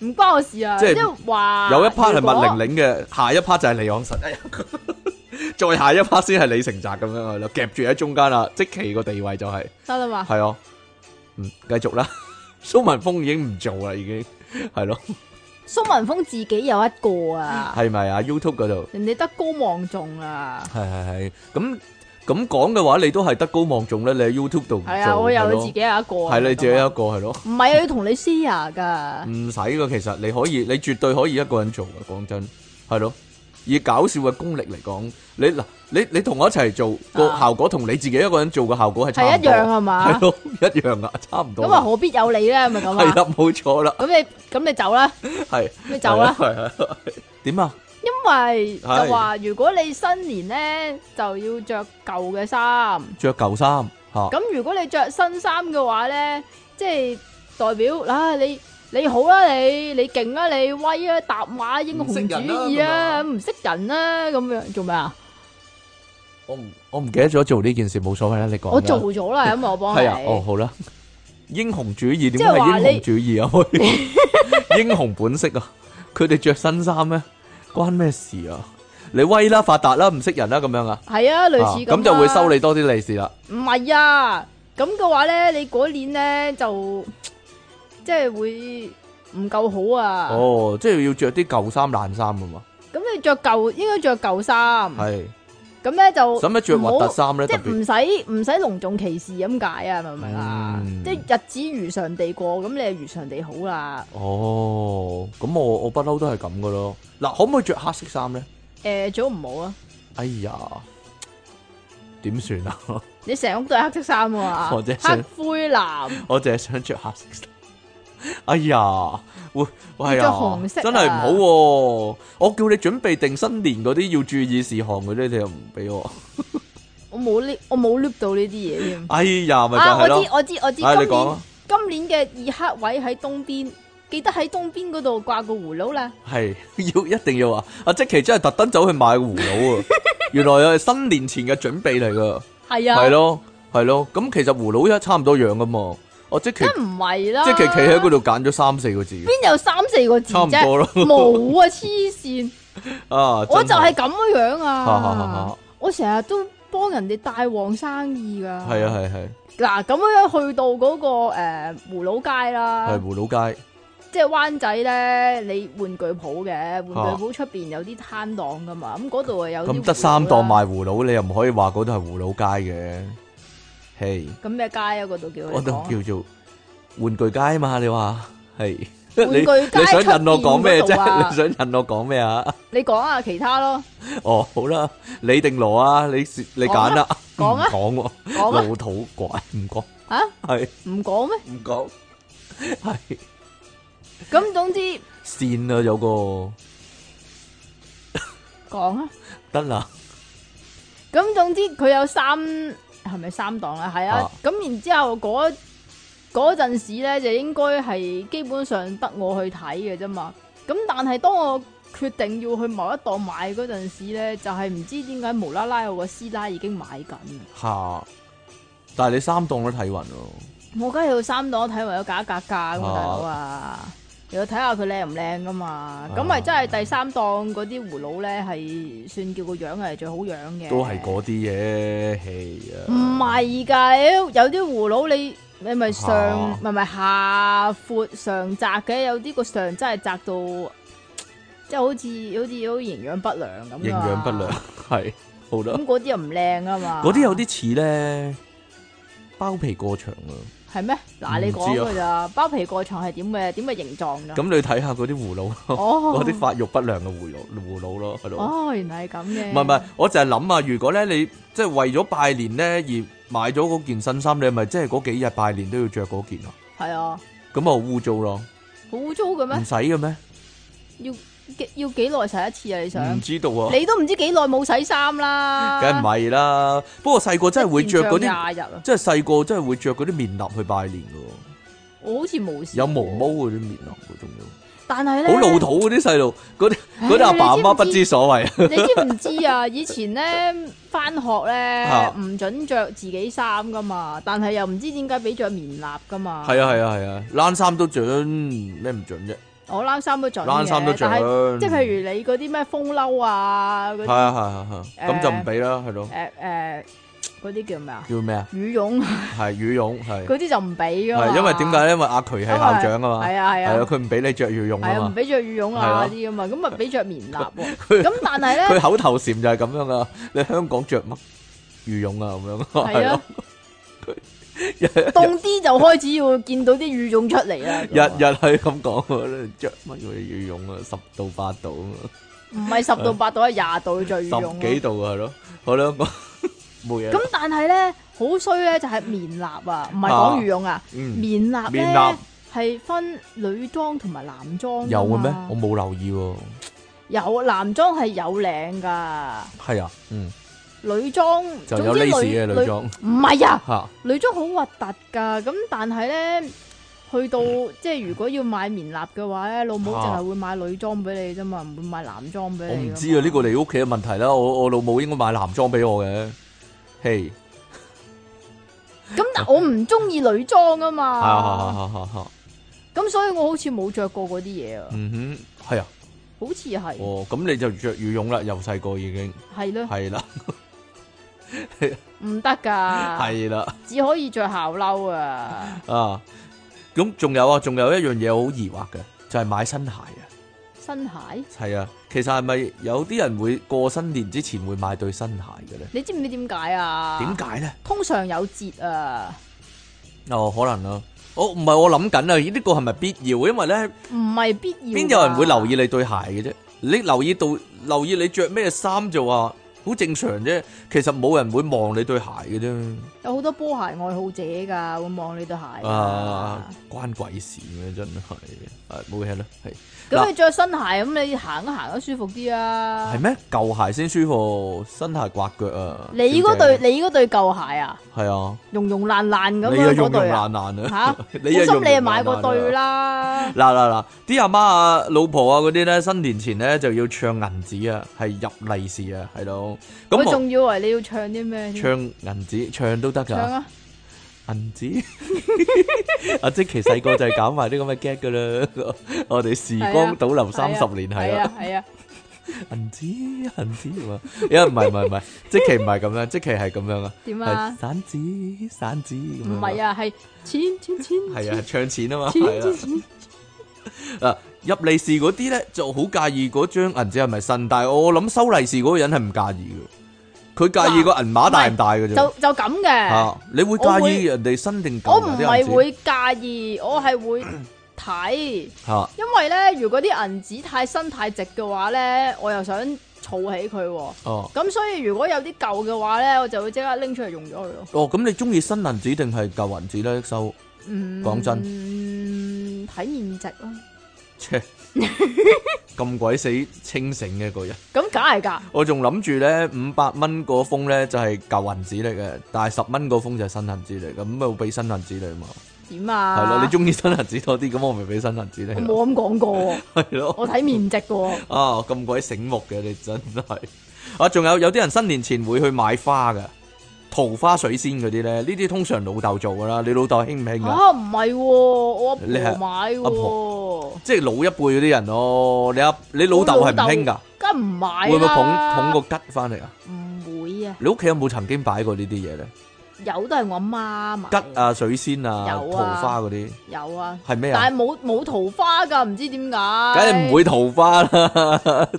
B: 唔關我事啊，
A: 即
B: 即
A: 係
B: 係話
A: 啊。有一 part 係
B: 如果
A: 麥玲玲嘅，下一 part 就係利昂神，哎呀 再下一 part 先係李成澤咁樣係咯，夾住喺中間啦，即其個地位就係
B: 得啦嘛，
A: 係啊，嗯，繼續啦， 蘇文峰已經唔做啦，已經係咯，
B: 蘇文峰自己有一個啊，
A: 係咪啊？YouTube 嗰度
B: 人哋德高望重啊，
A: 係係係咁咁講嘅話，你都係德高望重咧，你喺 YouTube 度唔
B: 係啊，
A: 做
B: 我
A: 係
B: 有
A: 咯
B: 自己有一個啊，
A: 係你自己一個係咯。
B: 唔係啊，要同你 share 噶，
A: 唔使噶，其實你可以，你絕對可以一個人做嘅。講真，係咯，以搞笑嘅功力嚟講，你嗱，你你同我一齊做個
B: 啊
A: 效果，同你自己一個人做嘅效果係差
B: 係
A: 唔
B: 一
A: 多，
B: 樣係
A: 係
B: 嘛，
A: 咯，一樣啊，差唔多。
B: 咁啊何必有你咧，係咪咁
A: 係
B: 啊？
A: 啦，冇錯啦，
B: 咁你咁你走啦，
A: 係
B: 你走啦，
A: 係啊係啊係啊點啊？
B: 因為就
A: 係
B: 話如果你新年咧就要着舊嘅衫。
A: 着舊衫嚇，
B: 咁如果你着新衫嘅話咧，即係代表啊你你好啦、你你勁啦、你威啊，踏馬英雄主義啊，唔識人啦、咁樣做咩啊？
A: 我唔我唔記得咗做呢件事，冇所謂啦，你講啦。
B: 我做咗啦，因為我幫你。
A: 係啊，哦好啦，英雄主義點
B: 即
A: 解
B: 係
A: 係
B: 話
A: 英
B: 你
A: 雄主義啊？ 喂英雄本色啊！佢哋着新衫咩？關咩事啊？你威啦，發達啦，唔識人啦，咁樣啊？
B: 係啊，類
A: 啊
B: 似咁啦。
A: 咁就會收你多啲利是啦。
B: 唔係啊，咁嘅話咧，你嗰年咧就即係會唔夠好啊。
A: 哦，即係要着啲舊衫爛衫噶嘛？
B: 咁你着舊應該着舊衫，
A: 係，
B: 咁咧就
A: 使唔使着
B: 唔
A: 核
B: 嗯好
A: 突衫咧？
B: 即
A: 特
B: 係唔
A: 別
B: 使唔使隆重其事咁解啊？明唔明啊？
A: 嗯
B: 即係日子如常地過，咁你就如常地好啦。
A: 哦，咁我我不嬲都係咁噶咯。嗱，可唔可以着黑色衫咧？
B: 诶、最好唔好啊！
A: 哎呀，點算啊？
B: 你成屋都係黑色衫 啊
A: 我真係
B: 黑
A: 想
B: 灰藍，
A: 我淨係想着黑色衫。哎呀，會喂
B: 要
A: 呀
B: 着紅，色啊
A: 真係唔好喎、我叫你準備定新年嗰啲要注意事項嗰啲，你又唔俾我。
B: 我冇呢，我冇 lift 到呢啲嘢添。
A: 哎呀，咪就
B: 啊，
A: 係
B: 我
A: 咯
B: 知。我知我知，
A: 哎你
B: 今
A: 講
B: 年
A: 啊
B: 今年嘅二黑位喺東邊，記得喺東邊嗰度掛個葫蘆啦。
A: 系要一定要啊！阿即奇真系特登走去買葫蘆 啊！原來系新年前嘅準備嚟噶，
B: 係啊，
A: 係，咯係咯。咁其實葫蘆一差唔多樣噶嘛。我即奇
B: 梗唔係啦。
A: 即奇企喺嗰度揀咗三四個字，
B: 邊有三四個字
A: 差唔多
B: 啫？
A: 咯。
B: 冇啊，黐線！
A: 啊，
B: 我
A: 真
B: 就係咁樣
A: 哈哈哈
B: 啊
A: 哈！
B: 我成日都幫人哋帶旺生意噶。
A: 係啊係係
B: 嗱咁樣去到嗰、個誒葫蘆街
A: 係
B: 啦，
A: 葫蘆街
B: 即係灣仔咧，你玩具鋪嘅玩具鋪出邊有啲攤檔噶嘛，咁嗰度啊有啲
A: 咁得
B: 葫蘆
A: 三檔
B: 啦
A: 賣葫蘆，你又唔可以話嗰度係葫蘆街嘅。嘿，
B: 咁咩街啊？嗰度叫
A: 嗰
B: 我
A: 度叫做玩具街啊嘛？你話係 你
B: 玩具街
A: 你想引我講咩
B: 出邊嗰 度啊
A: 啫？你想引我講咩啊？
B: 你講啊，其他咯，
A: 哦，好啦，你定羅啊，你你揀啦， 唔
B: 講啊
A: 講喎，
B: 講啊
A: 老土怪唔講，
B: 嚇
A: 係
B: 唔講咩？
A: 唔講，係
B: 咁總之
A: 線啊，有個
B: 講啊，
A: 得啦，
B: 咁總之佢有三係咪三檔啊？係啊
A: 啊，
B: 咁、然之後嗰嗰陣時咧就應該係基本上得我去睇嘅啫嘛。咁但係當我決定要去某一檔買嗰陣時咧，就係、唔知點解無啦啦我個師奶已經買緊。
A: 嚇！但係你三檔都睇暈喎，
B: 我梗係要三檔睇埋有價格價噶嘛，
A: 啊
B: 大佬啊！又要睇下佢靚唔靚噶嘛，咁
A: 啊
B: 咪真係第三檔嗰啲葫蘆咧，係算叫個樣係最好樣嘅。
A: 都係嗰啲嘢，係
B: 唔
A: 啊，
B: 係㗎，有啲葫蘆你你咪上
A: 啊
B: 唔係唔係下闊上窄嘅，有啲個上真係窄到，即係好似好似好營養不良咁。啊
A: 營養不良， 係好啦
B: 咁，嗰啲又唔靚啊嘛。
A: 嗰啲有啲似咧包皮過長啊，
B: 係咩？嗱，你
A: 唔知啊
B: 講㗎咋？包皮過長係點嘅？點嘅形狀㗎？
A: 咁你睇下嗰啲葫蘆，
B: 啊哦
A: 嗰啲發育不良嘅葫蘆葫蘆咯，係咯。
B: 哦，原來係咁嘅。
A: 唔係唔係，我就係諗啊，如果咧你即係為咗拜年咧而買咗嗰件新衫，你係咪即係嗰幾日拜年都要着嗰件啊？
B: 係啊，
A: 咁啊好污糟咯，
B: 好污糟嘅
A: 唔
B: 咩？
A: 使嘅咩？
B: 幾要幾耐洗一次啊？你想
A: 唔？知道啊，
B: 你都啊唔知幾耐冇洗衫啦。
A: 梗係唔係啦。不過細個真係會着嗰啲，
B: 啲廿日啊！
A: 即係細個真係會着嗰啲棉衲去拜年嘅喎，
B: 我好似冇試
A: 有毛
B: 過
A: 毛嗰啲棉衲嘅仲要，
B: 但係咧，
A: 好老土嗰啲細路，嗰啲
B: 唉
A: 嗰啲阿爸阿媽不。
B: 你知
A: 知所謂。
B: 唔知你知唔知啊？以前咧翻學咧
A: 啊
B: 唔准着自己衫噶嘛，但係又唔知點解俾着棉衲噶嘛。
A: 係啊係啊係啊，冷衫都準，咩唔準啫？
B: 我冷衫都着，
A: 冷衫都
B: 但係
A: 準，
B: 即係譬如你嗰啲咩風褸啊，嗰
A: 係
B: 啲
A: 啊係啊係啊，咁就唔俾啦，係咯，
B: 誒誒嗰啲叫咩啊？
A: 叫咩啊？
B: 羽絨
A: 係羽絨係。
B: 嗰啲就唔俾噶嘛。
A: 係因為點解？咧？因為阿渠係校長啊嘛，
B: 係啊係
A: 係啊，
B: 啊。
A: 佢唔俾你着羽絨
B: 係
A: 啊
B: 啊，唔
A: 嘛，
B: 俾着羽絨
A: 係
B: 啊
A: 啊
B: 嗰啲噶嘛，咁咪俾着棉衲喎。
A: 佢
B: 咁但係
A: 佢
B: 咧，
A: 口頭禪就係咁樣啊！你香港着乜羽絨啊？咁樣
B: 係啊，
A: 係咯，
B: 凍啲就開始要見到啲羽絨出嚟啦。
A: 日日係咁講啊！你着乜嘢羽絨啊？十度八度啊
B: 唔係十度八度，係廿度去着羽
A: 嘛，
B: 絨
A: 十幾
B: 咯。
A: 度啊，係咯，好啦，我冇嘢啦。
B: 咁但係咧，好衰咧就係棉衲啊，唔係講羽絨啊，
A: 嗯，
B: 棉衲
A: 棉衲
B: 咧係分女裝同埋男啊裝㗎嘛。
A: 有嘅咩？我冇留意喎。
B: 有男裝係有領噶，
A: 係啊，嗯，
B: 女裝
A: 就
B: 總
A: 有
B: 之
A: lace 嘅女
B: 女
A: 裝
B: 唔係啊，
A: 嚇，
B: 女裝好核突噶。咁但係咧，去 到即係如果要買棉衲嘅話咧，老母淨係會買女裝俾你啫嘛，唔會買男裝俾
A: 我
B: 你㗎嘛。
A: 唔知啊，呢個你屋企嘅問題啦。我我老母應該買男裝俾我嘅，嘿，
B: 咁但我唔中意女裝啊
A: 係啊係啊係
B: 嘛，
A: 啊係啊係啊，
B: 咁所以我好似冇着過嗰啲嘢啊，
A: 嗯哼，係啊，
B: 好似係
A: 哦，咁你就着羽絨啦，由細個已經
B: 係咯，
A: 係啦，
B: 唔得㗎，
A: 係啦。
B: 只可以着校褸啊，
A: 啊，咁仲有啊，仲有一樣嘢好疑惑嘅，就係、買新鞋啊，
B: 新鞋。
A: 係啊，其實係咪有啲人會過新年之前會買對新鞋嘅咧？
B: 你知唔知點解啊？
A: 點解咧？
B: 通常有折啊，
A: 哦，可能啦、我唔係我諗緊啊，呢、個係咪必要？因為咧，
B: 唔係必要。啊
A: 邊有人會留意？你對鞋嘅啫？你留意到留意你着咩衫就話好正常啫，其實冇人會望你對鞋嘅啫。
B: 有好多波鞋愛好者㗎，會望你對鞋㗎。
A: 啊，關鬼事咩？真係，係冇嘢啦，係。
B: 咁你着新鞋，咁你行一行都舒服啲啊
A: 系。咩？旧鞋先舒服，新鞋刮腳啊！
B: 你嗰對你嗰對舊鞋啊，
A: 系啊，
B: 溶溶爛爛咁
A: 你又用
B: 樣嗰
A: 用
B: 對啊，
A: 爛爛啊！
B: 嚇！
A: 你
B: 好
A: 又
B: 心
A: 用
B: 你
A: 用
B: 又買
A: 爛
B: 過
A: 爛
B: 對
A: 啊！
B: 啦，
A: 嗱嗱嗱，啲阿媽啊、老婆啊嗰啲咧，新年前咧就要唱銀紙啊，係入利是啊，係咯。
B: 我
A: 咁我
B: 仲以為你要唱啲咩添？
A: 唱銀紙唱都得
B: 唱
A: 㗎，
B: 啊！
A: 銀 紙。阿啊即其細個就係搞埋啲咁嘅 get 㗎啦， 我哋時光倒流三十年係
B: 係
A: 啦
B: 啊。係啊，
A: 銀紙銀紙嘛， 因哎為唔係唔係唔係，即其唔係咁樣，即其係咁樣啊。
B: 點
A: 係
B: 啊？
A: 散紙散紙咁樣。
B: 唔係，啊，係錢錢錢
A: 係啊，唱錢啊嘛，
B: 錢
A: 係
B: 錢
A: 啊。
B: 錢，
A: 啊，入利是嗰啲咧就好介意嗰張銀紙係咪新，但係我諗收利是嗰個人係唔介意嘅，佢介意個銀碼大唔大嘅啫。
B: 就就咁嘅。
A: 啊，你會
B: 我
A: 介
B: 會
A: 意人哋新定舊
B: 我
A: 啊
B: 唔
A: 啲銀
B: 係
A: 紙
B: 會介意，我係會睇，
A: 嚇
B: 因為咧，如果啲銀紙太新太直嘅話咧，我又想儲起佢喎。
A: 哦
B: 咁所以如果有啲舊嘅話咧，我就會即刻拎出嚟用咗佢咯。
A: 哦，咁你中意新銀紙定係舊銀紙咧 收？
B: 嗯，
A: 講真
B: 嗯，睇面值咯。
A: 切咁鬼死清醒嘅個人。
B: 咁梗係㗎，
A: 我仲諗住咧五百蚊嗰封咧就係舊銀紙嚟嘅，但係十蚊嗰封就係新銀紙嚟嘅，咁咪會俾新銀紙你嘛？
B: 點啊？
A: 係咯，你中意新銀紙多啲，咁我咪俾新銀紙你咯，
B: 我冇咁講過喎，
A: 係咯，
B: 我睇面值嘅喎。
A: 啊咁鬼醒目嘅你真係啊！仲有有啲人新年前會去買花嘅，桃花水仙嗰啲咧，呢啲通常老豆做噶啦，你老豆興唔興啊？
B: 嚇唔係喎，我阿婆
A: 你係
B: 買
A: 阿
B: 喎，
A: 即係老一輩嗰啲人咯，你阿你老豆係唔興噶，
B: 梗唔買
A: 會唔會
B: 啦
A: 捧捧個吉翻嚟啊？
B: 唔會啊，
A: 你屋企有冇曾經擺過呢啲嘢咧？
B: 有都係我媽買。
A: 吉啊、水仙啊、
B: 有
A: 桃
B: 啊
A: 花嗰啲
B: 有啊。
A: 係咩啊
B: 但？係冇冇桃花㗎，唔知點解。
A: 梗係唔會。桃花啦，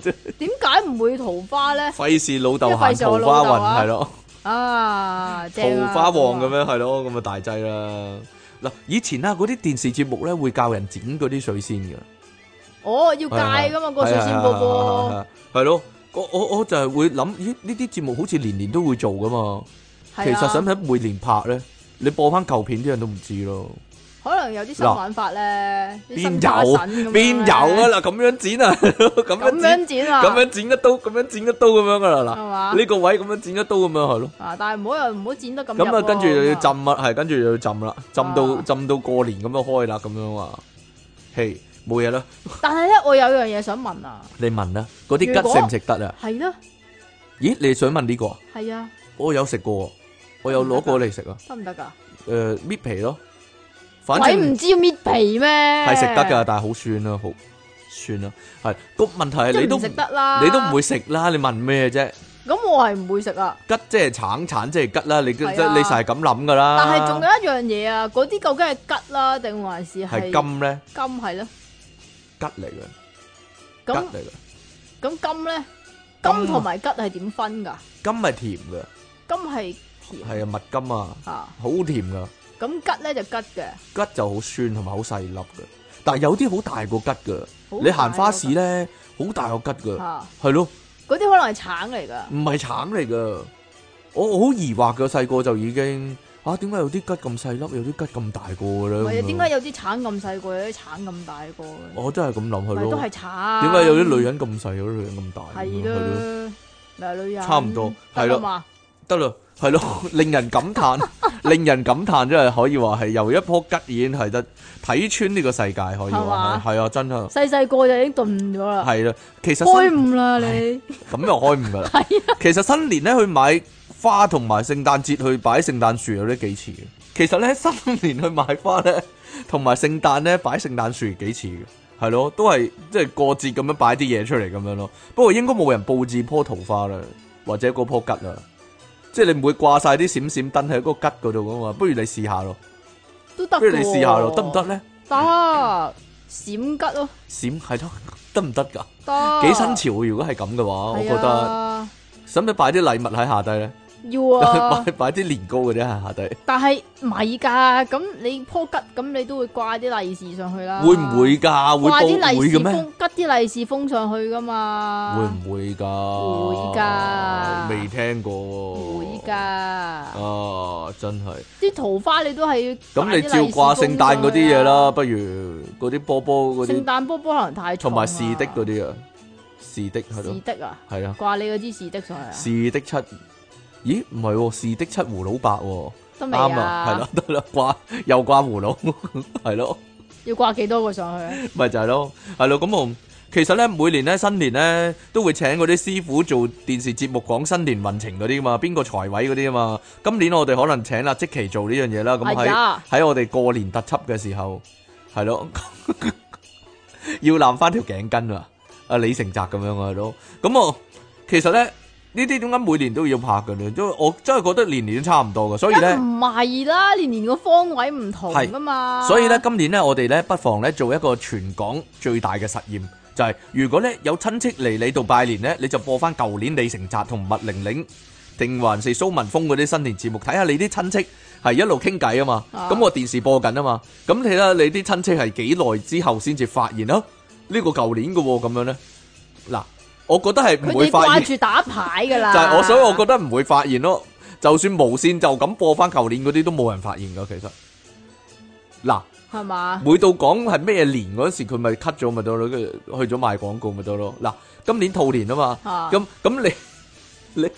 B: 點解唔會桃花咧？
A: 費事老豆
B: 因為
A: 行
B: 費事
A: 桃
B: 我
A: 花
B: 老豆
A: 運
B: 啊
A: 係咯，
B: 啊，
A: 桃
B: 正啊
A: 花旺咁
B: 樣。
A: 樣係咯，咁啊大劑啦。嗱，以前啊嗰啲電視節目咧會教人剪嗰啲水仙嘅，
B: 哦，要戒噶嘛個水仙波
A: 係
B: 波，
A: 啊係啊係啊係啊係啊係咯。我我我就係會諗，咦呢啲節目好似年年都會做噶嘛，其
B: 係啊
A: 實使唔使每年拍咧？你播翻舊片啲人都唔知咯，
B: 可能有啲新玩法咧，啲
A: 邊
B: 新花
A: 有
B: 神咁樣
A: 邊有
B: 咧？
A: 啊嗱咁樣剪啊， 咁
B: 咁
A: 樣剪
B: 樣剪啊，
A: 咁樣剪一刀，咁樣剪一刀咁樣噶啦
B: 係嘛
A: 嗱，呢個位咁樣剪一刀咁樣係咯。
B: 啊，但係唔好又唔好剪得咁入
A: 咁啊，
B: 喎
A: 跟住就要浸啊，係跟住就要浸啦，浸到
B: 啊
A: 浸到過年咁就開啦，咁樣啊，嘿，冇嘢啦，
B: 但係咧，我有樣嘢想問啊，
A: 你問啦，嗰啲
B: 如
A: 桔
B: 果
A: 食唔食得啊？
B: 係啦，
A: 咦，你想問呢個啊？
B: 係啊，
A: 我有食過喎，我有攞過嚟食啊，
B: 得唔得㗎？
A: 誒搣皮咯，反
B: 鬼唔
A: 正
B: 知要搣皮咩？
A: 係
B: 係
A: 食得㗎，但係好酸啦，好酸啦，係個問題係你都
B: 食
A: 唔
B: 得啦，
A: 你都唔會食啦，你問咩啫？
B: 咁，我係唔會食啊。
A: 桔即係橙，橙即係桔啦，你即
B: 係啊
A: 你成日咁諗㗎啦。
B: 但係仲有一樣嘢啊，嗰啲究竟係吉啦，定還是係
A: 係金咧，
B: 金係咧？
A: 桔嚟嘅，桔
B: 咁
A: 嚟嘅，
B: 咁金咧，
A: 金
B: 金同埋吉係點分㗎？
A: 金係甜嘅。
B: 金係甜
A: 係啊，蜜金啊，
B: 啊，
A: 好甜噶，
B: 咁吉咧就吉嘅。
A: 桔就好酸同埋好細粒嘅，但係有啲好大個桔噶，
B: 好
A: 你行花市
B: 大
A: 咧好大個桔
B: 個吉
A: 噶，
B: 啊，
A: 係咯，
B: 嗰啲可能係橙嚟㗎，
A: 唔係橙嚟噶，我我好疑惑噶，細個就已經啊，點解有啲桔咁細粒，有啲桔咁大個嘅咧？
B: 唔
A: 咁
B: 係
A: 樣
B: 啊？點解有啲橙咁細個，有啲橙咁大個嘅？
A: 我真係咁諗係
B: 咪都
A: 咯
B: 係，橙。
A: 點解有啲女人咁細，有啲女人咁大？咁
B: 係
A: 樣係咯，
B: 啦，咪係女人
A: 差唔多係咯
B: 嘛？
A: 得啦，係咯，令人感嘆，令人感嘆，真係可以話係由一樖吉已經係得睇穿呢個世界，可以
B: 係嘛
A: 話係係啊，真係
B: 細細個就已經頓咗啦，
A: 係啦。其實
B: 開
A: 新
B: 悟啦你，
A: 咁又開唔噶啦。
B: 係啊，
A: 其實新年咧去買花同埋聖誕節去擺聖誕樹有啲幾似嘅。其實咧新年去買花咧，同埋聖誕咧擺聖誕樹幾似嘅，係咯，都係即係過節咁樣擺啲嘢出嚟咁樣咯。不過應該冇人佈置棵桃花啦，或者嗰棵桔啦，即係你唔會掛晒啲閃閃燈喺嗰個桔嗰度噶嘛。不如你試下咯，
B: 都得。
A: 不如你試下咯，得唔得？咧？
B: 得，閃吉咯，
A: 閃係咯，得唔得㗎？
B: 得。
A: 幾新潮啊喎如果係咁嘅話，我覺
B: 啊係
A: 得
B: 啊
A: 使唔使擺啲禮物喺下低咧？
B: 要啊
A: 擺，擺啲年糕嗰啲喺下低。
B: 但係唔係㗎，咁你棵吉咁你都會掛啲利是上去啦。
A: 会唔会噶？会
B: 掛
A: 報
B: 啲利
A: 會
B: 是
A: 嘅咩？
B: 封，吉啲利是封上去㗎嘛？
A: 會唔會噶？
B: 會㗎
A: 未聽過。
B: 會。㗎，
A: 啊，真係。
B: 啲桃花你都係要
A: 咁你照掛
B: 掛啲
A: 聖
B: 利是封上去啊
A: 誕嗰啲嘢啦，，不如嗰啲波波嗰
B: 聖
A: 啲，
B: 誕波波可能太重
A: 同
B: 啊
A: 埋士的嗰啲啊，士的係咯
B: 士，的啊，
A: 係啊，
B: 掛你嗰支士的上去啊，
A: 士的七。咦，唔係喎，士的七胡蘿蔔
B: 得
A: 喎，
B: 未
A: 啱啊，係
B: 啊
A: 啦？，得啦，掛又掛胡蘿， 係咯。
B: 要掛幾多個上去啊？
A: 咪就係咯，係咯，咁我其實咧每年咧新年咧都會請嗰啲師傅做電視節目講新年運程嗰啲嘛，邊個財位嗰啲啊嘛。今年我哋可能請阿即期做呢樣嘢啦，咁
B: 哎
A: 喺
B: 呀
A: 喺我哋過年特輯嘅時候，係咯，要攬翻條頸 巾啊，阿李成澤咁樣啊，係咯。咁我其實咧呢啲點解每年都要拍嘅咧？因為我真係覺得年年都差唔多嘅，所以咧
B: 梗。唔係啦，年年個方位唔同㗎嘛，
A: 所以咧，今年咧，我哋咧不妨咧做一個全港最大嘅實驗，就係、如果咧有親戚嚟你度拜年咧，你就播翻舊年李成澤同麥玲玲，定還是蘇文峰嗰啲新年節目，睇下你啲親戚係一路傾偈啊嘛。
B: 啊
A: 咁、我電視播緊啊嘛，咁睇下你啲親戚係幾耐之後先至發現咯，呢、個舊年嘅喎咁樣咧。嗱，我覺得係
B: 佢
A: 唔會
B: 哋
A: 發現
B: 掛。住啊打牌㗎啦，
A: 就係我，所以我覺得唔會發現咯。就算無線就咁播翻舊年嗰啲，都冇人發現噶。其實嗱，
B: 係嘛，
A: 每到講係咩年嗰時，佢咪 cut 咗咪得咯，跟住去咗賣廣告咪得咯。嗱，今年兔年啊嘛，
B: 啊
A: 咁咁你。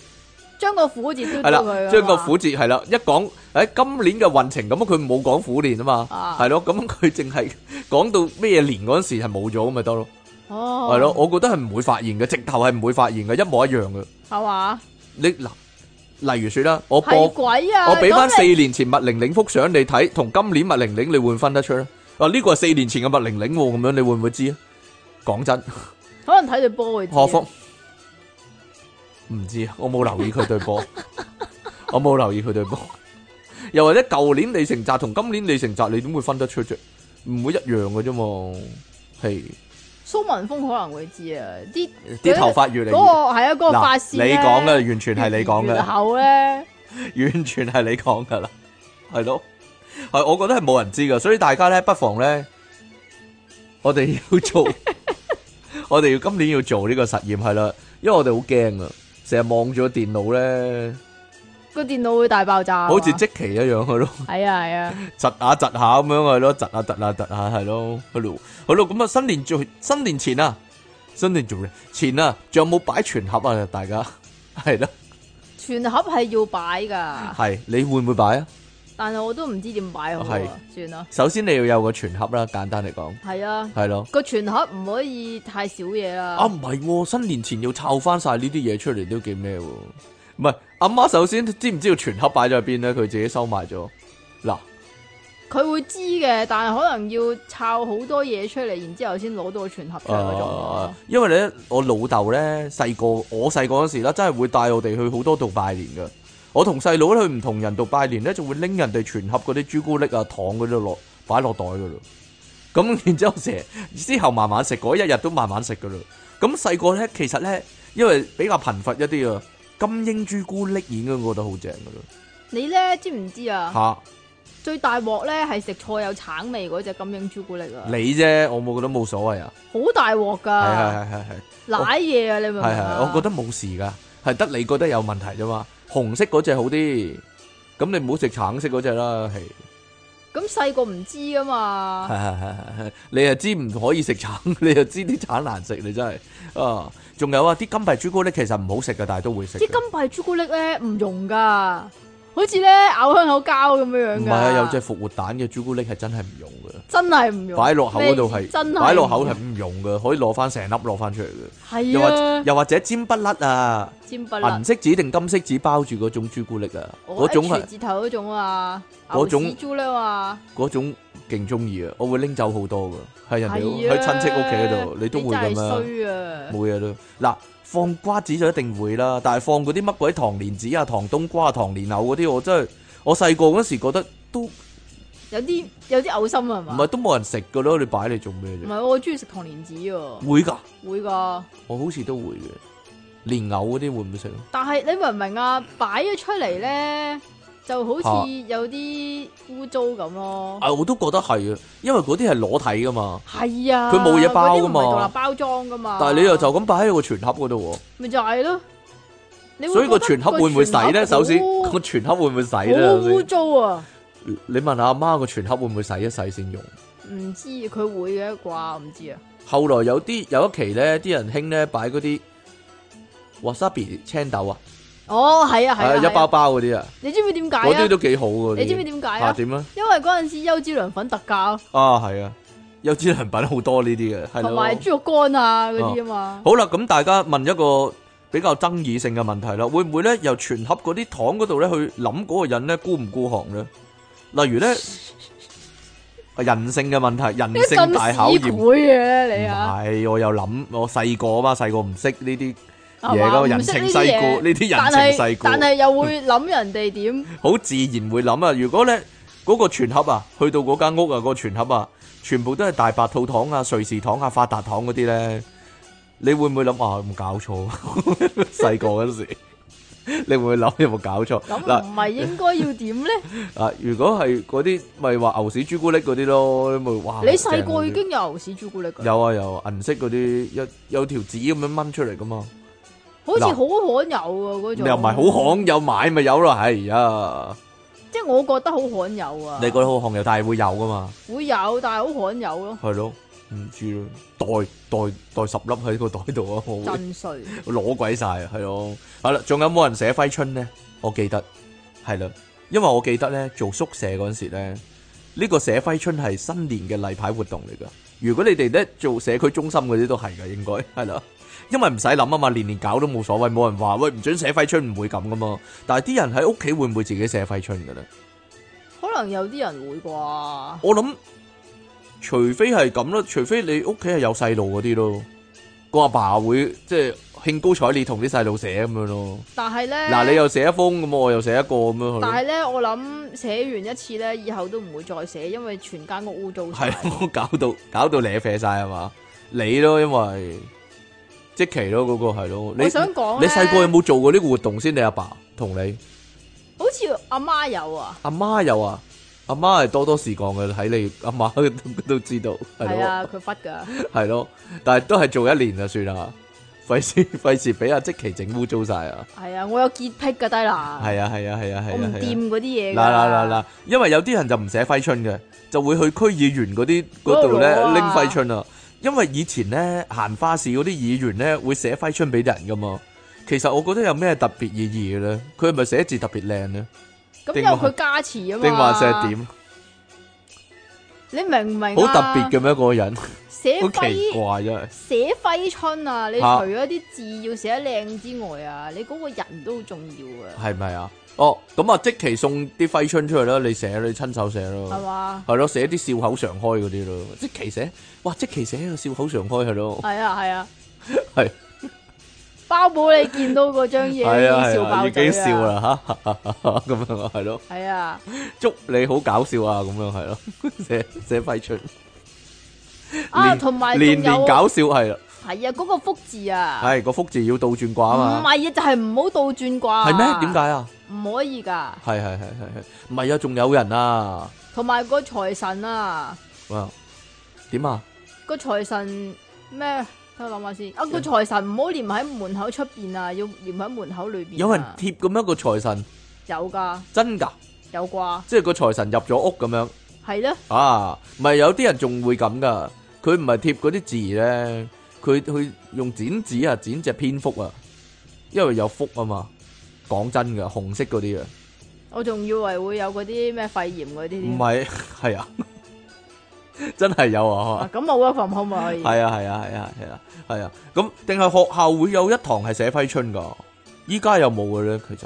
B: 將個虎字嘟
A: 系
B: 咗
A: 啦
B: 佢，，
A: 將個虎，節係啦，一講喺今年嘅運程咁，佢冇講虎年啊嘛
B: 啊，
A: 係咯，咁佢淨係講到咩年嗰陣時係冇咗咪得咯，
B: 哦，
A: 係咯，，我覺得係唔會發現嘅，直頭係唔會發現嘅，一模一樣嘅。
B: 係嘛，
A: 你嗱，例如說啦，我播
B: 係鬼啊，
A: 我俾翻
B: 咁
A: 四年前麥玲玲幅相你睇，同今年麥玲玲你會唔會分得出咧？啊，呢個係四年前嘅麥玲玲喎，咁樣你會唔會知啊？講真，
B: 你可能睇對波會知啊，
A: 何福唔知啊，我冇留意佢對波， 我冇留意佢對波。又或者舊年李成澤同今年李成澤，你點會分得出啫？唔會一樣嘅啫嘛，係
B: 蘇文峰可能會知啊，啲
A: 啲頭髮越嚟越
B: 嗰個係啊，嗰個髮
A: 嗱，
B: 線
A: 你講嘅完全係你講嘅。
B: 後咧，
A: 完全係你講噶啦，係咯，係我覺得係冇人知噶，所以大家咧不妨咧， 我哋要做， 我哋要今年要做呢個實驗係啦，因為我哋好驚啊，成日望住個電腦咧，
B: 個電腦會大爆炸，啊
A: 好似即期一樣係咯，
B: 係啊係啊，
A: 窒下窒下咁樣係咯，窒下窒下窒下係咯，係咯，好咯，咁啊新年做新年前啊，新年做前啊，仲有冇擺全盒啊？大家 係啦，
B: 全盒係要擺㗎，
A: 係你會唔會擺啊？
B: 但係我都唔知點擺好
A: 係
B: 啊，算啦，
A: 首先你要有個全盒啦，簡單嚟講
B: 係啊，
A: 係咯。
B: 個全盒唔可以太少嘢啦
A: 啊，，唔係喎，新年前要摷翻晒呢啲嘢出嚟都幾咩喎？唔係，阿媽首先知唔知道全盒擺咗喺邊咧？佢自己收埋咗。嗱，
B: 佢會知嘅，但係可能要摷好多嘢出嚟，然之後先攞到個全盒出嚟嗰種咯
A: 啊，因為咧，我老豆咧細個，我細個嗰時啦，真係會帶我哋去好多度拜年噶。我同細佬去唔同人度拜年咧，就會拎人哋全盒嗰啲朱古力啊、糖嗰啲落擺落袋噶啦。咁 然之後成日之後慢慢食，嗰一日都慢慢食噶啦。咁細個咧，其實咧，因為比較貧乏一啲啊，金鷹朱古力已經覺得好正噶啦。
B: 你咧知唔知啊？
A: 吓、
B: 最大鑊咧係食菜有橙味嗰只金鷹朱古力啊，
A: 你啫，我冇覺得冇所謂啊。
B: 好大
A: 係
B: 鑊㗎，
A: 係係係係。
B: 舐嘢啊！你明唔明
A: 係係，
B: 啊？
A: 我覺得冇事噶，係得你覺得有問題啫嘛。紅色嗰只好啲，咁你唔好食橙色嗰只啦。係
B: 咁細個唔知噶嘛，
A: 係係係係，你又知唔可以食橙，你又知啲橙難食，你真係啊！仲有啊，啲金幣朱古力其實唔好食噶，但係都會食
B: 啲
A: 嘅。
B: 金幣朱古力咧唔溶噶，好似咧咬香口膠咁樣樣
A: 唔
B: 㗎。
A: 係啊，有隻復活蛋嘅朱古力係真係唔用嘅，
B: 真係唔用，
A: 擺落口嗰度係
B: 真係
A: 擺落口係唔用嘅，可以攞翻成粒攞翻出嚟嘅。又
B: 係
A: 或
B: 啊，
A: 又或者尖不甩啊，
B: 尖不甩
A: 銀色紙定金色紙包住嗰種朱古力啊，
B: 我
A: 嗰種
B: H
A: 係
B: 字頭嗰種啊，
A: 嗰種
B: 牛屎朱啦嘛，
A: 嗰種勁中意啊，我會拎走好多嘅，係人哋
B: 係啊
A: 喺親戚屋企嗰度，你都會咁
B: 你真
A: 樣，
B: 係衰啊！
A: 冇嘢咯。嗱，放瓜子就一定會啦，但係放嗰啲乜鬼糖蓮子啊、糖冬瓜、糖蓮藕嗰啲，我真係我細個嗰時覺得都唔
B: 有啲有啲嘔心啊係嘛？
A: 係都冇人食嘅咯，你擺嚟做咩
B: 唔
A: 啫？
B: 係，我中意食糖蓮子喎，
A: 會㗎。
B: 會㗎。
A: 我好似都會嘅，蓮藕嗰啲會唔會食？
B: 但係你明唔明啊？擺咗出嚟咧，就好似有啲污糟咁咯。
A: 啊，我都覺得係啊，因為嗰啲係裸體㗎嘛，
B: 係啊，
A: 佢冇嘢包㗎嘛
B: 嗰啲唔係獨立包裝噶嘛。
A: 但係你又就咁擺喺個全盒嗰度
B: 咪就係咯，你
A: 喎，
B: 會
A: 所以個
B: 覺得
A: 全盒會唔會洗咧？
B: 個全盒
A: 首先
B: 好
A: 個全盒會唔會洗咧？
B: 好
A: 首
B: 污
A: 先
B: 糟啊！
A: 你問下阿媽個全盒會唔會洗一洗先用？
B: 唔知佢會嘅啩，唔知啊。
A: 後來有啲有一期咧，啲人興咧擺嗰啲 wasabi 青豆啊，
B: 哦，係啊，係啊，
A: 係
B: 係
A: 一
B: 啊
A: 包包嗰啲啊，
B: 你知唔知點解
A: 嗰
B: 啊
A: 啲？都幾好嘅。
B: 你知唔知點解
A: 嚇
B: 啊？
A: 點咧？
B: 因為嗰陣時優之良粉特價，
A: 啊係啊，有啲良品好多呢啲嘅，係
B: 同埋
A: 咯。哦
B: 豬肉乾啊嗰啲啊嘛。
A: 好啦，咁大家問一個比較爭議性嘅問題啦，會唔會咧由全盒嗰啲糖嗰度咧去諗嗰個人咧孤唔孤寒咧？例 如咧人性嘅問題，人
B: 你
A: 性
B: 咁
A: 大考
B: 屎
A: 驗。啊
B: 攰嘅你啊，
A: 係，我有諗，我細個啊嘛，細個唔識呢啲
B: 係
A: 嘢
B: 嘛
A: 噶，人
B: 啊唔識
A: 情
B: 呢啲
A: 世
B: 嘢
A: 故，呢啲
B: 但
A: 人情世
B: 係
A: 故，
B: 但係又會諗人哋點？
A: 好自然會諗啊。如果咧嗰個全盒啊，去到嗰間屋啊，個全盒啊，全部都係大白兔糖啊、瑞士糖啊、發達糖嗰啲咧，你會唔會諗啊？有冇搞錯？ 細個嗰時，你會唔會諗有冇搞錯？
B: 咁
A: 嗱
B: 唔係應該要 點咧？
A: 啊，如果係嗰啲咪話牛屎朱古力嗰啲咯，咪哇！
B: 你細個已
A: 正嗰啲
B: 經有牛屎朱古力㗎，
A: 有啊有啊銀色嗰啲有有條紙咁樣掹出嚟噶嘛。
B: 好似
A: 嗱
B: 好罕有啊嗰種。
A: 又唔係好，罕有買咪有咯，係啊！
B: 即係我覺得好罕有啊。
A: 你覺得好罕有，但係會有噶嘛？
B: 會有，但係好罕有咯，
A: 係咯，唔知咯，袋袋袋十粒喺個袋度啊，我會
B: 真衰。
A: 攞鬼晒啊，係咯。好啦，仲有冇人寫揮春咧？我記得係啦，因為我記得咧做宿舍嗰陣時咧，呢個寫揮春係新年嘅例牌活動嚟噶。如果你哋咧做社區中心嗰啲都係噶，應該係啦。因為唔使諗啊嘛，年年搞都冇所謂，冇人話喂唔准寫揮春，唔會咁噶嘛。但係啲人喺屋企會唔會自己寫揮春噶咧？
B: 可能有啲人會啩，
A: 我諗，除非係咁咯，除非你屋企係有細路嗰啲咯，個阿爸會即係興高采烈同啲細路寫咁樣咯。
B: 但係咧，
A: 嗱，你又寫一封咁，我又寫一個咁樣去咯。
B: 但係咧，我諗寫完一次咧，以後都唔會再寫，因為全間屋污糟晒。
A: 係啊咯， 搞到搞到你啡晒係嘛？你咯，因為即期咯，嗰個係咯。你
B: 我想講
A: 你
B: 咧
A: 細個有冇做過呢個活動先？你阿爸同你
B: 好似阿媽有啊，
A: 阿媽有啊？阿媽係多多事講嘅，睇你阿媽都都知道係
B: 係
A: 咯。
B: 啊，佢忽噶，
A: 系咯，但系都系做一年就算啦，费事 费事俾阿即奇整污糟晒啊！
B: 係啊，我有潔癖噶低啦，
A: 系啊系啊系啊系
B: 我唔
A: 啊系啊！
B: 掂嗰啲嘢㗎。
A: 嗱嗱嗱嗱，因為有啲人就唔寫揮春嘅，就會去區議員嗰啲嗰度咧
B: 嗰度攞啊
A: 拎揮春啊。因為以前咧行花市嗰啲議員咧會寫揮春俾人噶嘛。其實我覺得有咩特別意義嘅咧？佢係咪寫字特別靚咧？
B: 咁
A: 定
B: 因
A: 話
B: 為佢加持啊嘛。
A: 定話係？點？
B: 你明唔明？
A: 好特別。嘅咩？嗰個人好
B: 寫
A: 奇
B: 揮
A: 怪真啊係。
B: 寫揮春啊！你除
A: 嚇
B: 咗啲字要寫得靚之外啊，你嗰個人都好重要啊，
A: 係咪啊？哦，咁啊，即期送啲揮春出去啦，你寫你親手寫
B: 係
A: 咯，
B: 嘛？
A: 係咯，寫啲笑口常開嗰啲咯，即期寫，哇，即期寫個笑口常開係咯，
B: 係啊係啊，
A: 係
B: 包保你見到嗰張嘢 已
A: 係啊
B: 經笑
A: 係啊，
B: 爆
A: 已經
B: 嘴
A: 笑。啦吓，咁樣啊係咯，
B: 係啊，
A: 祝你好搞笑啊，咁樣係咯，寫寫揮春，
B: 啊
A: 連
B: 同埋
A: 年
B: 仲有
A: 年搞笑係啦，
B: 係啊，嗰個福字啊，
A: 係個福字要倒轉掛
B: 唔
A: 啊嘛，
B: 係啊，就係唔好倒轉掛。
A: 係咩？點解啊？
B: 唔可以㗎？
A: 係係係係係，唔係啊，仲有人啊，
B: 同埋個財神啊，
A: 哇，點啊？
B: 個財神咩？等我諗下先。啊，個財神唔好黏喺門口出邊啊，要黏喺門口裏邊啊。
A: 有人貼咁樣個財神，
B: 有㗎，
A: 真㗎，
B: 有啩？
A: 即係個財神入咗屋咁樣。
B: 係咧，
A: 啊，咪有啲人仲會咁噶，佢唔係貼嗰啲字咧，佢佢用剪紙啊剪隻蝙蝠啊，因為有福啊嘛。講真噶，紅色嗰啲啊，
B: 我仲以為會有嗰啲咩肺炎嗰啲
A: 唔
B: 添。
A: 係，係啊， 真係有啊，
B: 啊咁冇 work from home 啊可以。
A: 係啊，係啊，係啊，係啊，係啊，咁定係學校會有一堂係寫揮春噶？依家有冇嘅咧？其實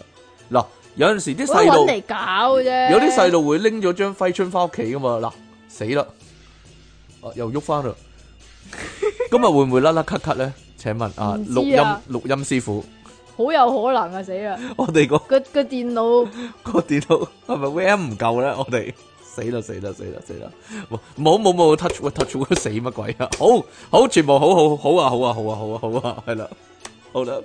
A: 嗱，有陣時啲
B: 我都
A: 細
B: 搵
A: 路。
B: 嚟搞嘅啫。
A: 有啲細路會拎咗張揮春翻屋企噶嘛，嗱死啦，啊又喐 翻啦，今日會唔會甩甩咳咳咧？請問啊，
B: 唔知
A: 錄音
B: 啊
A: 錄音師傅，
B: 好有可能啊死啦！
A: 我哋個
B: 個個電腦
A: 個電腦係咪 RAM 唔夠咧？我哋死啦死啦死啦死啦！冇冇冇 touch wood, touch wood，死乜鬼啊！好好全部好好好啊好啊好啊好啊好啊係啦，好啦。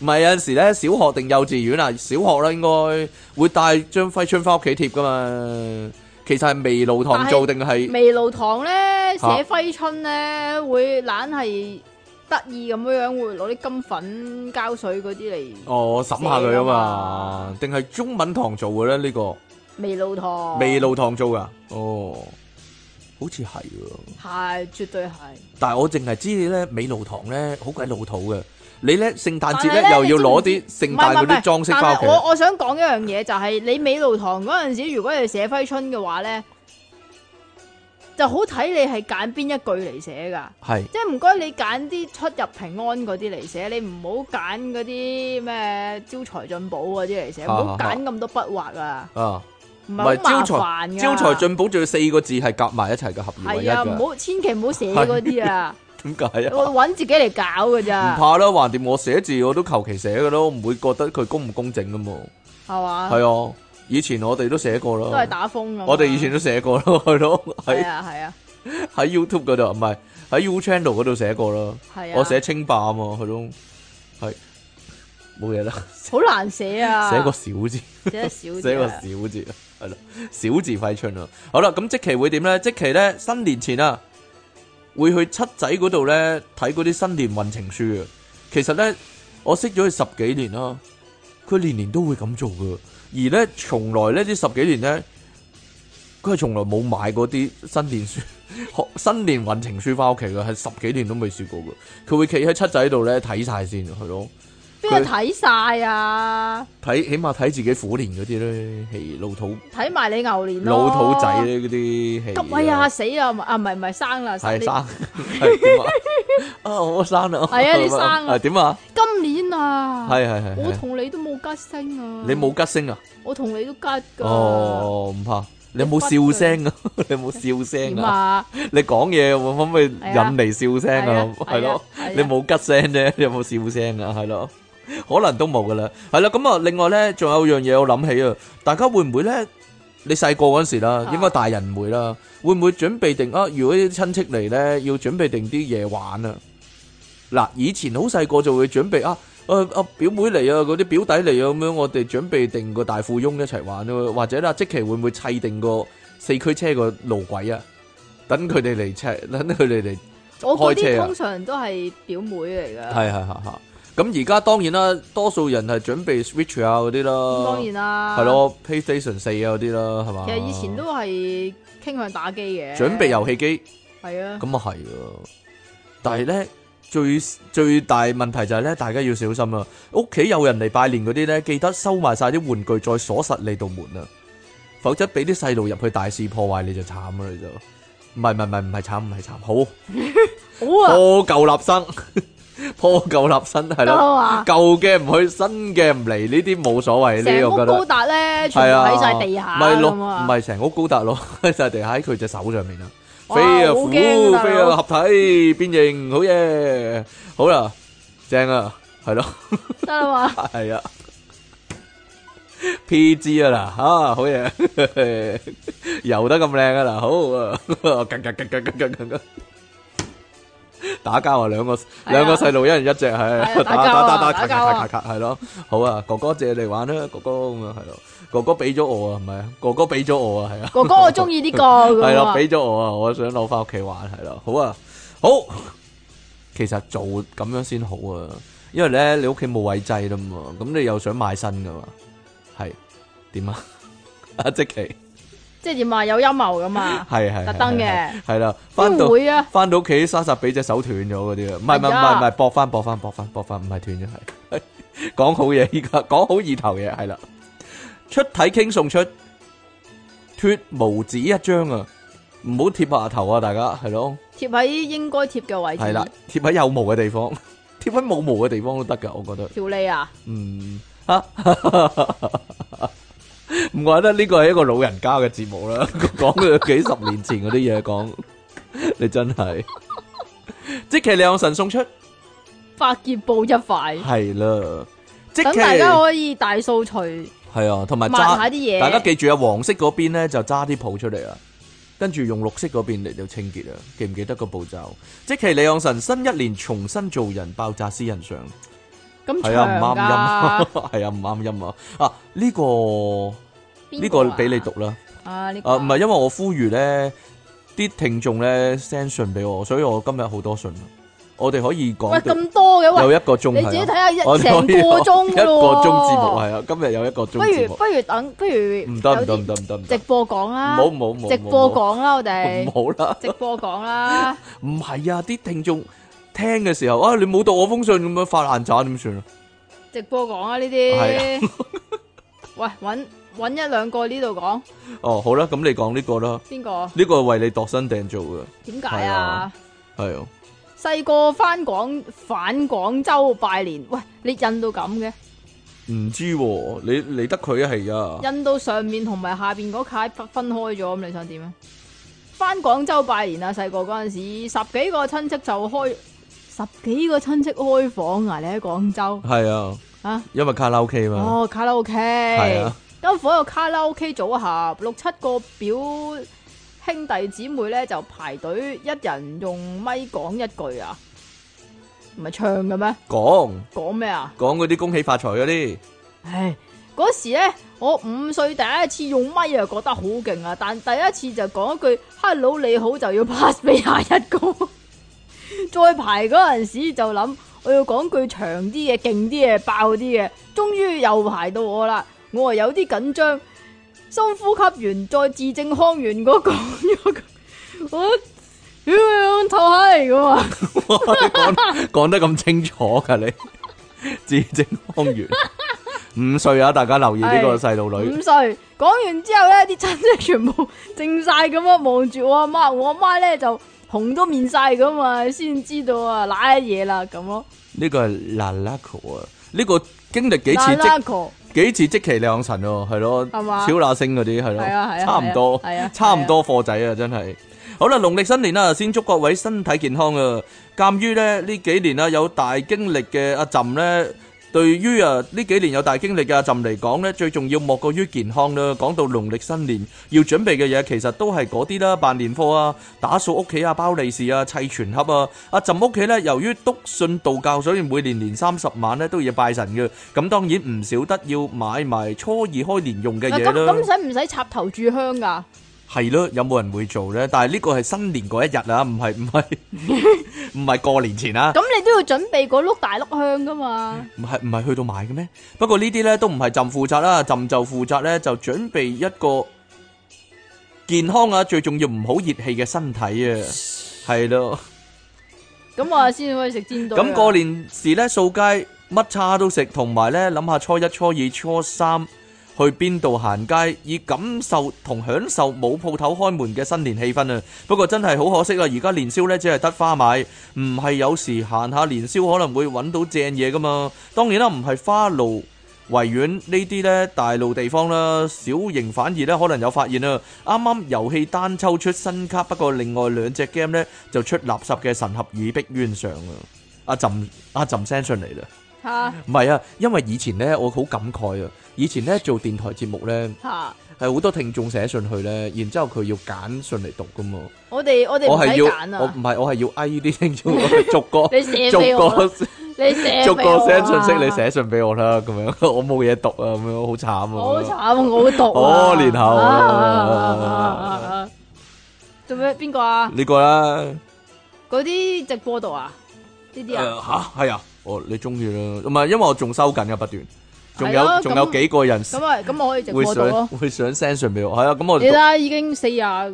A: 唔係有陣時咧，小學定幼稚園啊，小學啦應該會帶張揮春翻屋企貼噶嘛。其實係微露堂做定係
B: 微露堂咧
A: 嚇
B: 寫揮春咧會懶係得意咁樣樣，會攞啲金粉膠水嗰啲嚟
A: 哦審下佢啊
B: 寫㗎
A: 嘛
B: 嘛？
A: 定係中文堂做嘅咧？呢、個
B: 微露堂。
A: 微露堂做噶，哦，好似係喎。
B: 係絕對係。
A: 但係我淨係知咧，美露堂咧好鬼老土嘅。你咧聖誕節咧
B: 但係呢
A: 又要攞啲
B: 你知唔知
A: 聖誕嗰啲裝飾翻
B: 唔係唔係唔係但係
A: 屋
B: 我我想講一樣嘢，就係、你美露堂嗰陣時，如果你寫揮春嘅話咧，就好睇你係揀邊一句嚟寫㗎。
A: 企，係
B: 即係唔該你揀啲出入平安嗰啲嚟寫，你唔好揀嗰啲咩招財進寶嗰啲嚟寫，唔好揀咁多筆畫啊，
A: 啊，
B: 唔
A: 唔
B: 係
A: 係
B: 好麻
A: 招
B: 煩
A: 財
B: 㗎。
A: 招財進寶，仲要四個字係夾埋一齊嘅合二為一
B: 係啊，唔
A: 嘅。
B: 好千祈唔好寫嗰啲啊，
A: 點解
B: 我
A: 啊？
B: 揾自己嚟搞㗎
A: 唔
B: 咋，
A: 怕啦，橫掂我寫字我都求其寫嘅咯，唔會覺得佢公唔公正噶嘛。
B: 係嘛？
A: 係啊，以前我哋都寫過
B: 都係
A: 啦，
B: 打風咁啊。
A: 我哋以前都寫過啦，係咯，
B: 係
A: 喺
B: 啊係啊
A: 喺 YouTube 嗰度，唔係喺 U Channel 嗰度寫過啦。
B: 係啊，
A: 我寫清霸啊嘛，係咯，係冇嘢啦。
B: 好難寫啊，
A: 寫個小字，
B: 寫得少
A: 寫
B: 啲
A: 個
B: 啊，
A: 小字，係咯，小字揮春啊！好啦，咁即期會點咧？即期咧新年前啊，會去七仔嗰度咧睇嗰啲新年運程書啊。其實咧，我識咗佢十幾年啦，佢年年都會咁做噶，而咧從來呢，呢十幾年咧，佢係從來冇買過啲新年書。 學新年運程書翻屋企噶，係十幾年都未試過噶。佢會企喺七仔度咧睇晒先，係咯。
B: 邊個睇晒啊？
A: 睇起碼睇自己苦年嗰啲咧，係老土
B: 睇埋你牛年咯，
A: 老土仔咧嗰啲戲。啊
B: 急，哎呀死啦！啊唔係唔係生啦，
A: 係
B: 你
A: 生係點 啊？啊我生啦，
B: 係啊你生啊
A: 係點 啊？
B: 今年啊，
A: 係係係
B: 我
A: 係，
B: 同你都冇吉星啊！
A: 你冇吉星啊？
B: 我同你都吉噶。
A: 哦，唔怕。你有冇笑聲 啊？ 你有冇笑
B: 點
A: 聲啊？
B: 啊？
A: 你講嘢有冇可唔可以引嚟笑聲啊？係
B: 係
A: 咯
B: 啊，係啊
A: 你冇吉聲啫，你有冇笑聲啊？係咯，可能都冇噶啦。係啦，咁啊，另外咧，仲有樣嘢我諗起啊，大家會唔會咧？你細個嗰陣時啦，
B: 啊
A: 應該大人唔會啦，會唔會準備定啊？如果啲親戚嚟咧，要準備定啲嘢玩啊？嗱，以前好細個就會準備啊，誒、啊表妹嚟啊，嗰啲表弟嚟啊，咁樣我哋準備定個大富翁一齊玩啊，或者啦，即期會唔會砌定個四驅車個路軌啊？等佢哋嚟砌，等佢哋嚟，
B: 我嗰
A: 開
B: 啲
A: 車啊
B: 通常都係表妹嚟噶。
A: 係係係係。咁而家當然啦，多數人係準備 Switch 啊嗰啲
B: 咁
A: 啦，
B: 當然啦。
A: 係。咯，PlayStation 四啊嗰啲啦，係嘛？
B: 其實以前都係傾向打機嘅。
A: 準備。遊戲機。
B: 係啊。
A: 咁啊係啊，但係咧最最大問題就係咧，大家要小心啊！屋企有人嚟拜年嗰啲咧，記得收埋晒啲玩具，再鎖實你道門啊！否則俾啲細路入去大肆破壞，你就慘啦！你就唔係唔係唔係唔係慘唔係慘，好
B: 好啊。
A: 破舊立新， 破舊立新係
B: 得
A: 咯，
B: 啊嘛。
A: 舊嘅唔去，新嘅唔嚟，呢啲冇所謂呢，
B: 成
A: 我
B: 屋
A: 覺
B: 高
A: 得
B: 達咧，全
A: 係
B: 部
A: 啊，
B: 喺晒地下
A: 唔係
B: 咁
A: 咯，
B: 啊。
A: 唔係成屋高達咯， 喺晒地下喺佢隻手上面啊！
B: 哇
A: 飛啊
B: 好
A: 虎，
B: 驚啊
A: 飛啊合體變形，好嘢！好啦，正啊，係咯，
B: 得啦嘛。
A: 係啊，PG 啊啦，啊好嘢，游得咁靚啊啦，好啊，格格格格格格格，打交啊，兩個兩個細路一人一隻，係
B: 係
A: 打
B: 啊打交
A: 打
B: 啊
A: 打打，
B: 打
A: 咔
B: 交啊
A: 咔咔咔，係咯，好啊，哥哥借嚟玩啦，哥哥咁啊，係咯，哥哥俾咗我啊，唔係啊，哥哥俾咗我啊，係啊。
B: 哥哥，我中意呢個咁啊。
A: 系啦，俾咗我啊，我想攞翻屋企玩，系啦，好啊，好。其實做咁樣先好啊，因為咧你屋企冇位制啦嘛，咁你又想買新噶嘛，係點啊？ 阿即奇
B: 即係點啊？有陰謀噶嘛？
A: 係係
B: 特登，
A: 係
B: 嘅
A: 係係啦，翻
B: 邊
A: 到
B: 會啊？
A: 翻到屋企，莎莎俾隻手斷咗嗰啲啊，唔係唔係唔
B: 哎
A: 係
B: 呀
A: 唔係，搏翻搏 翻搏翻搏翻，唔係斷咗係。係講好嘢，依家講好意頭嘢係啦。出體傾送出脱毛紙一張啊！唔好貼下頭啊，大家係咯，
B: 貼喺應該貼嘅位置。
A: 係啦，
B: 嗯
A: 貼喺有毛嘅地方，貼喺冇毛嘅地方都得噶，我覺得。
B: 條脷啊，
A: 嗯， 吓，唔怪得呢個係一個老人家嘅節目啦， 講佢幾十年前嗰啲嘢講， 你真係，即其兩神送出
B: 發結布一塊，
A: 係啦，即
B: 等
A: 其
B: 大家可以大掃除，
A: 係啊，同埋
B: 抹
A: 揸
B: 下啲，嘢。
A: 大家記住啊，黃色嗰邊咧就揸啲泡出嚟啊。跟住用綠色嗰邊嚟到清潔啊，記唔記得個步驟？即其李昂神新一年重新做人，爆炸私人相。
B: 咁
A: 係啊，唔
B: 長
A: 啱
B: 噶
A: 音，， 係啊，唔啱音啊！啊，呢個
B: 邊
A: 呢個
B: 啊
A: 俾你讀啦。
B: 啊？呢個
A: 啊，唔係因為我呼籲咧，啲聽眾咧 send 信俾我，所以我今日好多信。啊我哋可以
B: 喂
A: 講到
B: 咁多嘅
A: 有
B: 喂，
A: 一個鐘
B: 你自己睇
A: 係啊，
B: 下一
A: 我哋
B: 成
A: 可以
B: 個
A: 有
B: 鐘
A: 一個
B: 噶咯
A: 鐘
B: 喎
A: 節目係啊，今日有一個鐘
B: 不
A: 節
B: 如
A: 目
B: 不，如等不如
A: 唔得唔
B: 有
A: 得
B: 啲
A: 唔得唔得唔得
B: 直，播講
A: 唔
B: 啦，
A: 好唔好唔好
B: 直播講啦，我哋
A: 唔好啦，
B: 直播講 啦，
A: 唔係啊，啲聽眾聽嘅時候啊，你冇讀我封信咁樣發爛渣點算啊？
B: 直播講啊呢
A: 係
B: 啲。喂，揾揾一兩個呢度講
A: 哦，好啦，咁你講呢個啦，
B: 邊個？
A: 呢個係為你度身訂做嘅，
B: 點
A: 係
B: 解
A: 啊
B: 啊？
A: 係啊。
B: 細個翻廣返廣州拜年，喂，你印到咁嘅，
A: 唔知喎、你理得佢係啊，
B: 印到上面同埋下邊嗰塊分分開咗，咁你想點啊？翻廣州拜年啊，細個嗰陣時，十幾個親戚就開十幾個親戚開房啊！你喺廣州
A: 係啊，
B: 啊？
A: 因為卡拉 OK 嘛，
B: 哦，卡拉 OK，
A: 係啊，
B: 間房有卡拉 OK 組合，六七個表兄弟姊妹咧就排隊，一人用咪講一句啊，唔係唱嘅咩？
A: 講
B: 講咩啊？
A: 講嗰啲恭喜發財嗰啲，
B: 唉，嗰時咧，我五歲第一次用咪啊，覺得好勁啊！但第一次就講一句 hello 你好就要 pass 俾下一個。 再排嗰陣時就諗，我要講句長啲嘅、勁啲嘅、爆啲嘅。終於又排到我啦，我啊有啲緊張，深呼吸完再字正腔圓嗰講咗句， 我屌你老母臭閪咁啊！
A: 哇你講講得咁清楚㗎你， 字正腔圓，五歲啊，大家留意呢個
B: 係
A: 細路
B: 五
A: 女，
B: 歲講完之後咧，啲親戚全部靜晒咁樣望住我阿媽，我阿媽咧就紅都面晒咁啊，先知道啊，濑嘢啦咁咯。
A: 呢個係 Lalaco 啊，呢個經歷幾
B: 嗱
A: 次
B: 嗱個
A: 即幾次即其兩神喎，係咯，
B: 係嘛
A: 超那星嗰啲係
B: 係啊係
A: 咯，
B: 啊
A: 差唔多
B: 係啊係啊，
A: 差唔多貨仔啊，真係。好啦，農曆新年啦，先祝各位身體健康啊！鑑於咧呢幾年啊有大經歷嘅阿朕咧，對於啊呢幾年有大經歷嘅阿啊朕嚟講咧，最重要莫過於健康啦。講到農曆新年要準備嘅嘢，其實都係嗰啲啦，辦年貨啊、打掃屋企啊、包利是啊、砌全盒啊。阿朕屋企咧，由於篤信道教，所以每年年三十晚咧都要拜神嘅。咁當然唔少得要買埋初二開年用嘅
B: 嗱
A: 嘢
B: 啊咁
A: 啦。
B: 咁使唔使插頭炷香噶？
A: 係咯，有冇人會做咧？但係呢個係新年嗰一日啊，唔係唔 係唔係過年前啊，
B: 咁你都要準備嗰碌大碌香噶嘛？
A: 唔係唔係去到買嘅咩？不過呢啲咧都唔係朕負責啦，朕就負責咧就準備一個健康啊，最重要唔好熱氣嘅身體啊，係咯。
B: 咁我先可以食煎堆啊。
A: 咁過年時咧掃街乜叉都食，同埋咧諗下初一、初二、初三去邊度行街，以感受同享受冇鋪頭開門嘅新年氣氛啊！不過真係好可惜啊，而家年宵咧只係得花買，唔係有時行下年宵可能會揾到正嘢噶嘛。當然啦，唔係花路。維園呢啲呢大路地方啦，小型反而呢可能有發現啦。啱啱遊戲單抽出新卡，不過另外兩隻 game 呢就出垃圾嘅神合與碧淵上啊！阿朕阿朕 send 信嚟啦，
B: 吓
A: 唔係啊，因為以前呢我好感慨啊，以前呢做電台節目呢
B: 吓，
A: 係好多聽眾寫信去呢，然之後佢要揀信嚟讀噶嘛，
B: 我哋我哋
A: 我
B: 唔
A: 係
B: 使
A: 要
B: 揀
A: 我
B: 啊！
A: 唔係我係要哀啲 聽眾逐個
B: 你寫
A: 逐
B: 俾我啊，
A: 個。
B: 你寫
A: 逐
B: 俾
A: 個
B: 我啊
A: send 信息你，寫信俾我啦，咁樣 我冇嘢讀啊，咁樣好慘
B: 好
A: 啊咁
B: 慘
A: 樣。
B: 啊，我好毒啊！
A: 哦年後
B: 啊啊啊啊做咩？邊個啊？
A: 呢個啦，
B: 嗰啲直播度啊？呢
A: 誒
B: 啲啊？
A: 吓係啊，哦你中意啦，唔係因為我仲收緊嘅不斷，仲
B: 係
A: 有
B: 咯
A: 仲有
B: 咁
A: 幾個人
B: 咁啊，咁我可以直
A: 會
B: 播到
A: 想
B: 咯。
A: 會想 send 信俾我，係啊，咁我
B: 你
A: 讀
B: 啦，已經四廿
A: 啊，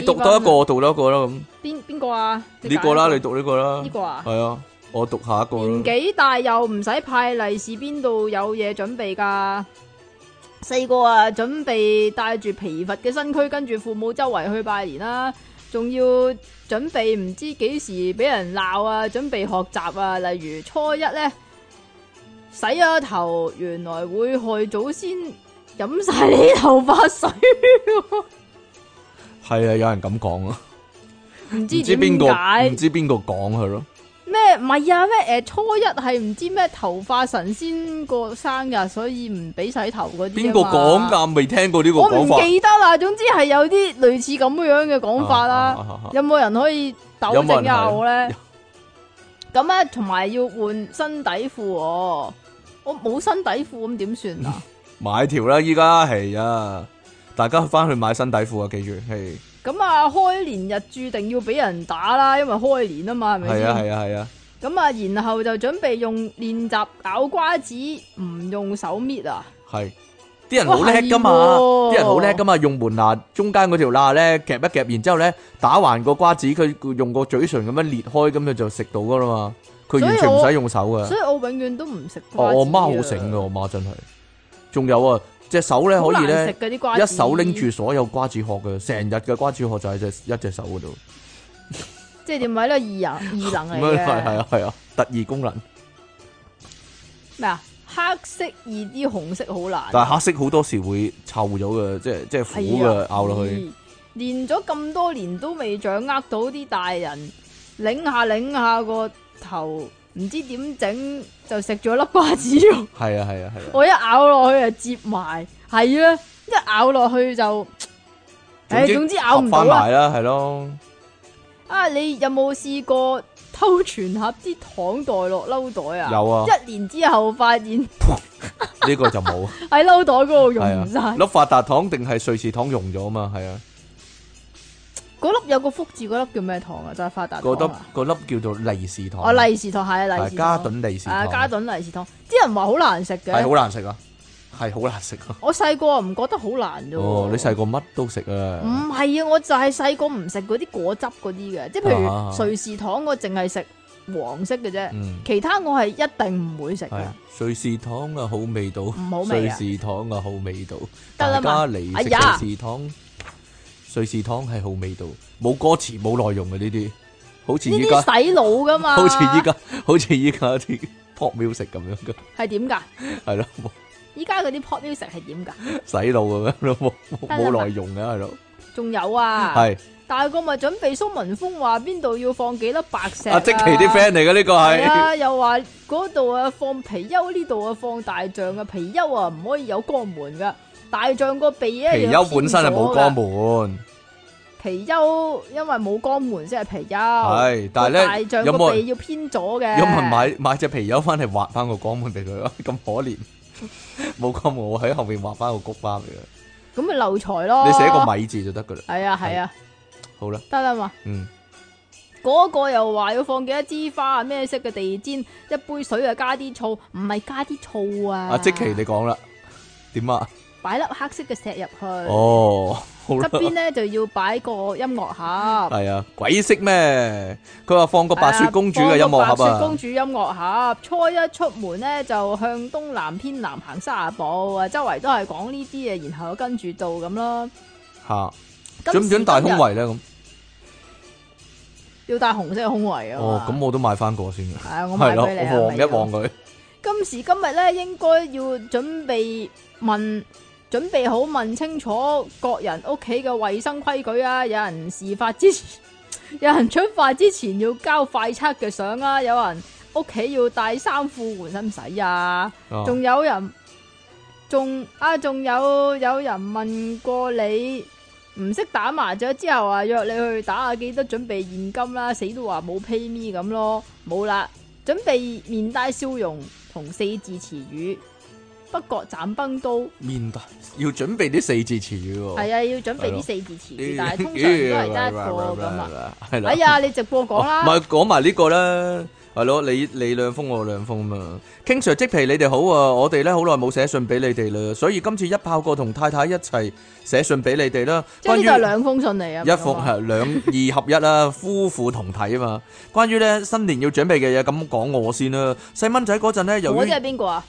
A: 你讀多一
B: 分
A: 個，
B: 啊
A: 我讀多一個啦，咁
B: 邊邊個啊？
A: 呢個啦，
B: 揀
A: 你讀呢個啦
B: 呢，個啊？
A: 係啊，我讀下一個
B: 年
A: 啦，
B: 紀大又唔使派利是，邊度有嘢準備㗎？細個啊，準備帶住疲乏嘅身軀，跟住父母周圍去拜年啦，仲要準備唔知幾時俾人鬧啊，準備學習啊，例如初一呢，洗咗頭，原來會害祖先飲晒你啲頭髮水，
A: 係啊，有人咁講啊，
B: 唔
A: 唔
B: 知
A: 知
B: 點
A: 邊個，唔
B: 解
A: 知邊個講佢咯，
B: 咩唔係啊咩誒、初一係唔知咩頭髮神仙個生日，所以唔俾洗頭嗰啲啊嘛。
A: 邊個講㗎？未聽過呢個
B: 我唔
A: 講法，
B: 記得啦，總之係有啲類似咁樣嘅講法啦。
A: 啊啊啊啊
B: 有冇人可以糾正一下我
A: 有
B: 咧？咁咧，同埋要換新底褲喎，我冇新底褲咁點 算啊？
A: 買條啦，依家係啊，大家翻去買新底褲啊，記住係
B: 咁啊，開年日注定要俾人打啦，因為開年啊嘛，係咪
A: 係啊
B: 先？
A: 係啊係啊，
B: 咁啊，然後就準備用練習咬瓜子，唔用手搣啊！
A: 係啲人好叻噶嘛，
B: 哇係喎
A: 啲人好叻噶嘛，用門牙中間嗰條罅咧夾一夾，然之後咧打橫個瓜子，佢用個嘴唇咁樣裂開，咁佢就食到噶啦嘛，佢完全唔
B: 所以我
A: 使用手噶。
B: 所以我永遠都唔食瓜
A: 啊哦，
B: 子。
A: 我媽好醒噶，，我媽真係。仲有啊，隻手咧
B: 好
A: 可以
B: 難食
A: 咧，
B: 嘅啲瓜子，
A: 一手拎住，所有瓜子殼嘅，成日嘅瓜子殼就喺隻一隻手嗰度。
B: 即係點解咧？異能異能
A: 咁
B: 嚟
A: 樣係
B: 嘅
A: 係啊係啊，特異功
B: 嗯
A: 能。
B: 咩啊？黑色易啲，紅色好難。
A: 但係黑色好多時會臭咗嘅，即係即
B: 哎
A: 係苦
B: 嗯
A: 嘅咬落去。
B: 咦。練咗咁多年都未掌握到啲大人，擰下擰下個頭，唔知點整就食咗粒瓜子肉。
A: 係啊係啊係啊，
B: 我一咬落去就接埋，係啊，一咬落去就，唉，總之咬唔到
A: 合翻
B: 啦。
A: 埋啦，係咯。
B: 啊，你有冇試過偷全盒啲糖袋落褸袋啊？
A: 有啊
B: 一年之後發現
A: 呢個就冇，
B: 喺褸袋嗰度
A: 係
B: 用唔晒，
A: 啊，粒發達糖定係瑞士糖溶咗啊嘛，係啊，
B: 嗰粒有個福字，嗰粒叫咩糖啊？就係發達
A: 嗰
B: 糖
A: 粒
B: 啊！
A: 嗰粒叫做利是糖，
B: 哦，利是糖係啊，利
A: 係
B: 是
A: 加
B: 糖。
A: 頓利是
B: 啊，
A: 糖，
B: 加頓利是糖，啲人話好難食
A: 係
B: 嘅。
A: 好難食啊，係好難食啊。
B: 我細個唔覺得好難啫喎。
A: 哦，你細個乜都食啊
B: 唔？係啊，我就係細個唔食嗰啲果汁嗰啲嘅，即係
A: 啊
B: 譬如瑞士糖，我淨係食黃色嘅啫，
A: 嗯，
B: 其他我係一定唔會食
A: 係
B: 嘅。
A: 瑞士糖啊，好味道，
B: 唔好味
A: 瑞
B: 啊！
A: 士糖啊，好味道，
B: 得
A: 大
B: 啦
A: 家
B: 嘛
A: 嚟
B: 哎呀
A: 食瑞士糖，瑞士糖係好味道，冇歌詞冇內容嘅呢啲，好似
B: 呢
A: 依
B: 啲
A: 家，
B: 洗腦噶 嘛，
A: 好似依家，好似依家啲 pop music 咁樣嘅，
B: 係點㗎？
A: 係咯，冇
B: 依家嗰啲 pop music 係點㗎？
A: 洗腦咁樣咯，冇冇
B: 得啦嘛
A: 冇內容嘅係咯，
B: 仲有啊，
A: 係
B: 大個咪準備蘇文峰話邊度要放幾粒白石啊
A: 啊阿即奇啲 friend 嚟嘅呢個
B: 係
A: 係，
B: 啊，又話嗰度啊放貔貅，呢度啊放大象啊，貔貅啊唔可以有肛門噶，大象個鼻咧
A: 貔貅本身係冇肛，門。
B: 貔貅因為冇肛門先係貔貅，
A: 係但係咧
B: 個大象
A: 有冇
B: 個
A: 人
B: 鼻要偏左嘅，
A: 有冇人買買隻貔貅翻嚟畫翻個肛門俾佢啊？ 咁可憐，冇咁我喺後面畫翻個菊花俾佢。
B: 咁咪漏財咯，
A: 你寫個米字就得噶啦。
B: 係啊係啊，
A: 好啦，
B: 得啦嘛。
A: 嗯，
B: 嗰個又話要放幾多枝花啊，咩色嘅地氈，一杯水啊加啲醋，唔係加啲醋啊。
A: 阿即奇你講啦，點啊？
B: 擺粒黑色嘅石入去，
A: 哦，好啦
B: 哎側，邊咧就要擺個音樂盒。
A: 係啊，鬼識咩？佢話放個白雪公主嘅音樂
B: 啊
A: 盒
B: 放個白雪公
A: 啊，
B: 主音樂盒，初一出門咧就向東南偏南行三十步啊，周圍都係講呢啲嘢，然後跟住到咁咯。
A: 吓
B: 今
A: 準唔
B: 時今
A: 準
B: 日
A: 大胸圍咧？咁
B: 要戴紅色嘅胸圍啊嘛。
A: 哦，咁我都買翻個先啊，
B: 係啊，我
A: 係
B: 買
A: 咯，
B: 俾你啊
A: 我望一。
B: 咪
A: 望
B: 要
A: 佢，
B: 今時今日咧，應該要準備問。準備好問清楚各人屋企嘅衛生規矩啊！有人事發之前， 有人出發之前要交快測嘅相啊！有人屋企要帶衫褲換身洗啊！
A: 啊
B: 仲有人，仲啊，仲有有人問過你唔識打麻雀之後啊，約你去打啊，記得準備現金啦，死都話冇 pay me 咁咯，冇啦，準備面帶笑容同四字詞語，不覺斬崩刀，
A: 面大要準備啲四字詞語喎。
B: 係啊，要準備
A: 係咯
B: 啲四字詞語
A: 呢，
B: 但係通常都係得一個咁啊。，
A: 係啦
B: 哎。呀，你直播講啦，
A: 咪講埋呢個啦，係咯，你你兩封我兩封嘛。King Sir 即皮你哋好啊，我哋咧好耐冇寫信俾你哋啦，所以今次一炮過同太太一齊寫信俾你哋啦。
B: 即係呢
A: 關
B: 就係
A: 於
B: 兩封信嚟啊，
A: 一封
B: 咁啊
A: 係兩二合一 啦，夫婦同體啊嘛。關於咧新年要準備嘅嘢，咁講我先啦。細蚊仔嗰陣咧，由
B: 我
A: 於
B: 即係邊個啊？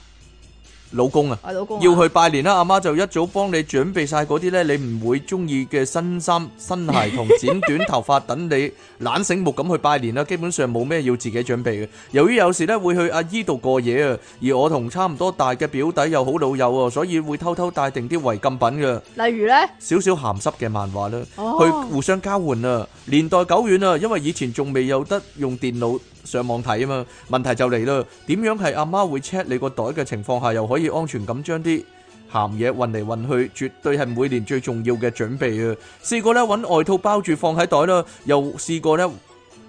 A: 老公啊，
B: 啊老公啊
A: 要去拜年啦，阿媽就一早幫你準備晒嗰啲咧，你唔會中意嘅新衫、新鞋同剪短頭髮，等你 懶醒目咁去拜年啦。基本上冇咩要自己準備嘅。由於有時咧會去阿姨度過夜啊，而我同差唔多大嘅表弟又好老友啊，所以會偷偷帶定啲違禁品嘅。
B: 例如咧，
A: 少少鹹濕嘅漫畫啦，
B: 哦
A: 去互相交換啊。年代久遠啊啦，因為以前仲未有得用電腦上網睇啊嘛。問題就嚟啦，點樣係阿媽會 check 你個袋嘅情況下，又可以安全咁將啲鹹嘢運嚟運去，絕對係每年最重要嘅準備啊！試過咧揾外套包住放喺袋啦，又試過咧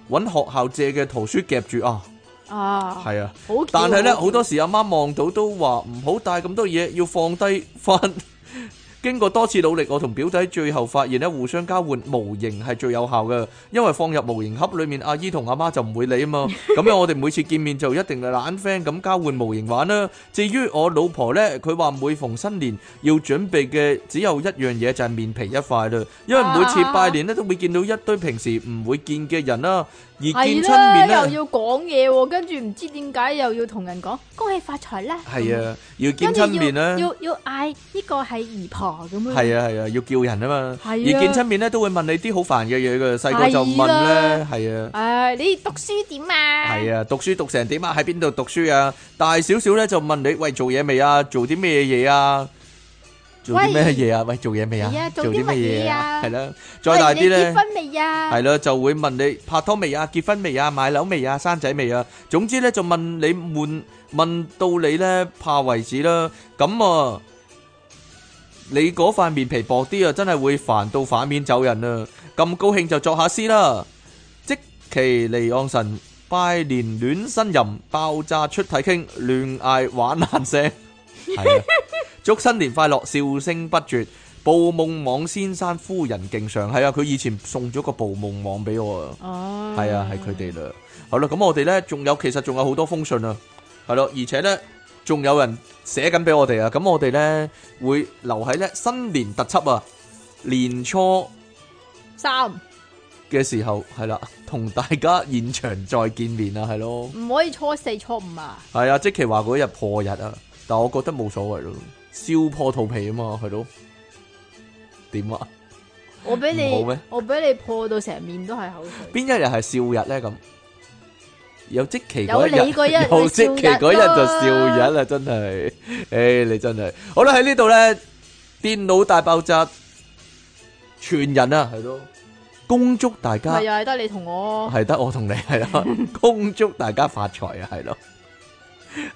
A: 揾學校借嘅圖書夾住啊，
B: 啊，
A: 係啊。
B: 好巧，
A: 但係咧，
B: 巧
A: 好多時阿媽望到都話唔好帶咁多嘢，要放低翻。 經過多次努力，我同表弟最後發現咧，互相交換模型係最有效嘅，因為放入模型盒裏面，阿姨同阿媽就唔會理 啊嘛。咁樣我哋每次見面就一定係懶 friend 咁交換模型玩啦。至於我老婆呢，佢話每逢新年要準備嘅只有一樣嘢就係面皮一塊啦，因為每次拜年呢都會見到一堆平時唔會見嘅人啦，而見
B: 係
A: 親
B: 啦，
A: 面啊呢
B: 又。要講嘢喎，跟住唔知點解又要同人講恭喜發財啦，
A: 系啊，要見
B: 咁，跟
A: 親
B: 住
A: 面
B: 要
A: 啦，
B: 要要嗌呢個係姨婆咁樣，
A: 係啊係啊，要叫人啊嘛。
B: 嗯係啊
A: 而見親面咧都會問你啲好煩嘅嘢嘅，細個就問
B: 係啊
A: 咧，係啊。
B: 唉，你讀書點啊？
A: 係啊，讀書讀成點啊？喺邊度讀書啊？大少少咧就問你喂做嘢未啊？做啲咩嘢啊？做啲咩嘢啊？喂做嘢未啊
B: 係啊？做
A: 做
B: 啲
A: 啲乜嘢
B: 乜嘢啊
A: 啊？係啦，
B: 喂
A: 再大啲
B: 你
A: 咧
B: 結。婚未啊？
A: 係啦，就會問你拍拖未啊、結婚未啊、買樓未啊、生仔未啊，總之咧就問你悶，問到你咧怕為止啦。咁啊，你嗰塊面皮薄啲啊，真係會煩到反面走人啊！咁高興就作下詩啦，即其離岸神拜年戀新人，爆炸出體傾，亂嗌 玩爛聲，係啊！祝新年快樂，笑聲不絕。捕夢網先生夫人敬上，係啊，佢以前送咗個捕夢網俾我啊，
B: 哦，
A: 係啊，係佢哋啦。好啦，咁我哋咧仲有，其實仲有好多封信啊，係咯，而且咧仲有人寫緊俾我哋啊，咁我哋咧會留喺咧新年特輯啊，年初
B: 三
A: 嘅時候係啦，同大家現場再見面啊，係咯，
B: 唔可以初四初五啊？
A: 係啊，即其話嗰日破日啊，但我覺得冇所謂咯，燒破肚皮啊嘛，係咯，點啊？
B: 我俾
A: 唔好
B: 你
A: 咩，
B: 我俾你破到成面都係口水。
A: 邊一日係笑日咧？咁有即期
B: 有
A: 嗰一
B: 你嗰一日
A: 日， 有即期嗰一日就笑日啦，真係，誒你真係，好啦喺呢度咧，電腦大爆炸，全人啊，係咯，恭祝大家
B: 咪又係得你同我，
A: 係啊得我同你係 啦，恭祝大家發財啊，係咯，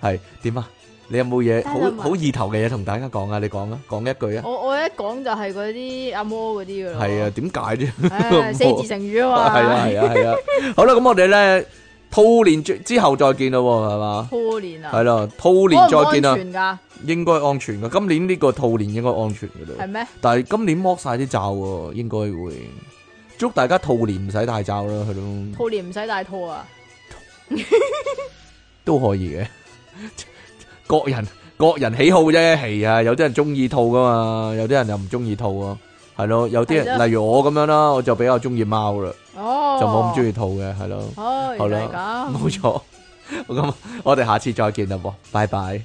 A: 係點啊？你有冇嘢
B: 得啦嘛
A: 好好意頭嘅嘢同大家講啊？你講啊，講一句啊，
B: 我我一講就係嗰啲阿摩嗰啲噶啦。
A: 係啊，點解啫？
B: 唉，四字成語啊嘛。
A: 系啊系啊系啊，好啦，咁我哋咧兔年之之后再见咯，系嘛？
B: 兔年啊，
A: 系啦，兔年再啊见
B: 安唔安
A: 啦，
B: 全噶，
A: 应该安全噶。今年呢个兔年应该安全噶
B: 係
A: 啦，
B: 咩？
A: 但系今年剥晒啲罩喎，应该会。祝大家兔年唔使戴罩啦，系咯，
B: 兔年唔使戴套啊，
A: 都可以嘅。 各人各人喜好啫，係啊，有啲人中意兔噶嘛，有啲人又唔中意兔啊，係咯，有啲
B: 係
A: 人
B: 咯
A: 例如我咁樣啦，我就比較中意貓啦，
B: 哦，
A: 就冇咁中意兔嘅，係咯。
B: 哦，
A: 好
B: 原
A: 啦
B: 來係咁。
A: 冇錯。咁我哋下次再見啦噃，拜拜。